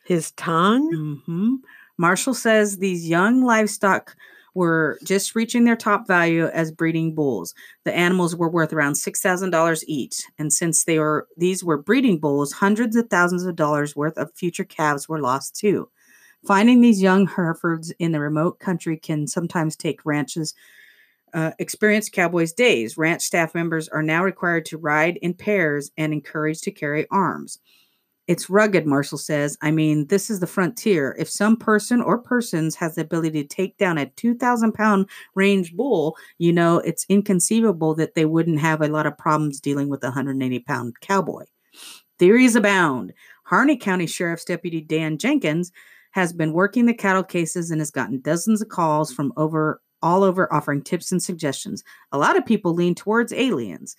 B: His tongue.
C: Mm-hmm. Marshall says these young livestock were just reaching their top value as breeding bulls. The animals were worth around six thousand dollars each, and since they were these were breeding bulls, hundreds of thousands of dollars worth of future calves were lost too. Finding these young herefords in the remote country can sometimes take ranches. Uh, experienced cowboys' days. Ranch staff members are now required to ride in pairs and encouraged to carry arms. It's rugged, Marshall says. I mean, this is the frontier. If some person or persons has the ability to take down a 2,000 pound range bull, you know, it's inconceivable that they wouldn't have a lot of problems dealing with a 180 pound cowboy. Theories abound. Harney County Sheriff's Deputy Dan Jenkins has been working the cattle cases and has gotten dozens of calls from over all over offering tips and suggestions. A lot of people lean towards aliens.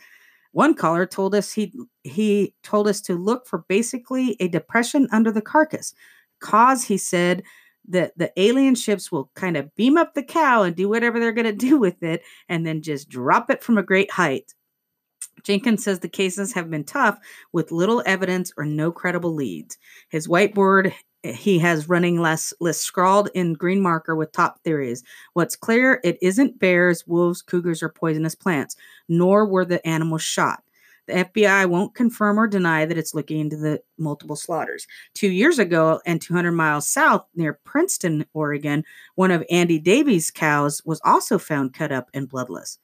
C: One caller told us he he told us to look for basically a depression under the carcass. Cause he said that the alien ships will kind of beam up the cow and do whatever they're going to do with it and then just drop it from a great height. Jenkins says the cases have been tough with little evidence or no credible leads. His whiteboard he has running less list scrawled in green marker with top theories. What's clear, it isn't bears, wolves, cougars, or poisonous plants, nor were the animals shot. The FBI won't confirm or deny that it's looking into the multiple slaughters. Two years ago, and 200 miles south near Princeton, Oregon, one of Andy Davies' cows was also found cut up and bloodless.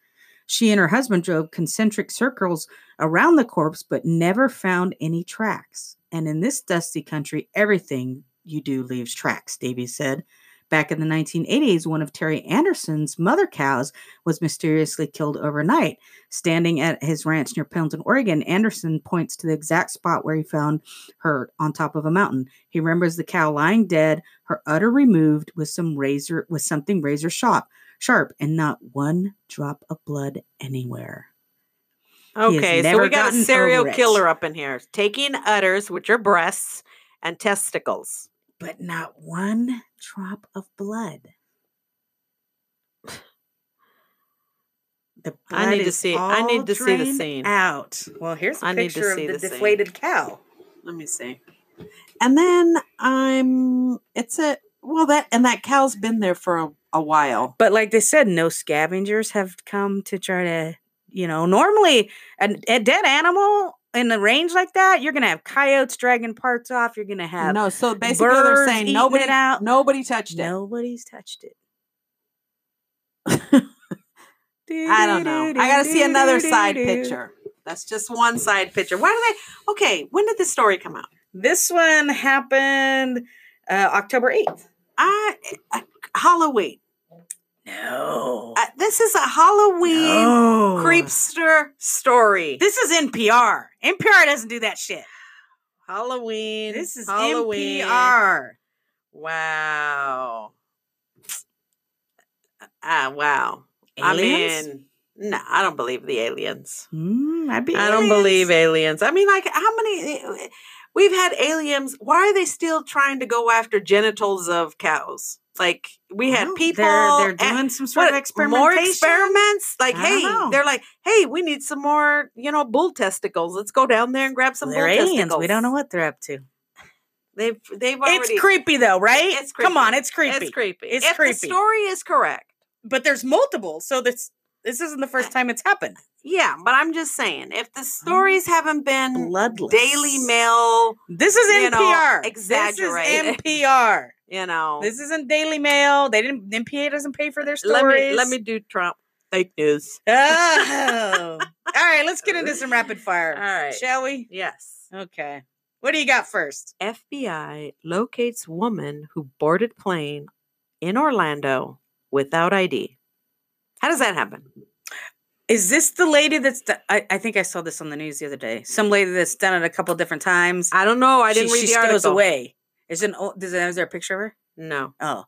C: She and her husband drove concentric circles around the corpse, but never found any tracks. And in this dusty country, everything you do leaves tracks, Davies said. Back in the 1980s, one of Terry Anderson's mother cows was mysteriously killed overnight. Standing at his ranch near Pendleton, Oregon, Anderson points to the exact spot where he found her on top of a mountain. He remembers the cow lying dead, her udder removed with some razor with something razor sharp, sharp, and not one drop of blood anywhere. has
B: Okay, so
C: never
B: we got a
C: gotten
B: serial
C: over it.
B: killer up in here, taking udders, which are breasts and testicles.
C: But not one drop of blood. The
B: I
C: blood
B: need to
C: is
B: see- I need
C: all
B: to see the
C: drained
B: scene.
C: Out. Well, here's a
B: I need to
C: picture of
B: see
C: the,
B: the scene.
C: deflated cow.
B: Let me see. And then I'm. It's a well that and that cow's been there for a, a while.
C: But like they said, no scavengers have come to try to, you know, normally a, a dead animal in the range like that, you're gonna have coyotes dragging parts off. You're gonna have
G: No, so basically they're
C: birds
G: saying
C: eating
G: nobody
C: it out.
G: nobody touched it.
C: nobody's touched it.
G: I don't know. I gotta see another side picture.
B: That's just one side picture. Why do they? Okay, when did this story come out?
C: This one happened uh, October eighth.
B: I, I Halloween.
C: No.
B: I, this is a Halloween
C: no.
B: creepster story.
C: This is NPR. NPR doesn't do that shit.
B: Halloween.
C: This is
B: Halloween.
C: NPR.
B: Wow. Ah, wow.
C: Aliens?
B: I mean, no, I don't believe the aliens.
C: Mm, I'd be
B: I don't believe aliens.
C: aliens.
B: I mean, like, how many? eh, We've had aliens. Why are they still trying to go after genitals of cows? Like, we had
C: Well,
B: people.
C: They're, they're
B: a-
C: doing some sort of
B: what,
C: experimentation.
B: more experiments? Like,
C: I
B: hey,
C: don't know.
B: they're like, hey, we need some more, you know, bull testicles. Let's go down there and grab some
C: They're
B: bull
C: aliens.
B: testicles.
C: We don't know what they're up to.
B: they've they've already.
C: It's creepy though, right?
B: It's
C: Come on,
B: creepy.
C: it's creepy.
B: It's creepy.
C: It's
B: if
C: creepy.
B: the story is correct,
C: But there's multiple, so this this isn't the first time it's happened.
B: yeah. But I'm just saying, if the
C: Mm-hmm.
B: stories haven't been
C: Bloodless.
B: Daily Mail,
C: This is
B: you know,
C: NPR.
B: exaggerated.
C: This is NPR.
B: you know,
C: This isn't Daily Mail. They didn't. NPA doesn't pay for their stories.
B: let me let me do Trump fake news.
C: Oh. All right, let's get into some rapid fire.
B: All right.
C: shall we?
B: Yes.
C: Okay. What do you got first?
B: FBI locates woman who boarded plane in Orlando without ID. How does that happen?
C: Is this the lady that's? do- I, I think I saw this on the news the other day. Some lady that's done it a couple different times.
B: I don't know. I didn't
C: she,
B: read
C: she
B: the
C: stows
B: article.
C: away. Is an o- does it, is there a picture of her?
B: No.
C: Oh.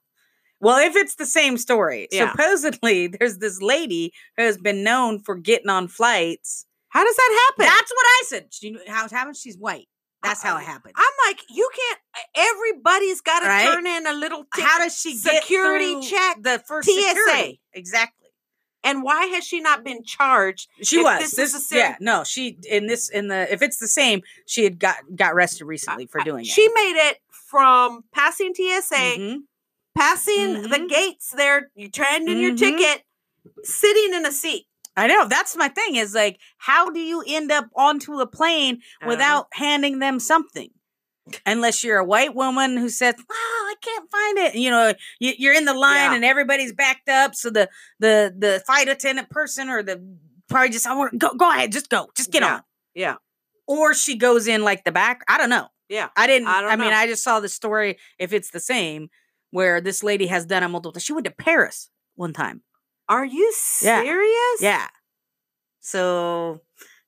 C: Well, if it's the same story,
B: Yeah.
C: supposedly there's this lady who has been known for getting on flights.
B: How does that happen?
C: That's what I said. She knew how it happened. She's white. That's how
B: Uh,
C: it happened.
B: I'm like, you can't. Everybody's got to
C: Right?
B: turn in a little. Tick.
C: how does she get
B: security
C: through
B: check,
C: the first
B: TSA?
C: security? Exactly.
B: and why has she not been charged?
C: She
B: If
C: was.
B: this
C: This,
B: is a
C: yeah. No, she in this in the if it's the same, she had got got arrested recently for doing
B: She made it from passing TSA,
C: it. Mhm.
B: passing the
C: Mhm.
B: gates there, you turned in your
C: Mhm.
B: ticket, sitting in a seat
C: I know. That's my thing. Is like, how do you end up onto a plane
B: I don't know.
C: without handing them something. Unless you're a white woman who says, "Wow, I can't find it," you know, you, you're in the line
B: Yeah.
C: and everybody's backed up, so the the the flight attendant person or the probably just I want go go ahead, just go, just get
B: Yeah,
C: on,
B: yeah.
C: Or she goes in like the back. I don't know.
B: Yeah,
C: I didn't.
B: I
C: I,
B: don't
C: mean,
B: know.
C: I just saw the story. If it's the same, where this lady has done it multiple times, she went to Paris one time.
B: Are you
C: Yeah.
B: serious?
C: Yeah, so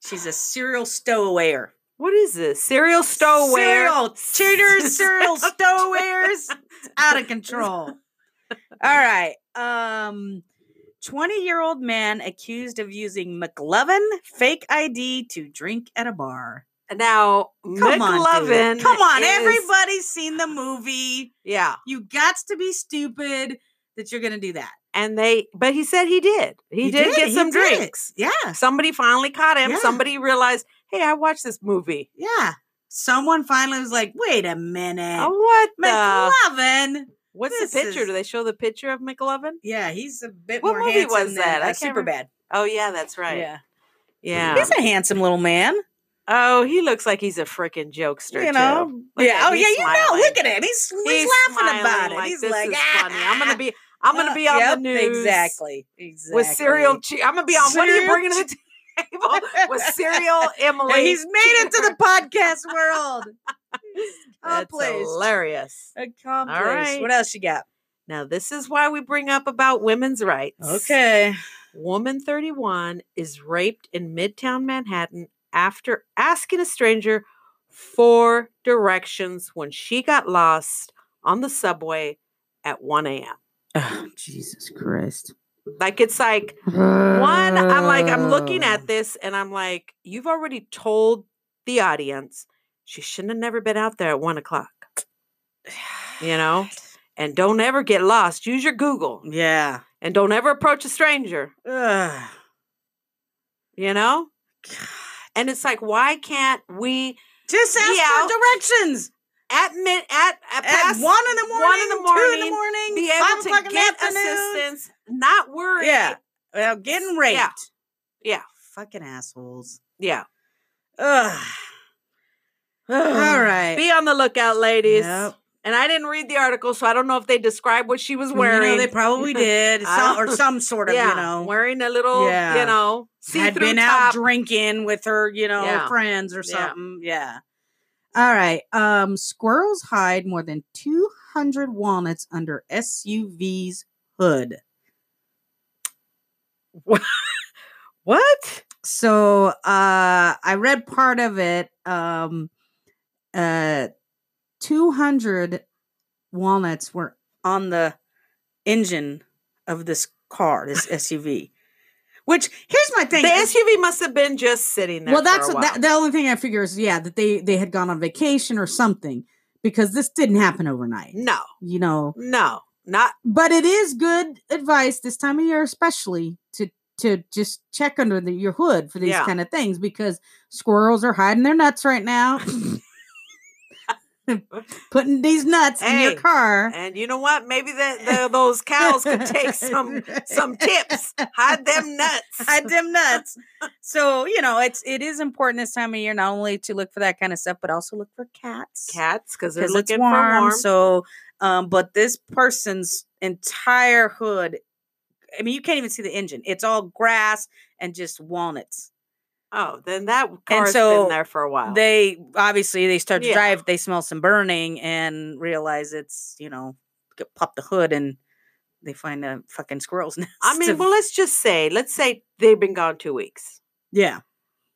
C: she's a serial stowawayer.
B: What is this? Cereal stowaway.
C: Serial cheaters, serial stowawares out of control. All right. Um 20-year-old man accused of using McLovin fake ID to drink at a bar.
B: Now,
C: Come on, dude.
B: McLovin
C: Come on,
B: is-
C: everybody's seen the movie.
B: Yeah,
C: You got to be stupid that you're going to do that.
B: and they, but he said he did. He, did, get
C: he
B: some
C: did it.
B: drinks.
C: Yeah.
B: Somebody finally caught him.
C: Yeah.
B: Somebody realized, hey, I watched this movie.
C: Yeah. Someone finally was like, "Wait a minute.
B: Oh, what the?
C: McLovin
B: What's the
C: this
B: picture?
C: is-
B: Do they show the picture of McLovin?
C: Yeah, he's a bit
B: What
C: more
B: movie
C: handsome
B: was
C: than,
B: that?
C: uh,
B: I can't rem-
C: Superbad.
B: Oh yeah, that's right. Yeah.
C: Yeah. he's a handsome little man.
B: Oh, he looks like he's a freaking jokester.
C: You know.
B: Too. Look
C: Yeah.
B: at-
C: Oh
B: he's
C: yeah. You know.
B: smiling.
C: Look at him. He's he's, laughing
B: smiling
C: about it.
B: like,
C: he's
B: "This
C: like,
B: is funny. I'm gonna be. I'm gonna
C: "Ah."
B: be on
C: Yep,
B: the news.
C: Exactly. Exactly.
B: With cereal. Che- I'm gonna be on. What are you
C: Cereal
B: bringing to the table? With cereal,
C: And
B: Emily.
C: he's made it to the podcast world.
B: That's
C: Accomplished.
B: hilarious.
C: Accomplished.
B: right.
C: What else you got?
B: Now this is why we bring up about women's rights.
C: Okay.
B: Woman 31 is raped in Midtown Manhattan after asking a stranger for directions when she got lost on the subway at 1 a.m.
G: Oh, Jesus Christ.
B: Like, it's like, one, I'm like, I'm looking
C: Uh.
B: at this and I'm like, you've already told the audience she shouldn't have never been out there at one o'clock, you know? And don't ever get lost. Use your Google
C: Yeah.
B: and don't ever approach a stranger.
C: Ugh.
B: you know? And it's like, why can't we
C: Just ask
B: Yeah.
C: for directions
B: at mid at at,
C: at
B: past
C: one in the morning,
B: one in the
C: two in
B: morning,
C: the morning,
B: be
C: five
B: able
C: o'clock
B: to
C: in the
B: get
C: afternoon.
B: assistance, not worry.
C: Yeah, well, getting raped.
B: Yeah. Yeah.
C: fucking assholes.
B: Yeah.
C: Ugh. All right.
B: Be on the lookout, ladies.
C: Eh. Yep.
B: And I didn't read the article, so I don't know if they describe what she was
C: You know,
B: wearing.
C: they probably did,
B: I
C: some, or
B: don't-
C: some sort of,
B: yeah,
C: you know,
B: wearing a little,
C: Yeah.
B: you know,
C: had
B: see-through
C: been
B: top.
C: out drinking with her, you know,
B: Yeah.
C: friends or
B: Yeah.
C: something. Yeah.
H: All right. Um, squirrels hide more than 200 walnuts under SUV's hood.
B: what?
H: So uh, I read part of it. Um, uh, 200 walnuts were
C: On the engine of this car, this SUV. Which here's my thing.
B: The
C: is-
B: SUV must have been just sitting there.
H: well. That's
B: for a while.
H: that, the only thing I figure is yeah that they they had gone on vacation or something because this didn't happen overnight.
B: no,
H: You know,
B: no, not
H: but it is good advice this time of year especially to to just check under the, your hood for these
B: Yeah.
H: kind of things because squirrels are hiding their nuts right now putting these nuts in
B: Hey.
H: your car
B: And you know what? Maybe that the, those cows could take some some tips. Hide them nuts.
C: I dim nuts. So you know, it's it is important this time of year not only to look for that kind of stuff, but also look for cats.
B: cats because they're
C: because
B: looking
C: it's warm,
B: for warm.
C: So, um, but this person's entire hood. I mean, you can't even see the engine. It's all grass and just walnuts.
B: oh, then that car's
C: so
B: been there for a while.
C: They obviously they start to
B: Yeah.
C: drive. They smell some burning and realize it's you know g- pop the hood and they find a fucking squirrel's nest.
B: I mean,
C: of-
B: well, let's just say, let's say they've been gone two weeks.
C: yeah.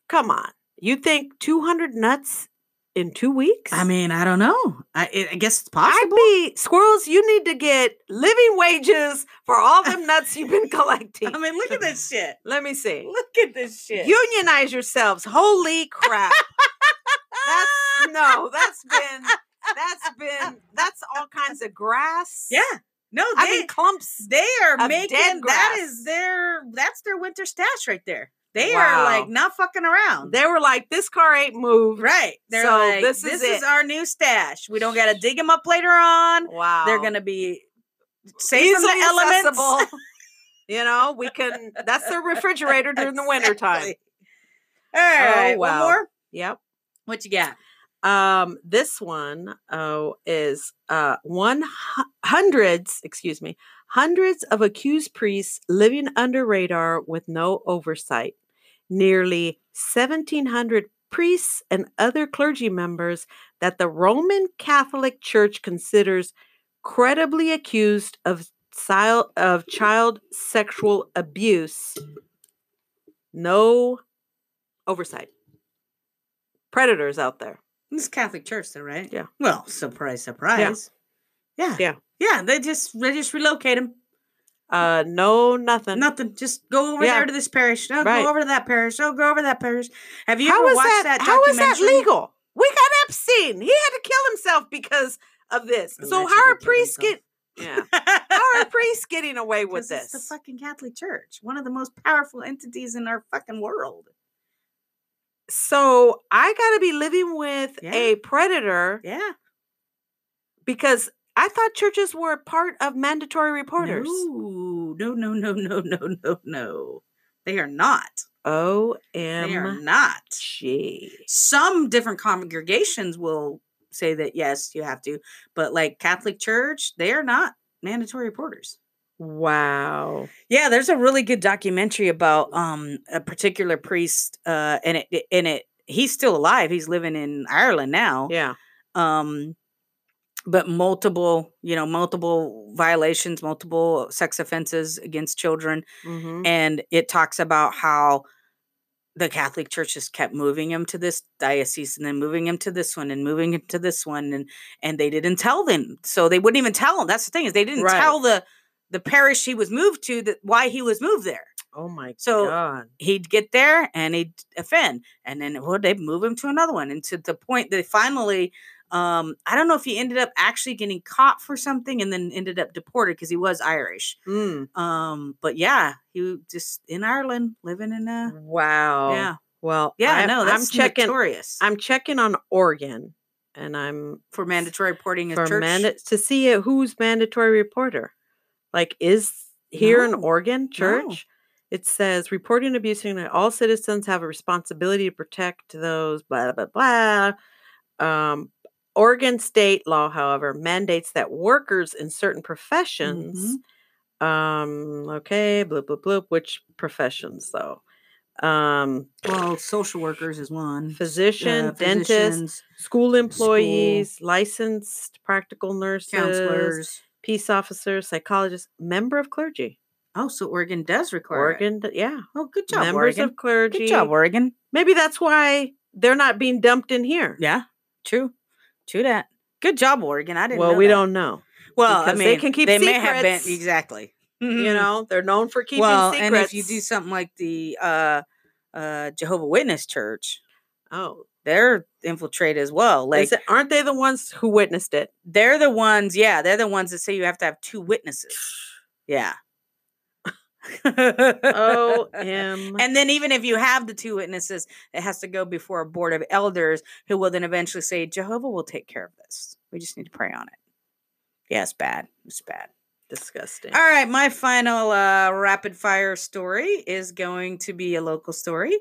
B: Come on, you think two hundred nuts in two weeks?
H: i mean i don't know i, I- I guess it's possible
B: I'd be squirrels. You need to get living wages for all them nuts you've been collecting.
C: I mean, look at this shit.
B: Let me see.
C: Look at this shit.
B: Unionize yourselves. Holy crap. that's no, that's been that's been that's all kinds of grass.
C: yeah. No, they,
B: I mean clumps.
C: They are
B: of
C: making
B: dead
C: that
B: grass.
C: is their that's their winter stash right there. They are
B: Wow.
C: like not fucking around.
B: They were like, this car ain't moved.
C: right. They're
B: So
C: like this,
B: this is
C: is,
B: it."
C: our new stash. We don't got to dig them up later on.
B: Wow.
C: They're gonna be safe from
B: easily
C: the elements.
B: accessible. you know, we can that's their refrigerator during the winter time. Oh,
C: Exactly. All right.
B: wow.
C: One more.
B: Yep.
C: What you got?
B: Um, this one oh is uh one hu- hundreds, excuse me, hundreds of accused priests living under radar with no oversight. Nearly seventeen hundred priests and other clergy members that the Roman Catholic Church considers credibly accused of sil- of child sexual abuse. No oversight. Predators out there.
C: This is Catholic Church, though, right?
B: Yeah.
C: Well, surprise, surprise. Yeah.
B: Yeah.
C: Yeah. They just they just relocate them.
B: Uh, no, nothing.
C: Nothing. Just go over
B: Yeah.
C: there to this parish. No,
B: Right.
C: go over to that parish. No, go over to that parish. Have you
B: How
C: ever
B: is
C: watched that?
B: that? how is that
C: documentary?
B: legal? We got Epstein. He had to kill himself because of this. so
C: Allegedly
B: how are
C: killed
B: priests
C: himself.
B: get? Yeah. How are priests getting away with
C: 'Cause it's
B: this?
C: the fucking Catholic Church, one of the most powerful entities in our fucking world.
B: so I got to be living with
C: Yeah.
B: a predator
C: Yeah.
B: because I thought churches were a part of mandatory reporters.
C: No, no, no, no, no, no, no, no. They are not.
B: O
C: They are
B: M
C: not.
B: G.
C: Some different congregations will say that yes, you have to, but like Catholic Church, they are not mandatory reporters.
B: Wow.
C: Yeah, there's a really good documentary about um a particular priest uh and it and it he's still alive. He's living in Ireland now.
B: Yeah.
C: Um but multiple, you know, multiple violations, multiple sex offenses against children
B: Mm-hmm.
C: and it talks about how the Catholic Church just kept moving him to this diocese and then moving him to this one and moving him to this one and and they didn't tell them. So they wouldn't even tell him. That's the thing is they didn't
B: Right.
C: tell the the parish he was moved to that why he was moved there.
B: Oh my
C: So,
B: god.
C: He'd get there and he'd offend, and then well, they'd move him to another one. And to the point they finally Um, I don't know if he ended up actually getting caught for something and then ended up deported because he was Irish.
B: Mm.
C: Um, but yeah, he was just in Ireland living in a
B: Wow.
C: yeah,
B: Well,
C: yeah.
B: I,
C: no,
B: I'm
C: that's
B: checking.
C: notorious
B: I'm checking on Oregon, and I'm
C: for mandatory reporting of
B: for
C: church.
B: manda- to see uh, who's mandatory reporter. Like, is here in
C: No,
B: Oregon church? It says reporting abuse and that all citizens have a responsibility to protect those. Blah blah blah. Um, Oregon state law, however, mandates that workers in certain professions
C: Mm-hmm.
B: um okay bloop bloop bloop which professions though um
I: Well, social workers is one.
B: physician
I: Uh,
B: dentist
I: physicians,
B: school employees licensed practical nurses
I: counselors.
B: peace officers psychologists member of clergy
I: Oh, so Oregon does require it.
B: oregon d- yeah
I: Oh, good job,
B: members
I: Oregon.
B: of clergy
C: Good job, Oregon.
B: maybe that's why they're not being dumped in here
C: Yeah, true, true that. Good job, Oregon. I didn't.
B: well
C: know
B: we
C: that.
B: don't know
C: Well, I
B: because
C: mean,
B: they can keep
C: they may have been
B: secrets.
C: exactly. Mm-hmm.
B: you know they're known for keeping
C: well,
B: secrets
C: and if you do something like the uh, uh, Jehovah Witness Church,
B: oh
C: they're infiltrated as well. Like
B: is it- aren't they the ones who witnessed it
C: they're the ones, yeah, they're the ones that say you have to have two witnesses. Yeah.
B: o
C: oh,
B: m
C: and then even if you have the two witnesses, it has to go before a board of elders who will then eventually say Jehovah will take care of this. We just need to pray on it. Yeah, it's bad. It's bad.
B: disgusting
C: All right, my final uh, rapid fire story is going to be a local story.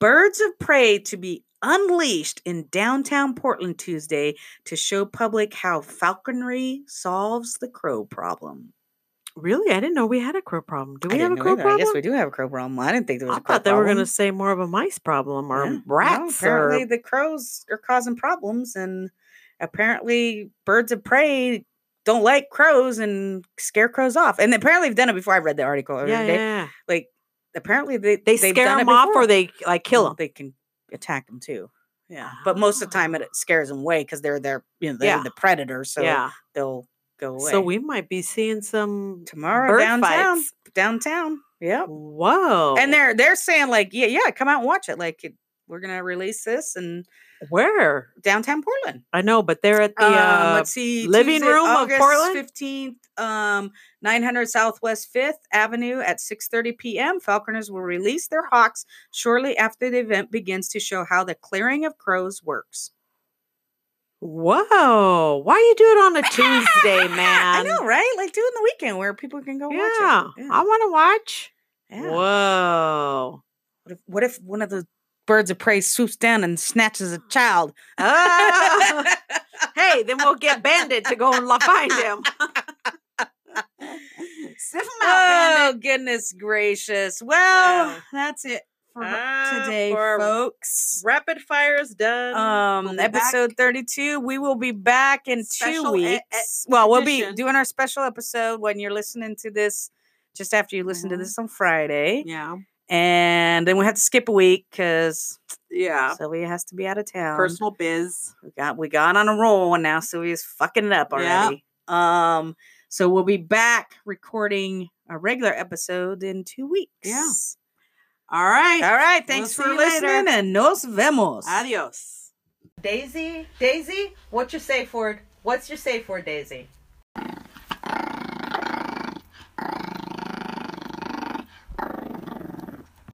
C: Birds of prey to be unleashed in downtown Portland Tuesday to show public how falconry solves the crow problem.
B: Really, I didn't know we had a crow problem. Do we
C: I
B: have a
C: didn't know
B: crow
C: either. I
B: problem?
C: guess we do have a crow problem. I didn't think there was
B: I
C: a crow
B: thought they were going to
C: problem.
B: say more of a mice problem or
C: Yeah. No,
B: rats
C: apparently
B: or
C: the crows are causing problems, and apparently birds of prey don't like crows and scare crows off. And apparently they've done it before. I read the article. the
B: yeah,
C: other
B: yeah.
C: day.
B: yeah.
C: like apparently they
B: They
C: they've
B: scare
C: done it
B: them off
C: before.
B: or they like kill
C: Well,
B: them. Ah.
C: They can attack them too. Yeah, but most of the time it scares them away because they're their you know they're
B: Yeah.
C: the predator, so
B: yeah.
C: they'll go away.
B: So we might be seeing some
C: tomorrow
B: bird
C: downtown,
B: fights.
C: downtown. Yep.
B: Whoa.
C: And they're they're saying like yeah yeah come out and watch it like it, we're gonna release this in
B: where?
C: downtown Portland.
B: I know, but they're at the
C: um,
B: uh,
C: let's see,
B: living room of Portland?
C: fifteenth, um, nine hundred Southwest Fifth Avenue at six thirty p.m. Falconers will release their hawks shortly after the event begins to show how the clearing of crows works.
B: Whoa. Why you do it on a Tuesday, man?
C: I know, right? Like do it in the weekend where people can go
B: Yeah.
C: watch it.
B: I want to watch.
C: yeah. What?
B: Whoa.
C: if, what if one of the birds of prey swoops down and snatches a child?
B: Oh. hey, then we'll get Bandit to go and lo- find him.
I: Sniff 'em out,
C: Oh goodness gracious! Well,
B: Wow.
C: that's it for
B: Ah,
C: today,
B: for-
C: folks.
B: Rapid fire is done.
C: Um,
B: we'll be
C: episode thirty-two. We will be back in
B: Special
C: two
B: e- e-
C: weeks. well, we'll
B: edition.
C: be doing our special episode when you're listening to this, just after you listen
I: Mhm.
C: to this on Friday,
B: Mm-hmm. yeah.
C: and then we have to skip a week because
B: Yeah.
C: Sylvia has to be out of town.
B: Personal biz.
C: We got we got on a roll and now Sylvia's fucking it up
B: Yep.
C: already. Um so we'll be back recording a regular episode in two weeks.
B: Yeah. All right.
C: All right. Thanks
B: see
C: for
B: you later.
C: listening and nos vemos.
B: Adios.
A: Daisy, Daisy, what's your safe word? What's your safe word, Daisy?